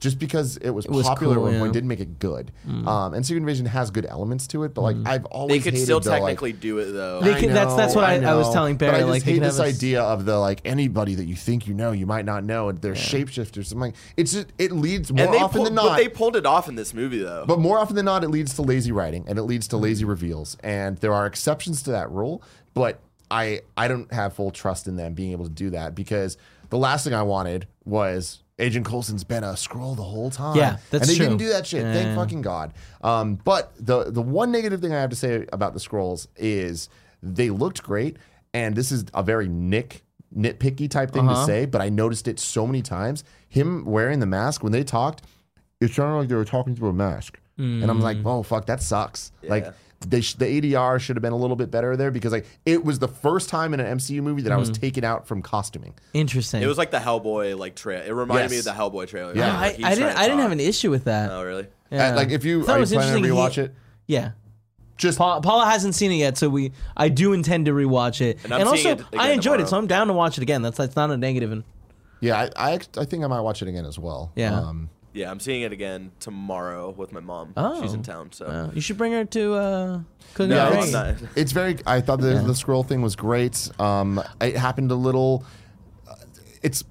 [SPEAKER 3] Just because it was,
[SPEAKER 1] was
[SPEAKER 3] popular
[SPEAKER 1] cool,
[SPEAKER 3] at one point
[SPEAKER 1] yeah. Mm.
[SPEAKER 3] didn't make it good. Um, and Secret Invasion has good elements to it, but
[SPEAKER 1] Mm-hmm.
[SPEAKER 3] like I've
[SPEAKER 4] They
[SPEAKER 3] always
[SPEAKER 4] could
[SPEAKER 3] hated
[SPEAKER 4] still
[SPEAKER 3] the, like,
[SPEAKER 4] technically do it though.
[SPEAKER 1] They could- that's- that's what I- I was
[SPEAKER 3] know.
[SPEAKER 1] telling
[SPEAKER 3] But I
[SPEAKER 1] Barry,
[SPEAKER 3] just
[SPEAKER 1] like, they
[SPEAKER 3] hate
[SPEAKER 1] could have
[SPEAKER 3] this
[SPEAKER 1] a s-
[SPEAKER 3] idea of the like anybody that you think you know, you might not know, and they're shapeshifters. I'm like, it's just, it leads more
[SPEAKER 4] and they
[SPEAKER 3] often
[SPEAKER 4] pulled,
[SPEAKER 3] than
[SPEAKER 4] but
[SPEAKER 3] not.
[SPEAKER 4] they pulled it off in this movie though.
[SPEAKER 3] But more often than not, it leads to lazy writing and it leads to
[SPEAKER 1] Mm.
[SPEAKER 3] lazy reveals. And there are exceptions to that rule, but I I don't have full trust in them being able to do that because the last thing I wanted was Agent Coulson's been a scroll the whole time.
[SPEAKER 1] Yeah, that's
[SPEAKER 3] and they
[SPEAKER 1] true.
[SPEAKER 3] didn't do that shit. Thank
[SPEAKER 1] Yeah.
[SPEAKER 3] fucking god. Um, but the the one negative thing I have to say about the scrolls is they looked great, and this is a very Nick nitpicky type thing
[SPEAKER 1] Uh-huh.
[SPEAKER 3] to say, but I noticed it so many times. Him wearing the mask when they talked, it sounded like they were talking through a mask. And I'm
[SPEAKER 1] Mm.
[SPEAKER 3] like, oh fuck, that sucks. Like they sh- the ADR should have been a little bit better there because like it was the first time in an MCU movie that I was
[SPEAKER 1] Mm.
[SPEAKER 3] taken out from costuming.
[SPEAKER 1] Interesting.
[SPEAKER 4] it was like the Hellboy like trail. It reminded me
[SPEAKER 3] Yes.
[SPEAKER 4] of the Hellboy trailer.
[SPEAKER 3] Yeah.
[SPEAKER 1] Oh, I,
[SPEAKER 4] Like, he's
[SPEAKER 1] I
[SPEAKER 4] trying
[SPEAKER 1] didn't.
[SPEAKER 4] to
[SPEAKER 1] I didn't
[SPEAKER 4] talk.
[SPEAKER 1] have an issue with that.
[SPEAKER 4] Oh really?
[SPEAKER 1] Yeah.
[SPEAKER 3] Uh, like if you
[SPEAKER 1] I thought
[SPEAKER 3] are
[SPEAKER 1] it
[SPEAKER 3] you
[SPEAKER 1] was
[SPEAKER 3] planning to
[SPEAKER 1] interesting he-
[SPEAKER 3] rewatch it,
[SPEAKER 1] yeah.
[SPEAKER 3] just
[SPEAKER 1] Pa- Paula hasn't seen it yet, so we I do intend to rewatch it. And,
[SPEAKER 4] I'm seeing
[SPEAKER 1] also,
[SPEAKER 4] it again
[SPEAKER 1] I enjoyed it,
[SPEAKER 4] tomorrow.
[SPEAKER 1] so I'm down to watch it again. That's that's not a negative. And
[SPEAKER 3] yeah, I, I act- I think I might watch it again as well. Um,
[SPEAKER 1] Yeah.
[SPEAKER 4] Yeah, I'm seeing it again tomorrow with my mom. She's in town, so
[SPEAKER 1] uh, you should bring her to. Uh, Cooking
[SPEAKER 4] No,
[SPEAKER 1] with
[SPEAKER 4] I'm
[SPEAKER 3] yeah,
[SPEAKER 1] Ray.
[SPEAKER 3] it's,
[SPEAKER 4] not.
[SPEAKER 3] it's very. I thought the, the scroll thing was great. Um, it happened a little. uh,
[SPEAKER 1] Uh-huh.
[SPEAKER 3] It's.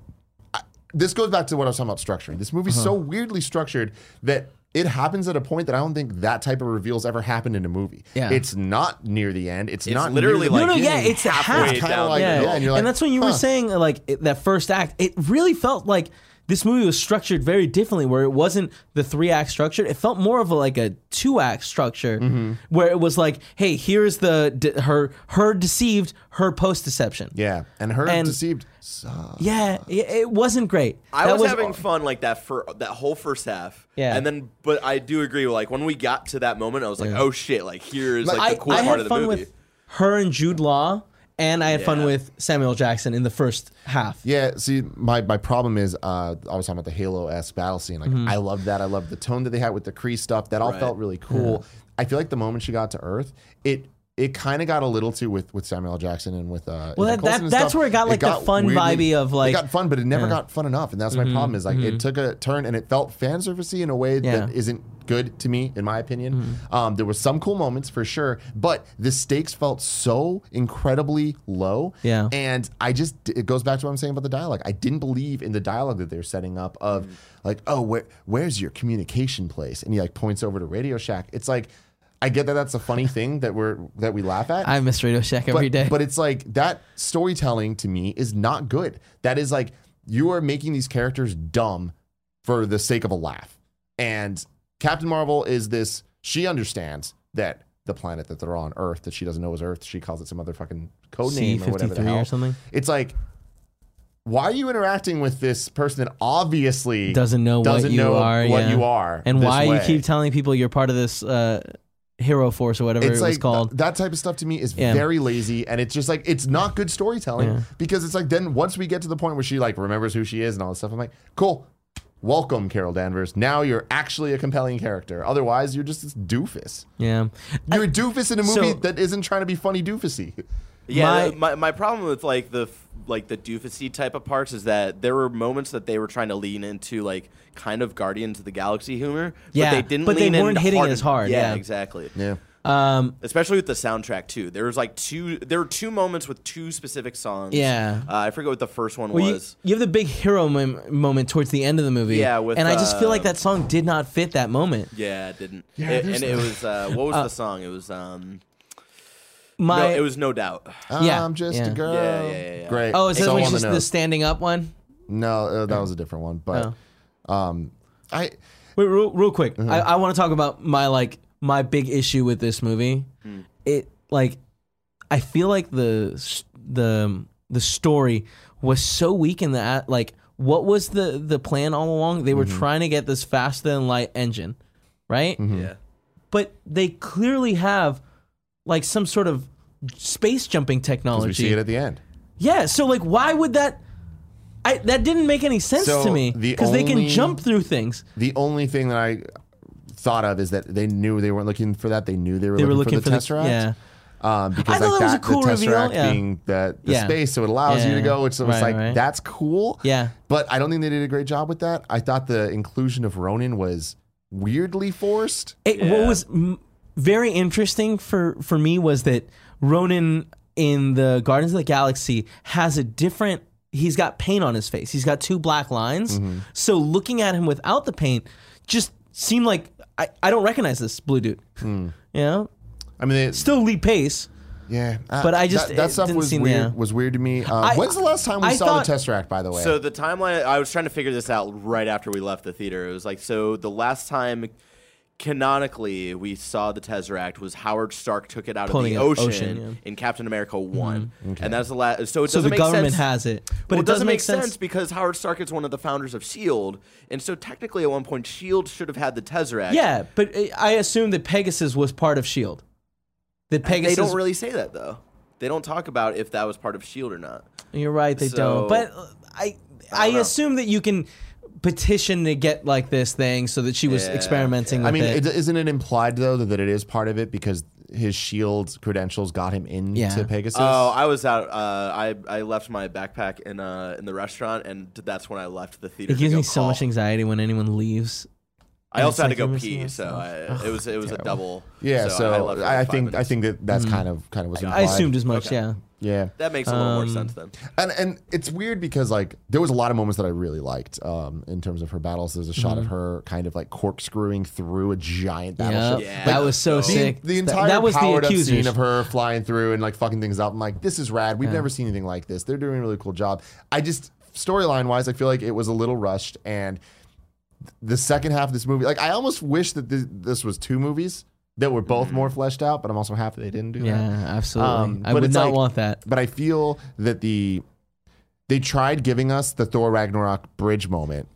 [SPEAKER 3] I, this goes back to what I was talking about structuring. This movie's so weirdly structured that it happens at a point that I don't think that type of reveals ever happened in a movie.
[SPEAKER 1] Yeah.
[SPEAKER 3] It's not near the end. It's,
[SPEAKER 4] It's
[SPEAKER 3] not
[SPEAKER 4] literally
[SPEAKER 3] near the
[SPEAKER 4] like
[SPEAKER 1] no, no, yeah,
[SPEAKER 4] getting
[SPEAKER 1] it's a
[SPEAKER 4] halfway
[SPEAKER 1] half.
[SPEAKER 3] It's kinda
[SPEAKER 4] down.
[SPEAKER 3] like-
[SPEAKER 4] the
[SPEAKER 1] yeah,
[SPEAKER 4] hill.
[SPEAKER 3] yeah, and you're like,
[SPEAKER 1] that's when you were
[SPEAKER 3] huh.
[SPEAKER 1] saying uh, like it, that first act. It really felt like this movie was structured very differently, where it wasn't the three act structure. It felt more of a, like a two act structure,
[SPEAKER 3] Mm-hmm.
[SPEAKER 1] where it was like, hey, here's the de- her her deceived, her post deception.
[SPEAKER 3] yeah. And her
[SPEAKER 1] And-
[SPEAKER 3] deceived. sucks.
[SPEAKER 1] yeah, it, it wasn't great.
[SPEAKER 4] I
[SPEAKER 1] That
[SPEAKER 4] was, having fun like that for that whole first half.
[SPEAKER 1] Yeah.
[SPEAKER 4] And then, but I do agree. Like when we got to that moment, I was like, oh shit! Like here is like,
[SPEAKER 1] I,
[SPEAKER 4] the cool
[SPEAKER 1] I
[SPEAKER 4] part
[SPEAKER 1] had
[SPEAKER 4] of the
[SPEAKER 1] fun
[SPEAKER 4] movie.
[SPEAKER 1] with her and Jude Law, and I had fun
[SPEAKER 4] Yeah.
[SPEAKER 1] with Samuel Jackson in the first half.
[SPEAKER 3] Yeah, see, my, my problem is uh, I was talking about the Halo esque battle scene. Like,
[SPEAKER 1] Mm-hmm.
[SPEAKER 3] I loved that. I loved the tone that they had with the Kree stuff. That all
[SPEAKER 4] Right.
[SPEAKER 3] felt really cool. I feel like the moment she got to Earth, it it kind of got a little too with with Samuel L. Jackson and with uh.
[SPEAKER 1] Well, that-
[SPEAKER 3] Nicholson
[SPEAKER 1] that-
[SPEAKER 3] and
[SPEAKER 1] that's
[SPEAKER 3] stuff.
[SPEAKER 1] where it got, like, the fun vibey of, like- Mm-hmm.
[SPEAKER 3] it got fun, but it never got fun enough, and that's my problem. Is like it took a turn and it felt fan servicey in a way
[SPEAKER 1] Yeah. Mm-hmm.
[SPEAKER 3] that isn't good to me, in my opinion. Um, there was some cool moments for sure, but the stakes felt so incredibly low.
[SPEAKER 1] Yeah.
[SPEAKER 3] And I just, it goes back to what I'm saying about the dialogue. I didn't believe in the dialogue that they're setting up of like, oh, where, where's your communication place? And he like points over to Radio Shack. It's like, I get that that's a funny thing that we're, that we laugh at.
[SPEAKER 1] I miss Radio Shack
[SPEAKER 3] but,
[SPEAKER 1] every day.
[SPEAKER 3] but it's like that storytelling to me is not good. That is like, you are making these characters dumb for the sake of a laugh. And Captain Marvel is this, she understands that the planet that they're on, Earth, that she doesn't know is Earth, she calls it some other fucking code name or whatever the
[SPEAKER 1] C53 or
[SPEAKER 3] hell.
[SPEAKER 1] something?
[SPEAKER 3] It's like, why are you interacting with this person that obviously
[SPEAKER 1] doesn't know what
[SPEAKER 3] doesn't
[SPEAKER 1] you
[SPEAKER 3] know
[SPEAKER 1] are,
[SPEAKER 3] what
[SPEAKER 1] yeah.
[SPEAKER 3] you are
[SPEAKER 1] and
[SPEAKER 3] this
[SPEAKER 1] why you
[SPEAKER 3] way?
[SPEAKER 1] keep telling people you're part of this uh, hero force or whatever
[SPEAKER 3] it's
[SPEAKER 1] it
[SPEAKER 3] like
[SPEAKER 1] was called.
[SPEAKER 3] th- that type of stuff to me is
[SPEAKER 1] Yeah.
[SPEAKER 3] very lazy and it's just like it's not good storytelling because it's like then once we get to the point where she like remembers who she is and all this stuff i'm like cool welcome carol danvers now you're actually a compelling character otherwise you're just this doofus
[SPEAKER 1] yeah,
[SPEAKER 3] you're a doofus in a movie
[SPEAKER 1] so-
[SPEAKER 3] that isn't trying to be funny doofusy
[SPEAKER 1] My-
[SPEAKER 4] Yeah, my, my problem with like the f- like the doofusy type of parts is that there were moments that they were trying to lean into like kind of Guardians of the Galaxy humor,
[SPEAKER 1] Yeah,
[SPEAKER 4] but they didn't.
[SPEAKER 1] but they
[SPEAKER 4] lean in
[SPEAKER 1] weren't hitting
[SPEAKER 4] hard
[SPEAKER 1] it as hard, yeah.
[SPEAKER 4] exactly.
[SPEAKER 3] yeah
[SPEAKER 1] um,
[SPEAKER 4] Especially with the soundtrack too. There was like two. There were two moments with two specific songs.
[SPEAKER 1] Yeah.
[SPEAKER 4] uh, I forget what the first one
[SPEAKER 1] well, you,
[SPEAKER 4] was.
[SPEAKER 1] you have the big hero mom- moment towards the end of the movie.
[SPEAKER 4] Yeah, with,
[SPEAKER 1] and I just feel like
[SPEAKER 4] uh,
[SPEAKER 1] that song did not fit that moment.
[SPEAKER 4] Yeah, it didn't. It-
[SPEAKER 3] there's
[SPEAKER 4] and it was uh, what was the song? It was um.
[SPEAKER 1] My
[SPEAKER 4] no, it was no doubt.
[SPEAKER 1] Yeah,
[SPEAKER 3] i'm just
[SPEAKER 1] yeah.
[SPEAKER 3] a girl
[SPEAKER 4] Yeah, yeah, yeah, yeah.
[SPEAKER 3] great
[SPEAKER 1] oh, is that
[SPEAKER 3] So
[SPEAKER 1] when
[SPEAKER 3] on the
[SPEAKER 1] she's the
[SPEAKER 3] nose.
[SPEAKER 1] standing up one?
[SPEAKER 3] no uh, that was a different one but
[SPEAKER 1] Oh.
[SPEAKER 3] um i
[SPEAKER 1] Wait, real, real quick.
[SPEAKER 3] Uh-huh.
[SPEAKER 1] I, I want to talk about my like my big issue with this movie. It like I feel like the s- the the story was so weak in that like what was the the plan all along? They were
[SPEAKER 3] Mm-hmm.
[SPEAKER 1] trying to get this faster than light engine, right?
[SPEAKER 4] Yeah.
[SPEAKER 1] But they clearly have like some sort of space jumping
[SPEAKER 3] we see
[SPEAKER 1] technology.
[SPEAKER 3] it at the end
[SPEAKER 1] Yeah, so like why would that I, that didn't make any sense
[SPEAKER 3] So,
[SPEAKER 1] to me
[SPEAKER 3] the
[SPEAKER 1] because they can
[SPEAKER 3] only-
[SPEAKER 1] jump through things.
[SPEAKER 3] The only thing that I thought of is that they knew they weren't looking for that. They knew they were,
[SPEAKER 1] They were
[SPEAKER 3] looking,
[SPEAKER 1] looking
[SPEAKER 3] for the Tesseract.
[SPEAKER 1] yeah.
[SPEAKER 3] Um,
[SPEAKER 1] I
[SPEAKER 3] because
[SPEAKER 1] thought
[SPEAKER 3] like
[SPEAKER 1] that was a cool
[SPEAKER 3] the
[SPEAKER 1] reveal,
[SPEAKER 3] Tesseract
[SPEAKER 1] yeah.
[SPEAKER 3] being the, the
[SPEAKER 1] Yeah.
[SPEAKER 3] space, so it allows you
[SPEAKER 1] Yeah,
[SPEAKER 3] to go. Which was
[SPEAKER 1] right,
[SPEAKER 3] like
[SPEAKER 1] right.
[SPEAKER 3] that's cool.
[SPEAKER 1] Yeah.
[SPEAKER 3] But I don't think they did a great job with that. I thought the inclusion of Ronan was weirdly forced.
[SPEAKER 1] It, What
[SPEAKER 4] Yeah.
[SPEAKER 1] was m- very interesting for for me was that Ronan in the Guardians of the Galaxy has a different. He's got paint on his face. He's got two black lines. So looking at him without the paint just seemed like I, I don't recognize this blue dude. You know,
[SPEAKER 3] I mean, they,
[SPEAKER 1] still Lee Pace.
[SPEAKER 3] yeah. uh,
[SPEAKER 1] But I just-
[SPEAKER 3] that,
[SPEAKER 1] it
[SPEAKER 3] that stuff
[SPEAKER 1] didn't
[SPEAKER 3] was
[SPEAKER 1] seem-
[SPEAKER 3] weird.
[SPEAKER 1] yeah.
[SPEAKER 3] Was weird to me. Um,
[SPEAKER 1] I-
[SPEAKER 3] when's the last time we
[SPEAKER 1] I
[SPEAKER 3] saw
[SPEAKER 1] thought-
[SPEAKER 3] the Tesseract? By the way,
[SPEAKER 4] So the timeline, I was trying to figure this out right after we left the theater. It was like, so the last time canonically we saw the Tesseract was Howard Stark took it out
[SPEAKER 1] Pulling
[SPEAKER 4] of
[SPEAKER 1] it out
[SPEAKER 4] the
[SPEAKER 1] of
[SPEAKER 4] ocean,
[SPEAKER 1] the ocean, Mm-hmm.
[SPEAKER 4] in Captain America one, and that's the last. So it
[SPEAKER 1] So
[SPEAKER 4] doesn't
[SPEAKER 1] the
[SPEAKER 4] make
[SPEAKER 1] government
[SPEAKER 4] sense.
[SPEAKER 1] has it, but
[SPEAKER 4] Well,
[SPEAKER 1] it doesn't
[SPEAKER 4] make, sense.
[SPEAKER 1] sense.
[SPEAKER 4] because Howard Stark is one of the founders of Shield, E and so technically at one point Shield E should have had the Tesseract.
[SPEAKER 1] Yeah, but I- I assume that Pegasus was part of Shield. E That Pegasus.
[SPEAKER 4] they don't really say that though. They don't talk about if that was part of Shield E or not.
[SPEAKER 1] You're right, they don't.
[SPEAKER 4] So-
[SPEAKER 1] But uh, I I,
[SPEAKER 4] don't know.
[SPEAKER 1] assume that you can petition to get like this thing so that she was
[SPEAKER 4] Yeah,
[SPEAKER 1] experimenting
[SPEAKER 4] yeah.
[SPEAKER 1] with
[SPEAKER 3] I mean,
[SPEAKER 1] it.
[SPEAKER 3] is isn't it implied though that, that it is part of it because his shield credentials got him into
[SPEAKER 1] Yeah.
[SPEAKER 3] Pegasus?
[SPEAKER 4] Oh, I was out. Uh, I I left my backpack in uh in the restaurant, and that's when I left the theater.
[SPEAKER 1] It
[SPEAKER 4] to
[SPEAKER 1] gives
[SPEAKER 4] go
[SPEAKER 1] me so
[SPEAKER 4] call.
[SPEAKER 1] much anxiety when anyone leaves.
[SPEAKER 4] I also had
[SPEAKER 1] It's
[SPEAKER 4] to go
[SPEAKER 1] like you're
[SPEAKER 4] pee,
[SPEAKER 1] missing
[SPEAKER 4] so I, it was it was a double.
[SPEAKER 3] Yeah, so,
[SPEAKER 4] left for
[SPEAKER 3] I,
[SPEAKER 4] like
[SPEAKER 3] I
[SPEAKER 4] five
[SPEAKER 3] think I
[SPEAKER 4] minutes.
[SPEAKER 3] think that that's kind of kind of was.
[SPEAKER 1] I
[SPEAKER 3] implied.
[SPEAKER 1] assumed as much, yeah.
[SPEAKER 3] Yeah.
[SPEAKER 4] That makes a little more sense
[SPEAKER 1] Um,
[SPEAKER 4] then.
[SPEAKER 3] and and it's weird because like there was a lot of moments that I really liked um, in terms of her battles. There's a shot of her kind of like corkscrewing through a giant
[SPEAKER 1] Yeah,
[SPEAKER 3] battleship.
[SPEAKER 4] Yeah.
[SPEAKER 1] that was so
[SPEAKER 4] The-
[SPEAKER 3] The-
[SPEAKER 1] sick.
[SPEAKER 3] The
[SPEAKER 1] Th-
[SPEAKER 3] entire
[SPEAKER 1] that was the
[SPEAKER 3] powered up
[SPEAKER 1] accusers.
[SPEAKER 3] scene of her flying through and like fucking things up. I'm like, this is rad. We've never seen anything like this. They're doing a really cool job. I just storyline wise, I feel like it was a little rushed. And the second half of this movie, like I almost wish that th- this was two movies that were
[SPEAKER 1] Mm-hmm.
[SPEAKER 3] both more fleshed out. But I'm also happy they didn't do
[SPEAKER 1] yeah,
[SPEAKER 3] that.
[SPEAKER 1] absolutely.
[SPEAKER 3] Um,
[SPEAKER 1] I
[SPEAKER 3] but
[SPEAKER 1] would
[SPEAKER 3] it's
[SPEAKER 1] not
[SPEAKER 3] like-
[SPEAKER 1] want that.
[SPEAKER 3] But I feel that the they tried giving us the Thor Ragnarok bridge moment,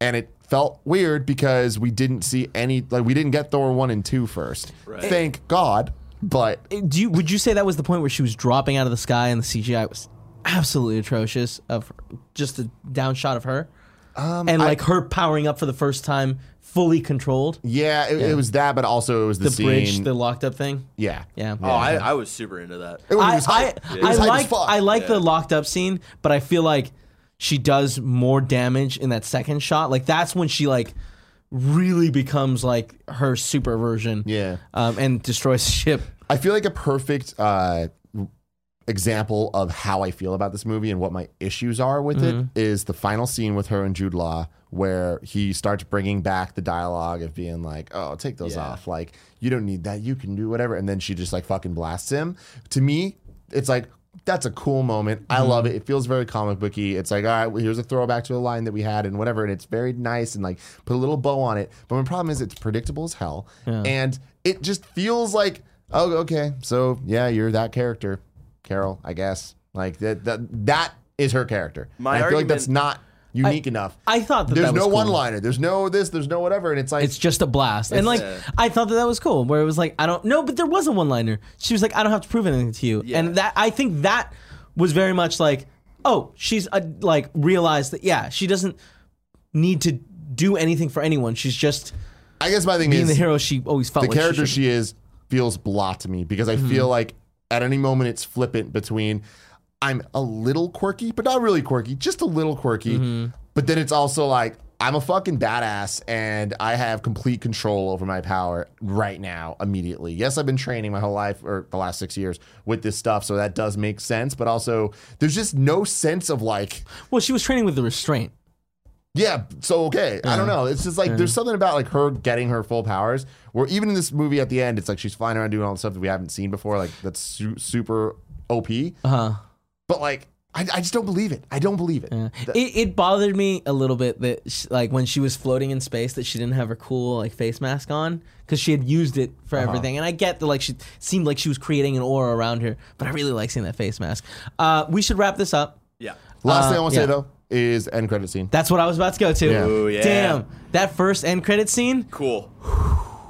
[SPEAKER 3] and it felt weird because we didn't see any like we didn't get Thor one and two first. Thank God. But
[SPEAKER 1] Do you, would you say that was the point where she was dropping out of the sky and the CGI was absolutely atrocious of her- just a down shot of her,
[SPEAKER 4] Um,
[SPEAKER 1] and like her powering up for the first time, fully controlled
[SPEAKER 3] yeah, it, it was that, but also it was the,
[SPEAKER 1] the
[SPEAKER 3] scene.
[SPEAKER 1] bridge, the locked up thing.
[SPEAKER 3] yeah,
[SPEAKER 1] Yeah.
[SPEAKER 4] Oh, I, I was super into that.
[SPEAKER 3] It was, it
[SPEAKER 1] I,
[SPEAKER 3] was
[SPEAKER 1] I,
[SPEAKER 3] hype. It
[SPEAKER 1] I
[SPEAKER 3] was hype as
[SPEAKER 1] like
[SPEAKER 3] fuck.
[SPEAKER 1] I like the
[SPEAKER 4] Yeah.
[SPEAKER 1] locked up scene, but I feel like she does more damage in that second shot. Like that's when she like really becomes like her super version.
[SPEAKER 3] Yeah.
[SPEAKER 1] Um, and destroys the ship.
[SPEAKER 3] I feel like a perfect uh, example of how I feel about this movie and what my issues are with it is the final scene with her and Jude Law, where he starts bringing back the dialogue of being like, "Oh, take those
[SPEAKER 4] Yeah.
[SPEAKER 3] off. Like, you don't need that. You can do whatever." And then she just like fucking blasts him. To me, it's like. That's a cool moment. I love it. It feels very comic booky. It's like, all right, well, here's a throwback to a line that we had and whatever, and it's very nice and like put a little bow on it. But my problem is it's predictable as hell, and it just feels like Oh, okay. So yeah, you're that character, Carol. I guess like that. That, that is her character.
[SPEAKER 4] My
[SPEAKER 3] And I feel like
[SPEAKER 4] argument-
[SPEAKER 3] that's not unique enough.
[SPEAKER 1] I thought that
[SPEAKER 3] there's
[SPEAKER 1] that was
[SPEAKER 3] no
[SPEAKER 1] cool.
[SPEAKER 3] one-liner. There's no this. There's no whatever. And it's like
[SPEAKER 1] It's just a blast. And like
[SPEAKER 4] Yeah.
[SPEAKER 1] I thought that that was cool where it was like I don't no, but there was a one-liner. She was like I don't have to prove anything to you.
[SPEAKER 4] Yeah.
[SPEAKER 1] And that I think that was very much like oh, she's uh like realized that yeah, she doesn't need to do anything for anyone. She's just
[SPEAKER 3] I guess my thing
[SPEAKER 1] being
[SPEAKER 3] is
[SPEAKER 1] the hero she always felt
[SPEAKER 3] the
[SPEAKER 1] like
[SPEAKER 3] character
[SPEAKER 1] she, Hmm. should
[SPEAKER 3] she is feels blah to me because I feel like at any moment it's flippant between I'm a little quirky, but not really quirky, just a little quirky.
[SPEAKER 1] Mm-hmm.
[SPEAKER 3] But then it's also like I'm a fucking badass and I have complete control over my power right now, immediately. Yes, I've been training my whole life or the last six years with this stuff, so that does make sense. But also, there's just no sense of like
[SPEAKER 1] Well, she was training with the restraint.
[SPEAKER 3] yeah, so okay. I don't know. It's just like there's something about like her getting her full powers. Where even in this movie at the end, it's like she's flying around doing all the stuff that we haven't seen before. Like that's su- super OP.
[SPEAKER 1] Uh-huh.
[SPEAKER 3] But like, I, I just don't believe it. I don't believe it. Th-
[SPEAKER 1] It, it bothered me a little bit that sh like when she was floating in space that she didn't have her cool like face mask on because she had used it for everything. And I get that like she seemed like she was creating an aura around her, but I really like seeing that face mask. Uh, we should wrap this up.
[SPEAKER 4] Yeah.
[SPEAKER 3] Last
[SPEAKER 1] uh,
[SPEAKER 3] thing I want to
[SPEAKER 1] yeah.
[SPEAKER 3] say though is end credit scene.
[SPEAKER 1] That's what I was about to go to.
[SPEAKER 3] Yeah. Ooh,
[SPEAKER 4] yeah.
[SPEAKER 1] Damn, that first end credit scene.
[SPEAKER 4] Cool.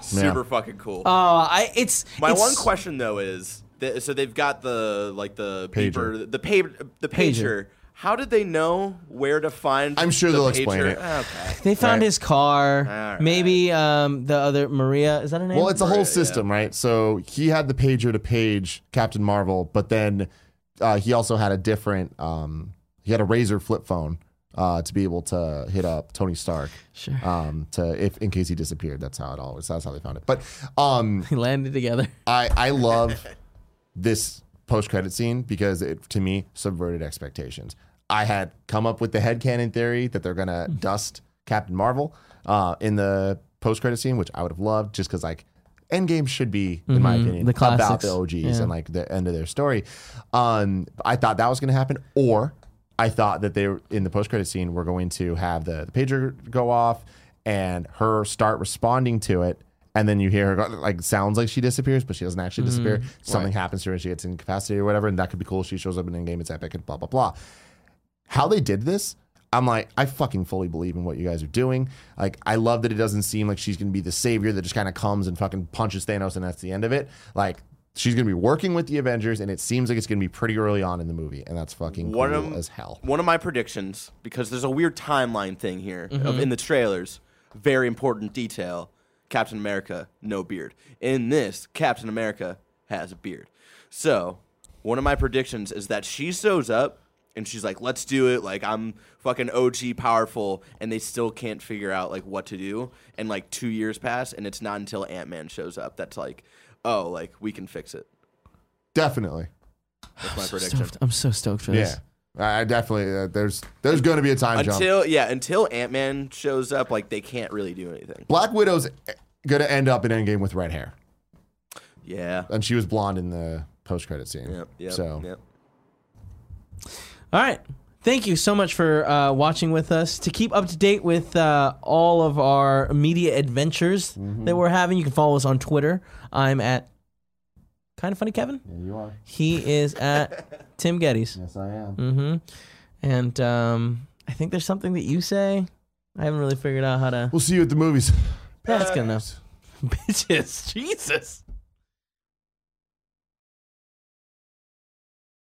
[SPEAKER 4] Super fucking cool.
[SPEAKER 1] Oh, I it's
[SPEAKER 4] My
[SPEAKER 1] it's-
[SPEAKER 4] one question though is, th- so they've got the like the paper, the paper, the
[SPEAKER 1] Pager.
[SPEAKER 4] pager. How did they know where to find?
[SPEAKER 3] I'm sure
[SPEAKER 4] the
[SPEAKER 3] they'll explain
[SPEAKER 4] pager?
[SPEAKER 3] it.
[SPEAKER 4] Okay.
[SPEAKER 1] They found
[SPEAKER 3] Right.
[SPEAKER 1] his car.
[SPEAKER 4] right.
[SPEAKER 1] Maybe um, the other Maria is that her name?
[SPEAKER 3] Well, it's a
[SPEAKER 4] Right, yeah.
[SPEAKER 3] whole system, right? So he had the pager to page Captain Marvel, but then uh, he also had a different. Um, he had a razor flip phone uh, to be able to hit up Tony Stark.
[SPEAKER 1] Sure.
[SPEAKER 3] Um, to if in case he disappeared, that's how it always. That's how they found it. But um,
[SPEAKER 1] They landed together.
[SPEAKER 3] I I love this post credit scene because it to me subverted expectations. I had come up with the headcanon theory that they're gonna dust Captain Marvel uh, in the post credit scene, which I would have loved just because like Endgame should be, in my
[SPEAKER 1] Mm-hmm.
[SPEAKER 3] opinion,
[SPEAKER 1] the
[SPEAKER 3] about
[SPEAKER 1] classics.
[SPEAKER 3] the OGs
[SPEAKER 1] Yeah.
[SPEAKER 3] and like the end of their story. Um, I thought that was gonna happen, or I thought that they were in the post credit scene were going to have the, the pager go off and her start responding to it. And then you hear her go, like sounds like she disappears, but she doesn't actually disappear. Something happens to her and she gets incapacitated or whatever, and that could be cool. She shows up in in game, it's epic, and blah blah blah. How they did this, I'm like, I fucking fully believe in what you guys are doing. Like, I love that it doesn't seem like she's gonna be the savior that just kind of comes and fucking punches Thanos and that's the end of it. Like, she's gonna be working with the Avengers, and it seems like it's gonna be pretty early on in the movie, and that's fucking
[SPEAKER 4] One
[SPEAKER 3] cool
[SPEAKER 4] of 'em-
[SPEAKER 3] as hell.
[SPEAKER 4] One of my predictions, because there's a weird timeline thing here of, in the trailers, very important detail. Captain America, no beard. In this, Captain America has a beard. So, one of my predictions is that she shows up and she's like, "Let's do it!" Like I'm fucking OG powerful, and they still can't figure out like what to do. And like two years pass, and it's not until Ant Man shows up that's like, "Oh, like we can fix it."
[SPEAKER 3] Definitely.
[SPEAKER 4] That's my
[SPEAKER 1] so
[SPEAKER 4] prediction.
[SPEAKER 1] stoked. I'm so stoked for this.
[SPEAKER 3] Yeah, I I definitely. Uh, there's there's going to be a time jump.
[SPEAKER 4] Until yeah, until Ant Man shows up, like they can't really do anything.
[SPEAKER 3] Black Widow's going to end up in Endgame with red hair,
[SPEAKER 4] Yeah.
[SPEAKER 3] and she was blonde in the post credit scene.
[SPEAKER 4] Yep. Yep.
[SPEAKER 3] so
[SPEAKER 4] Yep.
[SPEAKER 1] All right. Thank you so much for uh, watching with us. To keep up to date with uh, all of our media adventures
[SPEAKER 3] mm-hmm.
[SPEAKER 1] that we're having, you can follow us on Twitter. I'm at kind of funny Kevin.
[SPEAKER 3] you are.
[SPEAKER 1] He is at Tim Geddes.
[SPEAKER 3] Yes, I am.
[SPEAKER 1] Mm-hmm. And um, I think there's something that you say. I haven't really figured out how to.
[SPEAKER 3] We'll see you at the movies.
[SPEAKER 1] That's good enough. Bitches, Jesus.